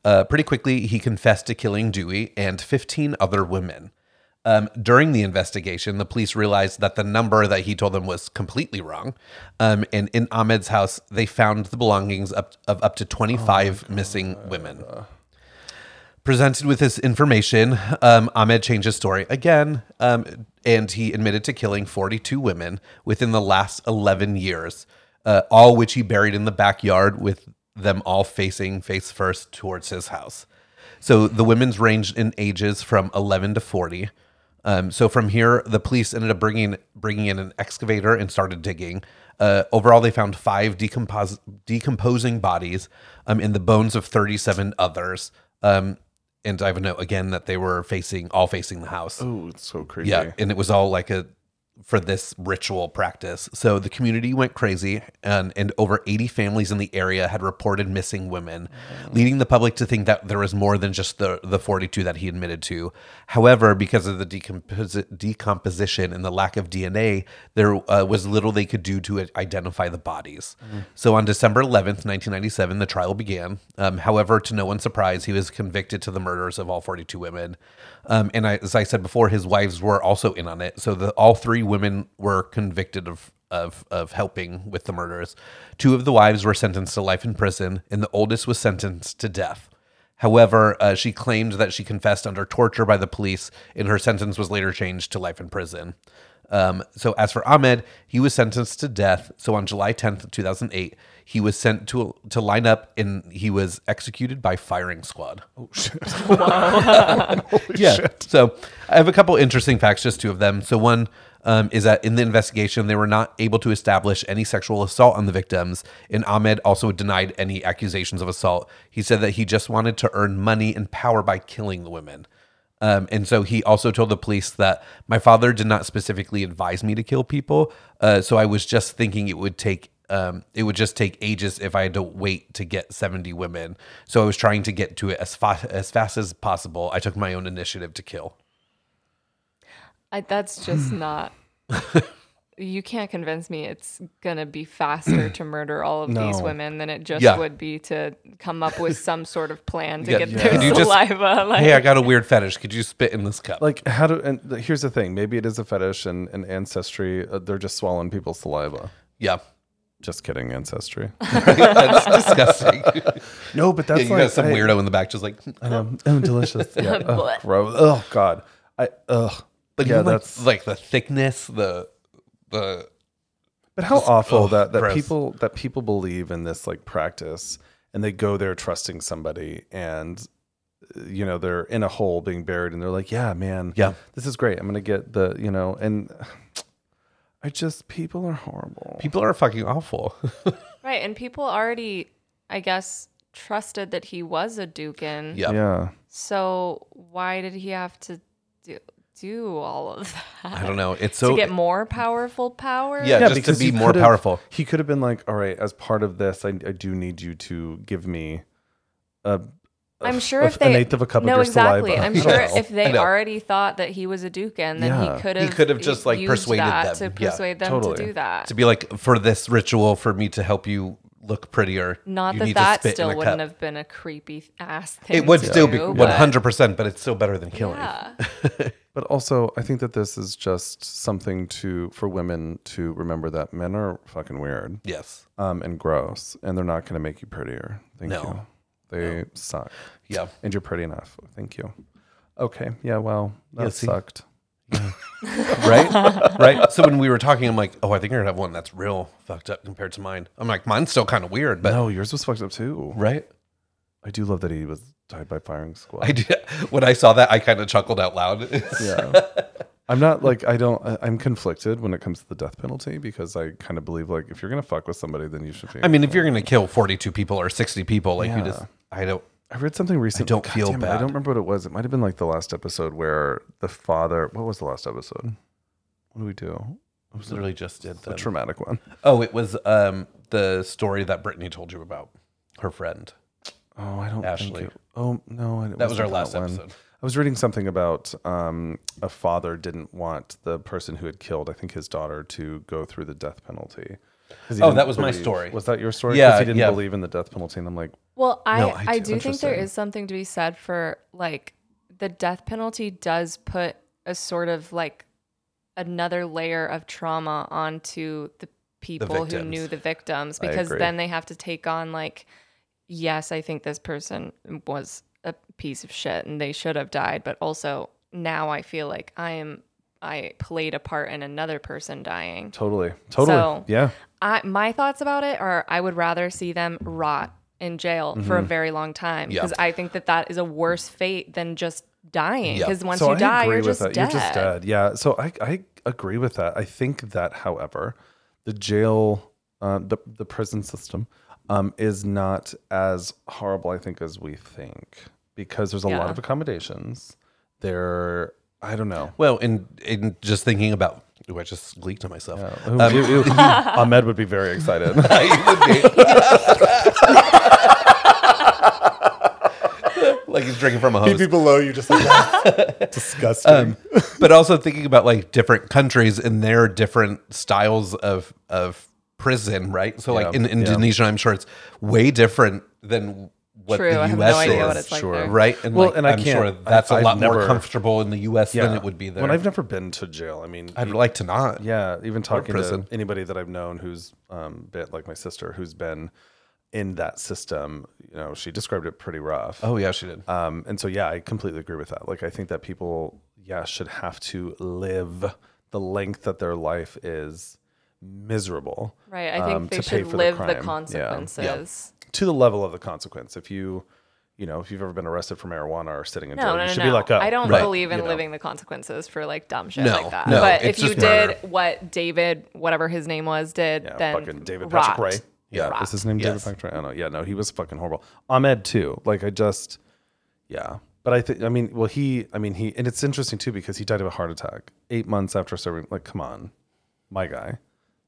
[SPEAKER 2] Uh, pretty quickly, he confessed to killing Dewey and 15 other women. Um, during the investigation, the police realized that the number that he told them was completely wrong. Um, and in Ahmed's house, they found the belongings up, of up to 25 missing women. Presented with this information, um, Ahmed changed his story again, um, and he admitted to killing 42 women within the last 11 years, uh, all which he buried in the backyard with them all facing face first towards his house. So the women's ranged in ages from 11 to 40. Um, so from here, the police ended up bringing bringing in an excavator and started digging. Uh, overall, they found five decompos- decomposing bodies um, and the bones of 37 others. Um, and I have a note again that they were facing all facing the house.
[SPEAKER 1] Oh, it's so crazy.
[SPEAKER 2] Yeah, and it was all like a for this ritual practice. So the community went crazy, and and over 80 families in the area had reported missing women, leading the public to think that there was more than just the the 42 that he admitted to. However, because of the decompos- decomposition and the lack of DNA, there uh, was little they could do to identify the bodies. So on December 11th, 1997, the trial began. Um, however, to no one's surprise, he was convicted to the murders of all 42 women. Um, and I, as I said before, his wives were also in on it. So the all three women were convicted of of of helping with the murders. Two of the wives were sentenced to life in prison, and the oldest was sentenced to death. However, uh, she claimed that she confessed under torture by the police, and her sentence was later changed to life in prison. Um, so, as for Ahmed, he was sentenced to death. So, on July 10th, 2008, he was sent to to line up, and he was executed by firing squad.
[SPEAKER 1] Oh shit.
[SPEAKER 2] yeah. So I have a couple interesting facts, just two of them. So one um, is that in the investigation, they were not able to establish any sexual assault on the victims, and Ahmed also denied any accusations of assault. He said that he just wanted to earn money and power by killing the women. Um, and so he also told the police that my father did not specifically advise me to kill people, uh, so I was just thinking it would take um, it would just take ages if I had to wait to get 70 women. So I was trying to get to it as, fa- as fast as possible. I took my own initiative to kill.
[SPEAKER 3] I, that's just not. You can't convince me it's gonna be faster to murder all of these
[SPEAKER 1] No.
[SPEAKER 3] women than it just
[SPEAKER 2] Yeah.
[SPEAKER 3] would be to come up with some sort of plan to
[SPEAKER 2] Yeah,
[SPEAKER 3] get
[SPEAKER 2] yeah.
[SPEAKER 3] their
[SPEAKER 2] Could you just-
[SPEAKER 3] saliva. like,
[SPEAKER 2] Hey, I got a weird fetish. Could you spit in this cup?
[SPEAKER 1] Like how do and th- here's the thing, maybe it is a fetish and, and ancestry uh, they're just swallowing people's saliva.
[SPEAKER 2] yeah.
[SPEAKER 1] Just kidding, ancestry.
[SPEAKER 2] That's disgusting.
[SPEAKER 1] no, but that's
[SPEAKER 2] you got some weirdo in the back just like,
[SPEAKER 1] Um, oh, delicious. Yeah. oh, gross. Oh god. I ugh.
[SPEAKER 2] but
[SPEAKER 1] yeah,
[SPEAKER 2] even like,
[SPEAKER 1] that's
[SPEAKER 2] like the thickness, the, the,
[SPEAKER 1] But how awful
[SPEAKER 2] ugh,
[SPEAKER 1] that that
[SPEAKER 2] gross.
[SPEAKER 1] people that people believe in this like practice and they go there trusting somebody and uh, you know they're in a hole being buried and they're like, "Yeah, man.
[SPEAKER 2] Yeah.
[SPEAKER 1] This is great. I'm going to get the, you know, and I just people are horrible.
[SPEAKER 2] people are fucking awful.
[SPEAKER 3] right, and people already, I guess, trusted that he was a Dukin.
[SPEAKER 2] Yeah.
[SPEAKER 1] yeah.
[SPEAKER 3] So why did he have to do do all of that?
[SPEAKER 2] I don't know. It's
[SPEAKER 3] to
[SPEAKER 2] so,
[SPEAKER 3] get more powerful power.
[SPEAKER 2] Yeah. just to
[SPEAKER 1] because
[SPEAKER 2] be
[SPEAKER 1] he
[SPEAKER 2] more
[SPEAKER 1] could've-
[SPEAKER 2] powerful.
[SPEAKER 1] He could have been like, "All right, as part of this, I, I do need you to give me a
[SPEAKER 3] I'm sure
[SPEAKER 1] a-
[SPEAKER 3] if they
[SPEAKER 1] an eighth of a cup of
[SPEAKER 3] no
[SPEAKER 1] your
[SPEAKER 3] exactly.
[SPEAKER 1] saliva.
[SPEAKER 3] I'm
[SPEAKER 1] I
[SPEAKER 3] sure
[SPEAKER 2] know.
[SPEAKER 3] if they
[SPEAKER 2] I know.
[SPEAKER 3] already thought that he was a Dukan, then
[SPEAKER 1] Yeah.
[SPEAKER 3] he could
[SPEAKER 2] He
[SPEAKER 3] have
[SPEAKER 2] could have just, like,
[SPEAKER 3] used
[SPEAKER 2] persuaded
[SPEAKER 3] that
[SPEAKER 2] them.
[SPEAKER 3] to
[SPEAKER 2] Yeah.
[SPEAKER 3] persuade them
[SPEAKER 1] Totally.
[SPEAKER 3] to do that.
[SPEAKER 2] to be like for this ritual for me to help you look prettier.
[SPEAKER 3] Not
[SPEAKER 2] you
[SPEAKER 3] that
[SPEAKER 2] need to
[SPEAKER 3] that
[SPEAKER 2] spit in
[SPEAKER 3] still
[SPEAKER 2] a
[SPEAKER 3] wouldn't
[SPEAKER 2] cup."
[SPEAKER 3] have been a creepy ass thing.
[SPEAKER 2] It would
[SPEAKER 3] to
[SPEAKER 2] still be
[SPEAKER 3] do,
[SPEAKER 2] one
[SPEAKER 3] but-
[SPEAKER 2] hundred percent, but it's still better than killing.
[SPEAKER 3] Yeah.
[SPEAKER 1] But also, I think that this is just something to for women to remember that men are fucking weird
[SPEAKER 2] Yes.
[SPEAKER 1] um, and gross, and they're not going to make you prettier. Thank
[SPEAKER 2] No.
[SPEAKER 1] you. They suck.
[SPEAKER 2] Yeah.
[SPEAKER 1] and you're pretty enough. Thank you. Okay. Yeah. Well, that
[SPEAKER 2] Yeah, see?
[SPEAKER 1] sucked.
[SPEAKER 2] right? right? So when we were talking, I'm like, oh, I think you're gonna have one that's real fucked up compared to mine. I'm like, mine's still kind of weird, but
[SPEAKER 1] no, yours was fucked up too.
[SPEAKER 2] right?
[SPEAKER 1] I do love that he was died by firing squad.
[SPEAKER 2] I did, when I saw that, I kind of chuckled out loud.
[SPEAKER 1] yeah. I'm not like I don't. I- I'm conflicted when it comes to the death penalty because I kind of believe like if you're gonna fuck with somebody, then you should be.
[SPEAKER 2] I mean, if you're gonna kill 42 people or 60 people, like you just, I don't.
[SPEAKER 1] I read something recently.
[SPEAKER 2] don't feel
[SPEAKER 1] damn it, I
[SPEAKER 2] bad.
[SPEAKER 1] don't remember what it was. It might have been like the last episode where the father. What was the last
[SPEAKER 2] Hmm.
[SPEAKER 1] episode? What do we do?
[SPEAKER 2] I was literally just did
[SPEAKER 1] The
[SPEAKER 2] the.
[SPEAKER 1] traumatic one.
[SPEAKER 2] oh, it was um the story that Brittany told you about her friend.
[SPEAKER 1] Oh, I don't.
[SPEAKER 2] Ashley.
[SPEAKER 1] Think it, oh no, it
[SPEAKER 2] That was
[SPEAKER 1] wasn't
[SPEAKER 2] our last
[SPEAKER 1] one.
[SPEAKER 2] episode.
[SPEAKER 1] I was reading something about um, a father didn't want the person who had killed, I think his daughter, to go through the death penalty. 'Cause he
[SPEAKER 2] Oh,
[SPEAKER 1] didn't
[SPEAKER 2] that was my
[SPEAKER 1] believe-
[SPEAKER 2] story.
[SPEAKER 1] Was that your story? 'Cause
[SPEAKER 2] Yeah,
[SPEAKER 1] he didn't
[SPEAKER 2] yeah.
[SPEAKER 1] believe in the death penalty, and I'm like,
[SPEAKER 3] Well, I,
[SPEAKER 2] No, I
[SPEAKER 3] I,
[SPEAKER 2] do.
[SPEAKER 3] do think there
[SPEAKER 1] Interesting.
[SPEAKER 3] is something to be said for like the death penalty does put a sort of like another layer of trauma onto the people who
[SPEAKER 2] victims.
[SPEAKER 3] knew the victims because
[SPEAKER 1] agree.
[SPEAKER 3] then they have to take on like yes, I think this person was a piece of shit and they should have died, but also now I feel like I am I played a part in another person dying.
[SPEAKER 1] totally, totally,
[SPEAKER 3] So-
[SPEAKER 1] yeah.
[SPEAKER 3] I my thoughts about it are I would rather see them rot in jail for
[SPEAKER 2] Mm-hmm.
[SPEAKER 3] a very long time
[SPEAKER 2] Yeah.
[SPEAKER 3] because I think that that is a worse fate than just dying
[SPEAKER 2] Yeah.
[SPEAKER 3] because once
[SPEAKER 1] So
[SPEAKER 3] you
[SPEAKER 1] I
[SPEAKER 3] die
[SPEAKER 1] agree
[SPEAKER 3] you're
[SPEAKER 1] with
[SPEAKER 3] just,
[SPEAKER 1] that.
[SPEAKER 3] dead.
[SPEAKER 1] You're just uh, dead. Yeah. So I, I agree with that. I think that, however, the jail, uh, the the prison system, um, is not as horrible. I think as we think because there's a lot
[SPEAKER 3] Yeah.
[SPEAKER 1] of accommodations. There, I don't know.
[SPEAKER 2] Well, in in just thinking about, ooh, I just leaked to myself. Um,
[SPEAKER 1] Ooh, ooh, ooh. Ahmed would be very excited.
[SPEAKER 2] It would be. like he's drinking from a hose.
[SPEAKER 1] below you, just like disgusting.
[SPEAKER 2] But also thinking about like different countries and their different styles of of prison, right? So like
[SPEAKER 1] Yeah,
[SPEAKER 2] in
[SPEAKER 1] yeah.
[SPEAKER 2] Indonesia, I'm sure it's way different than what
[SPEAKER 3] True,
[SPEAKER 2] the
[SPEAKER 3] I
[SPEAKER 2] US
[SPEAKER 3] have no idea
[SPEAKER 2] is.
[SPEAKER 3] what it's like
[SPEAKER 1] Sure.
[SPEAKER 3] there.
[SPEAKER 2] Right, and
[SPEAKER 1] Well,
[SPEAKER 2] like,
[SPEAKER 1] and I
[SPEAKER 2] I'm
[SPEAKER 1] can't-
[SPEAKER 2] sure that's a
[SPEAKER 1] I- I've
[SPEAKER 2] lot more
[SPEAKER 1] never-
[SPEAKER 2] comfortable in the U.S. than it would be there.
[SPEAKER 1] When I've never been to jail, I mean,
[SPEAKER 2] I'd like to not.
[SPEAKER 1] Yeah, even talking to
[SPEAKER 2] prison.
[SPEAKER 1] anybody that I've known who's um, bit like my sister who's been in that system, you know, she described it pretty rough.
[SPEAKER 2] Oh yeah, she did.
[SPEAKER 1] Um, and so yeah, I completely agree with that. Like I think that people, yeah, should have to live the length that their life is miserable.
[SPEAKER 3] Right. I think
[SPEAKER 1] um,
[SPEAKER 3] they
[SPEAKER 1] to pay
[SPEAKER 3] should
[SPEAKER 1] for the
[SPEAKER 3] live
[SPEAKER 1] crime.
[SPEAKER 3] the,
[SPEAKER 1] Yeah. Yeah.
[SPEAKER 3] consequences.
[SPEAKER 1] To the level of the consequence. If you you know, if you've ever been arrested for marijuana or sitting in jail,
[SPEAKER 3] No, no,
[SPEAKER 1] you
[SPEAKER 3] no,
[SPEAKER 1] should
[SPEAKER 3] no.
[SPEAKER 1] be like,
[SPEAKER 3] I don't
[SPEAKER 2] Right.
[SPEAKER 3] believe in
[SPEAKER 1] you know.
[SPEAKER 3] living the consequences for like dumb shit
[SPEAKER 2] No,
[SPEAKER 3] like that.
[SPEAKER 2] no,
[SPEAKER 3] but
[SPEAKER 2] it's
[SPEAKER 3] if you
[SPEAKER 2] just
[SPEAKER 3] did
[SPEAKER 2] murder.
[SPEAKER 3] what David, whatever his name was, did,
[SPEAKER 1] Yeah,
[SPEAKER 3] then
[SPEAKER 1] fucking David
[SPEAKER 3] rot.
[SPEAKER 1] Patrick Ray. Yeah,
[SPEAKER 2] Rot.
[SPEAKER 1] is his name David
[SPEAKER 2] Yes.
[SPEAKER 1] Patrick Ray? I don't know. Yeah, no, he was fucking horrible. Ahmed too. Like I just, yeah. But I think I mean, well, he, I mean, he, and it's interesting too because he died of a heart attack eight months after serving. Like, come on, my guy.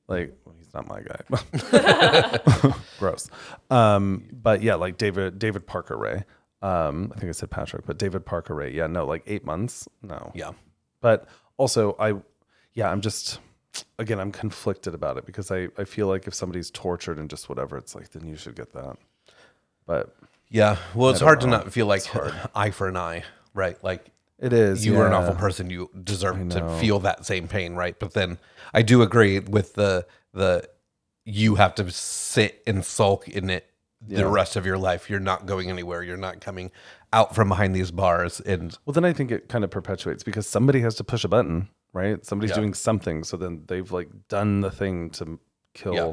[SPEAKER 1] Like, well, he's not my guy. Gross. Um, but yeah, like David David Parker Ray. Um, I think I said Patrick, but David Parker Ray. Yeah, no, like eight months. No
[SPEAKER 2] Yeah,
[SPEAKER 1] but also i yeah i'm just again i'm conflicted about it because i i feel like if somebody's tortured and just whatever it's like then you should get that but
[SPEAKER 2] yeah. Well, it's hard to
[SPEAKER 1] know.
[SPEAKER 2] not feel like eye for an eye, right? Like
[SPEAKER 1] it is
[SPEAKER 2] you were an
[SPEAKER 1] yeah.
[SPEAKER 2] awful person. You deserve to feel that same pain, right? But then I do agree with the the you have to sit and sulk in it the rest of your life. You're not going anywhere. You're not coming out from behind these bars. And
[SPEAKER 1] well then i think it kind of perpetuates because somebody has to push a button right somebody's doing something so then they've like done the thing to kill
[SPEAKER 2] Yeah.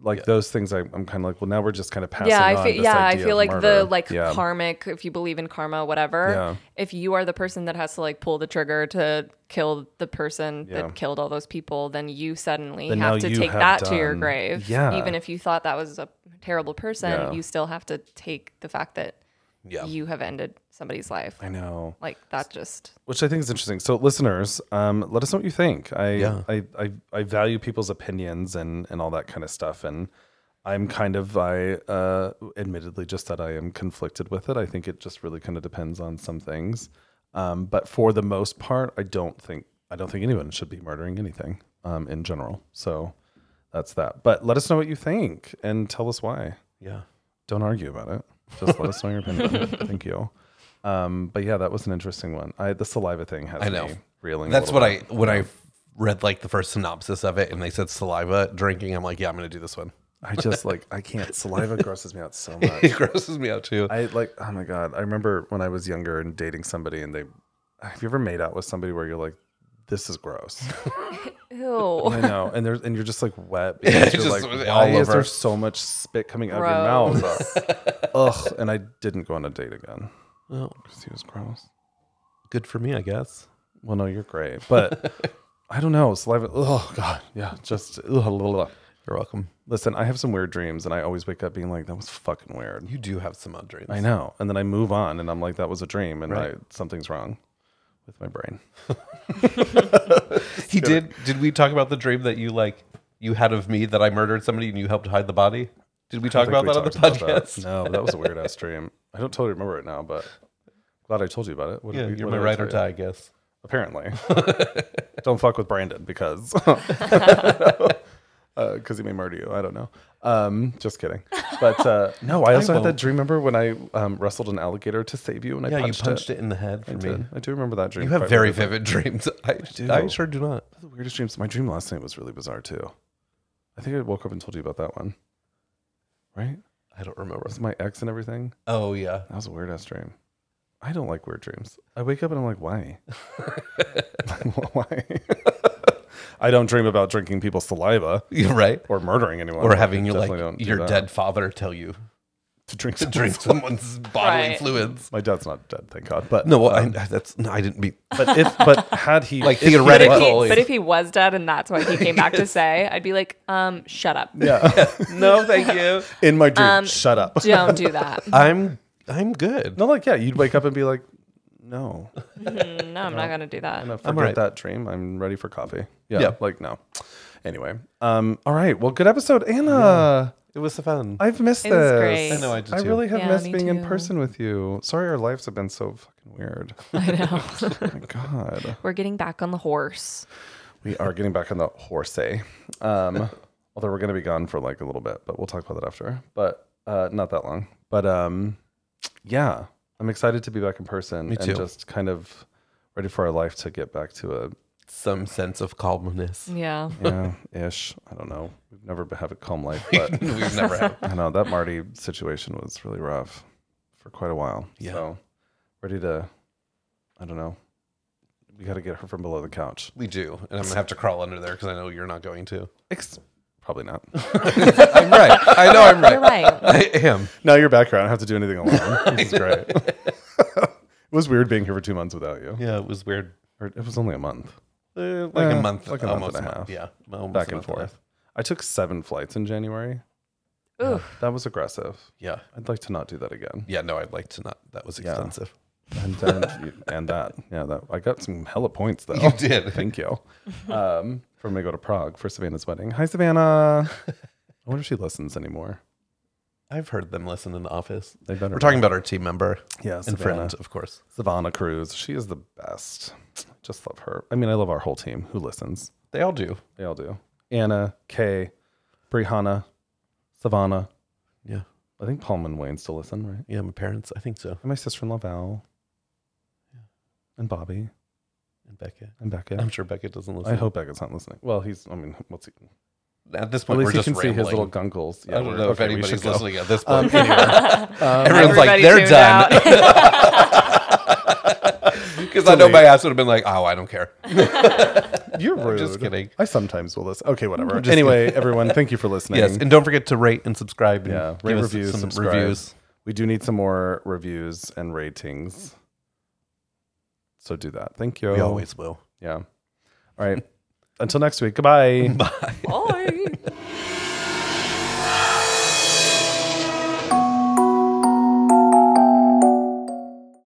[SPEAKER 1] like those things I, i'm kind of like well now we're just kind of passing
[SPEAKER 3] yeah, I
[SPEAKER 1] on
[SPEAKER 3] feel
[SPEAKER 1] this
[SPEAKER 3] yeah, I
[SPEAKER 1] idea
[SPEAKER 3] feel
[SPEAKER 1] of
[SPEAKER 3] like
[SPEAKER 1] murder.
[SPEAKER 3] the like
[SPEAKER 1] Yeah.
[SPEAKER 3] karmic, if you believe in karma, whatever.
[SPEAKER 1] Yeah.
[SPEAKER 3] If you are the person that has to like pull the trigger to kill the person
[SPEAKER 1] Yeah.
[SPEAKER 3] that killed all those people, then you suddenly
[SPEAKER 1] Then now
[SPEAKER 3] have to
[SPEAKER 1] you
[SPEAKER 3] take
[SPEAKER 1] have
[SPEAKER 3] that to your
[SPEAKER 1] done-
[SPEAKER 3] grave.
[SPEAKER 1] Yeah.
[SPEAKER 3] Even if you thought that was a terrible person,
[SPEAKER 1] Yeah.
[SPEAKER 3] you still have to take the fact that
[SPEAKER 2] yeah,
[SPEAKER 3] you have ended somebody's life.
[SPEAKER 1] i know
[SPEAKER 3] Like that just
[SPEAKER 1] which I think is interesting. So, listeners, um, let us know what you think. I, I, I, I value people's opinions and and all that kind of stuff. And I'm kind of I uh, admittedly just that I am conflicted with it. I think it just really kind of depends on some things. Um, but for the most part, I don't think I don't think anyone should be murdering anything um, in general. So that's that. But let us know what you think and tell us why.
[SPEAKER 2] Yeah.
[SPEAKER 1] Don't argue about it. Just let us know your opinion. Thank you. Um, but yeah, that was an interesting one. I the saliva thing has
[SPEAKER 2] I know.
[SPEAKER 1] me reeling. a
[SPEAKER 2] That's
[SPEAKER 1] little
[SPEAKER 2] what
[SPEAKER 1] bit.
[SPEAKER 2] I when I read like the first synopsis of it, and they said saliva drinking. I'm like, yeah, I'm gonna do this one.
[SPEAKER 1] I just like I can't. Saliva grosses me out so much.
[SPEAKER 2] It grosses me out too.
[SPEAKER 1] I like, oh my God. I remember when I was younger and dating somebody, and they, have you ever made out with somebody where you're like, this is gross?
[SPEAKER 3] Ew.
[SPEAKER 1] I know. And there's, and you're just like wet. Because
[SPEAKER 2] Just
[SPEAKER 1] you're like,
[SPEAKER 2] all
[SPEAKER 1] why is
[SPEAKER 2] over.
[SPEAKER 1] there so much spit coming out of your mouth? Ugh. And I didn't go on a date again
[SPEAKER 2] Well,
[SPEAKER 1] because he was gross.
[SPEAKER 2] good for me, I guess.
[SPEAKER 1] Well, no, you're great. But I don't know. Saliva, oh God. Yeah. Just, ugh, blah, blah, blah.
[SPEAKER 2] You're welcome.
[SPEAKER 1] listen, I have some weird dreams, and I always wake up being like, that was fucking weird.
[SPEAKER 2] You do have some odd dreams.
[SPEAKER 1] I know. And then I move on and I'm like, that was a dream and
[SPEAKER 2] Right.
[SPEAKER 1] I, something's wrong with my brain.
[SPEAKER 2] He did. Did we talk about the dream that you like you had of me that I murdered somebody and you helped hide the body? Did we talk
[SPEAKER 1] I think
[SPEAKER 2] about
[SPEAKER 1] we
[SPEAKER 2] that on the
[SPEAKER 1] talked about that.
[SPEAKER 2] podcast?
[SPEAKER 1] No, but that was a weird ass dream. I don't totally remember it now, but glad I told you about it. What did
[SPEAKER 2] Yeah,
[SPEAKER 1] we-
[SPEAKER 2] you're
[SPEAKER 1] what
[SPEAKER 2] my
[SPEAKER 1] did I
[SPEAKER 2] ride
[SPEAKER 1] tell
[SPEAKER 2] or
[SPEAKER 1] you?
[SPEAKER 2] die, I guess.
[SPEAKER 1] Apparently. don't fuck with Brandon because because he may murder you. I don't know. Um, just kidding. But uh, no, I also had that
[SPEAKER 2] won't.
[SPEAKER 1] dream. Remember when I um, wrestled an alligator to save you and I
[SPEAKER 2] Yeah,
[SPEAKER 1] punched,
[SPEAKER 2] you punched it. in the head for
[SPEAKER 1] I,
[SPEAKER 2] me.
[SPEAKER 1] did. I do remember that dream.
[SPEAKER 2] You have
[SPEAKER 1] quite
[SPEAKER 2] very
[SPEAKER 1] vividly.
[SPEAKER 2] vivid dreams. I,
[SPEAKER 1] do.
[SPEAKER 2] I sure do not.
[SPEAKER 1] the weirdest dreams. My dream last night was really bizarre too. I think I woke up and told you about that one. Right?
[SPEAKER 2] I don't remember.
[SPEAKER 1] Was my ex and everything?
[SPEAKER 2] Oh yeah.
[SPEAKER 1] That was a weird ass dream. I don't like weird dreams. I wake up and I'm like, why? why? I don't dream about drinking people's saliva
[SPEAKER 2] You're right.
[SPEAKER 1] or murdering anyone.
[SPEAKER 2] Or
[SPEAKER 1] I
[SPEAKER 2] having you
[SPEAKER 1] definitely
[SPEAKER 2] like
[SPEAKER 1] don't do
[SPEAKER 2] your
[SPEAKER 1] that.
[SPEAKER 2] dead father tell you
[SPEAKER 1] to drink.
[SPEAKER 2] to
[SPEAKER 1] some-
[SPEAKER 2] drink someone's bodily
[SPEAKER 3] Right.
[SPEAKER 2] fluids.
[SPEAKER 1] My dad's not dead, thank God. But
[SPEAKER 2] No, well, I, that's no, I didn't mean.
[SPEAKER 1] but if but had he
[SPEAKER 2] Like
[SPEAKER 1] if he
[SPEAKER 3] But if,
[SPEAKER 2] theoretically-
[SPEAKER 1] was-
[SPEAKER 3] he,
[SPEAKER 2] Totally.
[SPEAKER 3] but if he was dead and that's what he came back to say, I'd be like, um, shut up.
[SPEAKER 1] yeah,
[SPEAKER 2] no, thank you.
[SPEAKER 1] in my dream, shut up.
[SPEAKER 3] Don't do that.
[SPEAKER 2] I'm I'm good.
[SPEAKER 1] No, like yeah, you'd wake up and be like, no,
[SPEAKER 3] No, I'm not gonna do that.
[SPEAKER 1] I'm gonna
[SPEAKER 2] I'm
[SPEAKER 1] forget
[SPEAKER 2] alright.
[SPEAKER 1] that dream. I'm ready for coffee. Yeah,
[SPEAKER 2] Yeah.
[SPEAKER 1] like no. Anyway, um, all right. Well, good episode, uh, Anna.
[SPEAKER 2] It was fun.
[SPEAKER 1] I've missed
[SPEAKER 3] It was
[SPEAKER 1] this.
[SPEAKER 3] great. I know,
[SPEAKER 2] I did
[SPEAKER 1] I
[SPEAKER 2] too.
[SPEAKER 1] really have
[SPEAKER 3] Yeah,
[SPEAKER 1] missed
[SPEAKER 3] me
[SPEAKER 1] being in
[SPEAKER 3] too.
[SPEAKER 1] person with you. Sorry, our lives have been so fucking weird.
[SPEAKER 3] I know.
[SPEAKER 1] oh my god,
[SPEAKER 3] We're getting back on the horse.
[SPEAKER 1] we are getting back on the horse. eh? Um, although we're gonna be gone for like a little bit, but we'll talk about that after. But uh, not that long. But um, yeah, I'm excited to be back in person
[SPEAKER 2] too.
[SPEAKER 1] and just kind of ready for our life to get back to a
[SPEAKER 2] Some sense of calmness.
[SPEAKER 3] Yeah.
[SPEAKER 1] yeah, ish. I don't know. We've never been- have a calm life, but
[SPEAKER 2] We've never had.
[SPEAKER 1] I know that Marty situation was really rough for quite a while.
[SPEAKER 2] Yeah.
[SPEAKER 1] So ready to, I don't know. We got to get her from below the couch.
[SPEAKER 2] We do, and I'm gonna have to crawl under there because I know you're not going to.
[SPEAKER 1] Ex- Probably not.
[SPEAKER 2] I'm right. I know I'm
[SPEAKER 3] You're
[SPEAKER 2] right.
[SPEAKER 3] right.
[SPEAKER 2] I am.
[SPEAKER 1] now you're back here. I don't have to do anything alone. This is great. it was weird being here for two months without you.
[SPEAKER 2] Yeah, it was weird.
[SPEAKER 1] Or it was only a month
[SPEAKER 2] Uh, like
[SPEAKER 1] Eh,
[SPEAKER 2] a month,
[SPEAKER 1] like a month
[SPEAKER 2] almost
[SPEAKER 1] and a
[SPEAKER 2] month.
[SPEAKER 1] half.
[SPEAKER 2] Yeah, almost
[SPEAKER 1] back and
[SPEAKER 2] a month a half.
[SPEAKER 1] forth. I took seven flights in January.
[SPEAKER 3] Ooh.
[SPEAKER 1] That was aggressive.
[SPEAKER 2] Yeah,
[SPEAKER 1] I'd like to not do that again.
[SPEAKER 2] yeah. No, I'd like to not. That was
[SPEAKER 1] Yeah.
[SPEAKER 2] expensive.
[SPEAKER 1] and then and that yeah that I got some hella points though.
[SPEAKER 2] You did.
[SPEAKER 1] Thank you. Um, for me to go to Prague for Savannah's wedding. Hi Savannah. I wonder if she listens anymore.
[SPEAKER 2] I've heard them listen in the office.
[SPEAKER 1] They better.
[SPEAKER 2] We're talking about our team member
[SPEAKER 1] yeah
[SPEAKER 2] and
[SPEAKER 1] Savannah.
[SPEAKER 2] friend, of course.
[SPEAKER 1] Savannah Cruz. She is the best. Just love her. I mean, I love our whole team who listens.
[SPEAKER 2] They all do.
[SPEAKER 1] They all do. Anna, Kay, Brihanna, Savannah.
[SPEAKER 2] Yeah,
[SPEAKER 1] I think Palm and Wayne still listen, right?
[SPEAKER 2] yeah. My parents, I think so,
[SPEAKER 1] And my sister-in-law Val. And Bobby
[SPEAKER 2] and Becca.
[SPEAKER 1] and Becca.
[SPEAKER 2] I'm sure Becca doesn't listen.
[SPEAKER 1] I hope Becca's not listening. Well, he's. I mean, what's he?
[SPEAKER 2] At this
[SPEAKER 1] At
[SPEAKER 2] point,
[SPEAKER 1] least
[SPEAKER 2] we're
[SPEAKER 1] you
[SPEAKER 2] just
[SPEAKER 1] can see his
[SPEAKER 2] rambling.
[SPEAKER 1] little gunkles.
[SPEAKER 2] I don't
[SPEAKER 1] we're-
[SPEAKER 2] know if
[SPEAKER 1] okay, we
[SPEAKER 2] anybody's
[SPEAKER 1] should go.
[SPEAKER 2] listening at this
[SPEAKER 1] Um,
[SPEAKER 2] point. anyway, everyone's like,
[SPEAKER 3] Everybody
[SPEAKER 2] they're
[SPEAKER 3] tuned
[SPEAKER 2] done.
[SPEAKER 3] out.
[SPEAKER 2] Because I know my ass would have been like, oh, I don't care.
[SPEAKER 1] You're rude.
[SPEAKER 2] just kidding.
[SPEAKER 1] I sometimes will listen. Okay, whatever.
[SPEAKER 2] just
[SPEAKER 1] Anyway, everyone, thank you for listening.
[SPEAKER 2] Yes, and don't forget to rate and subscribe. And
[SPEAKER 1] yeah,
[SPEAKER 2] give
[SPEAKER 1] rate
[SPEAKER 2] us
[SPEAKER 1] reviews,
[SPEAKER 2] some
[SPEAKER 1] subscribe.
[SPEAKER 2] reviews.
[SPEAKER 1] We do need some more reviews and ratings. So do that. Thank you.
[SPEAKER 2] We always will.
[SPEAKER 1] Yeah. All right. Until next week. Goodbye.
[SPEAKER 2] Bye.
[SPEAKER 3] Bye.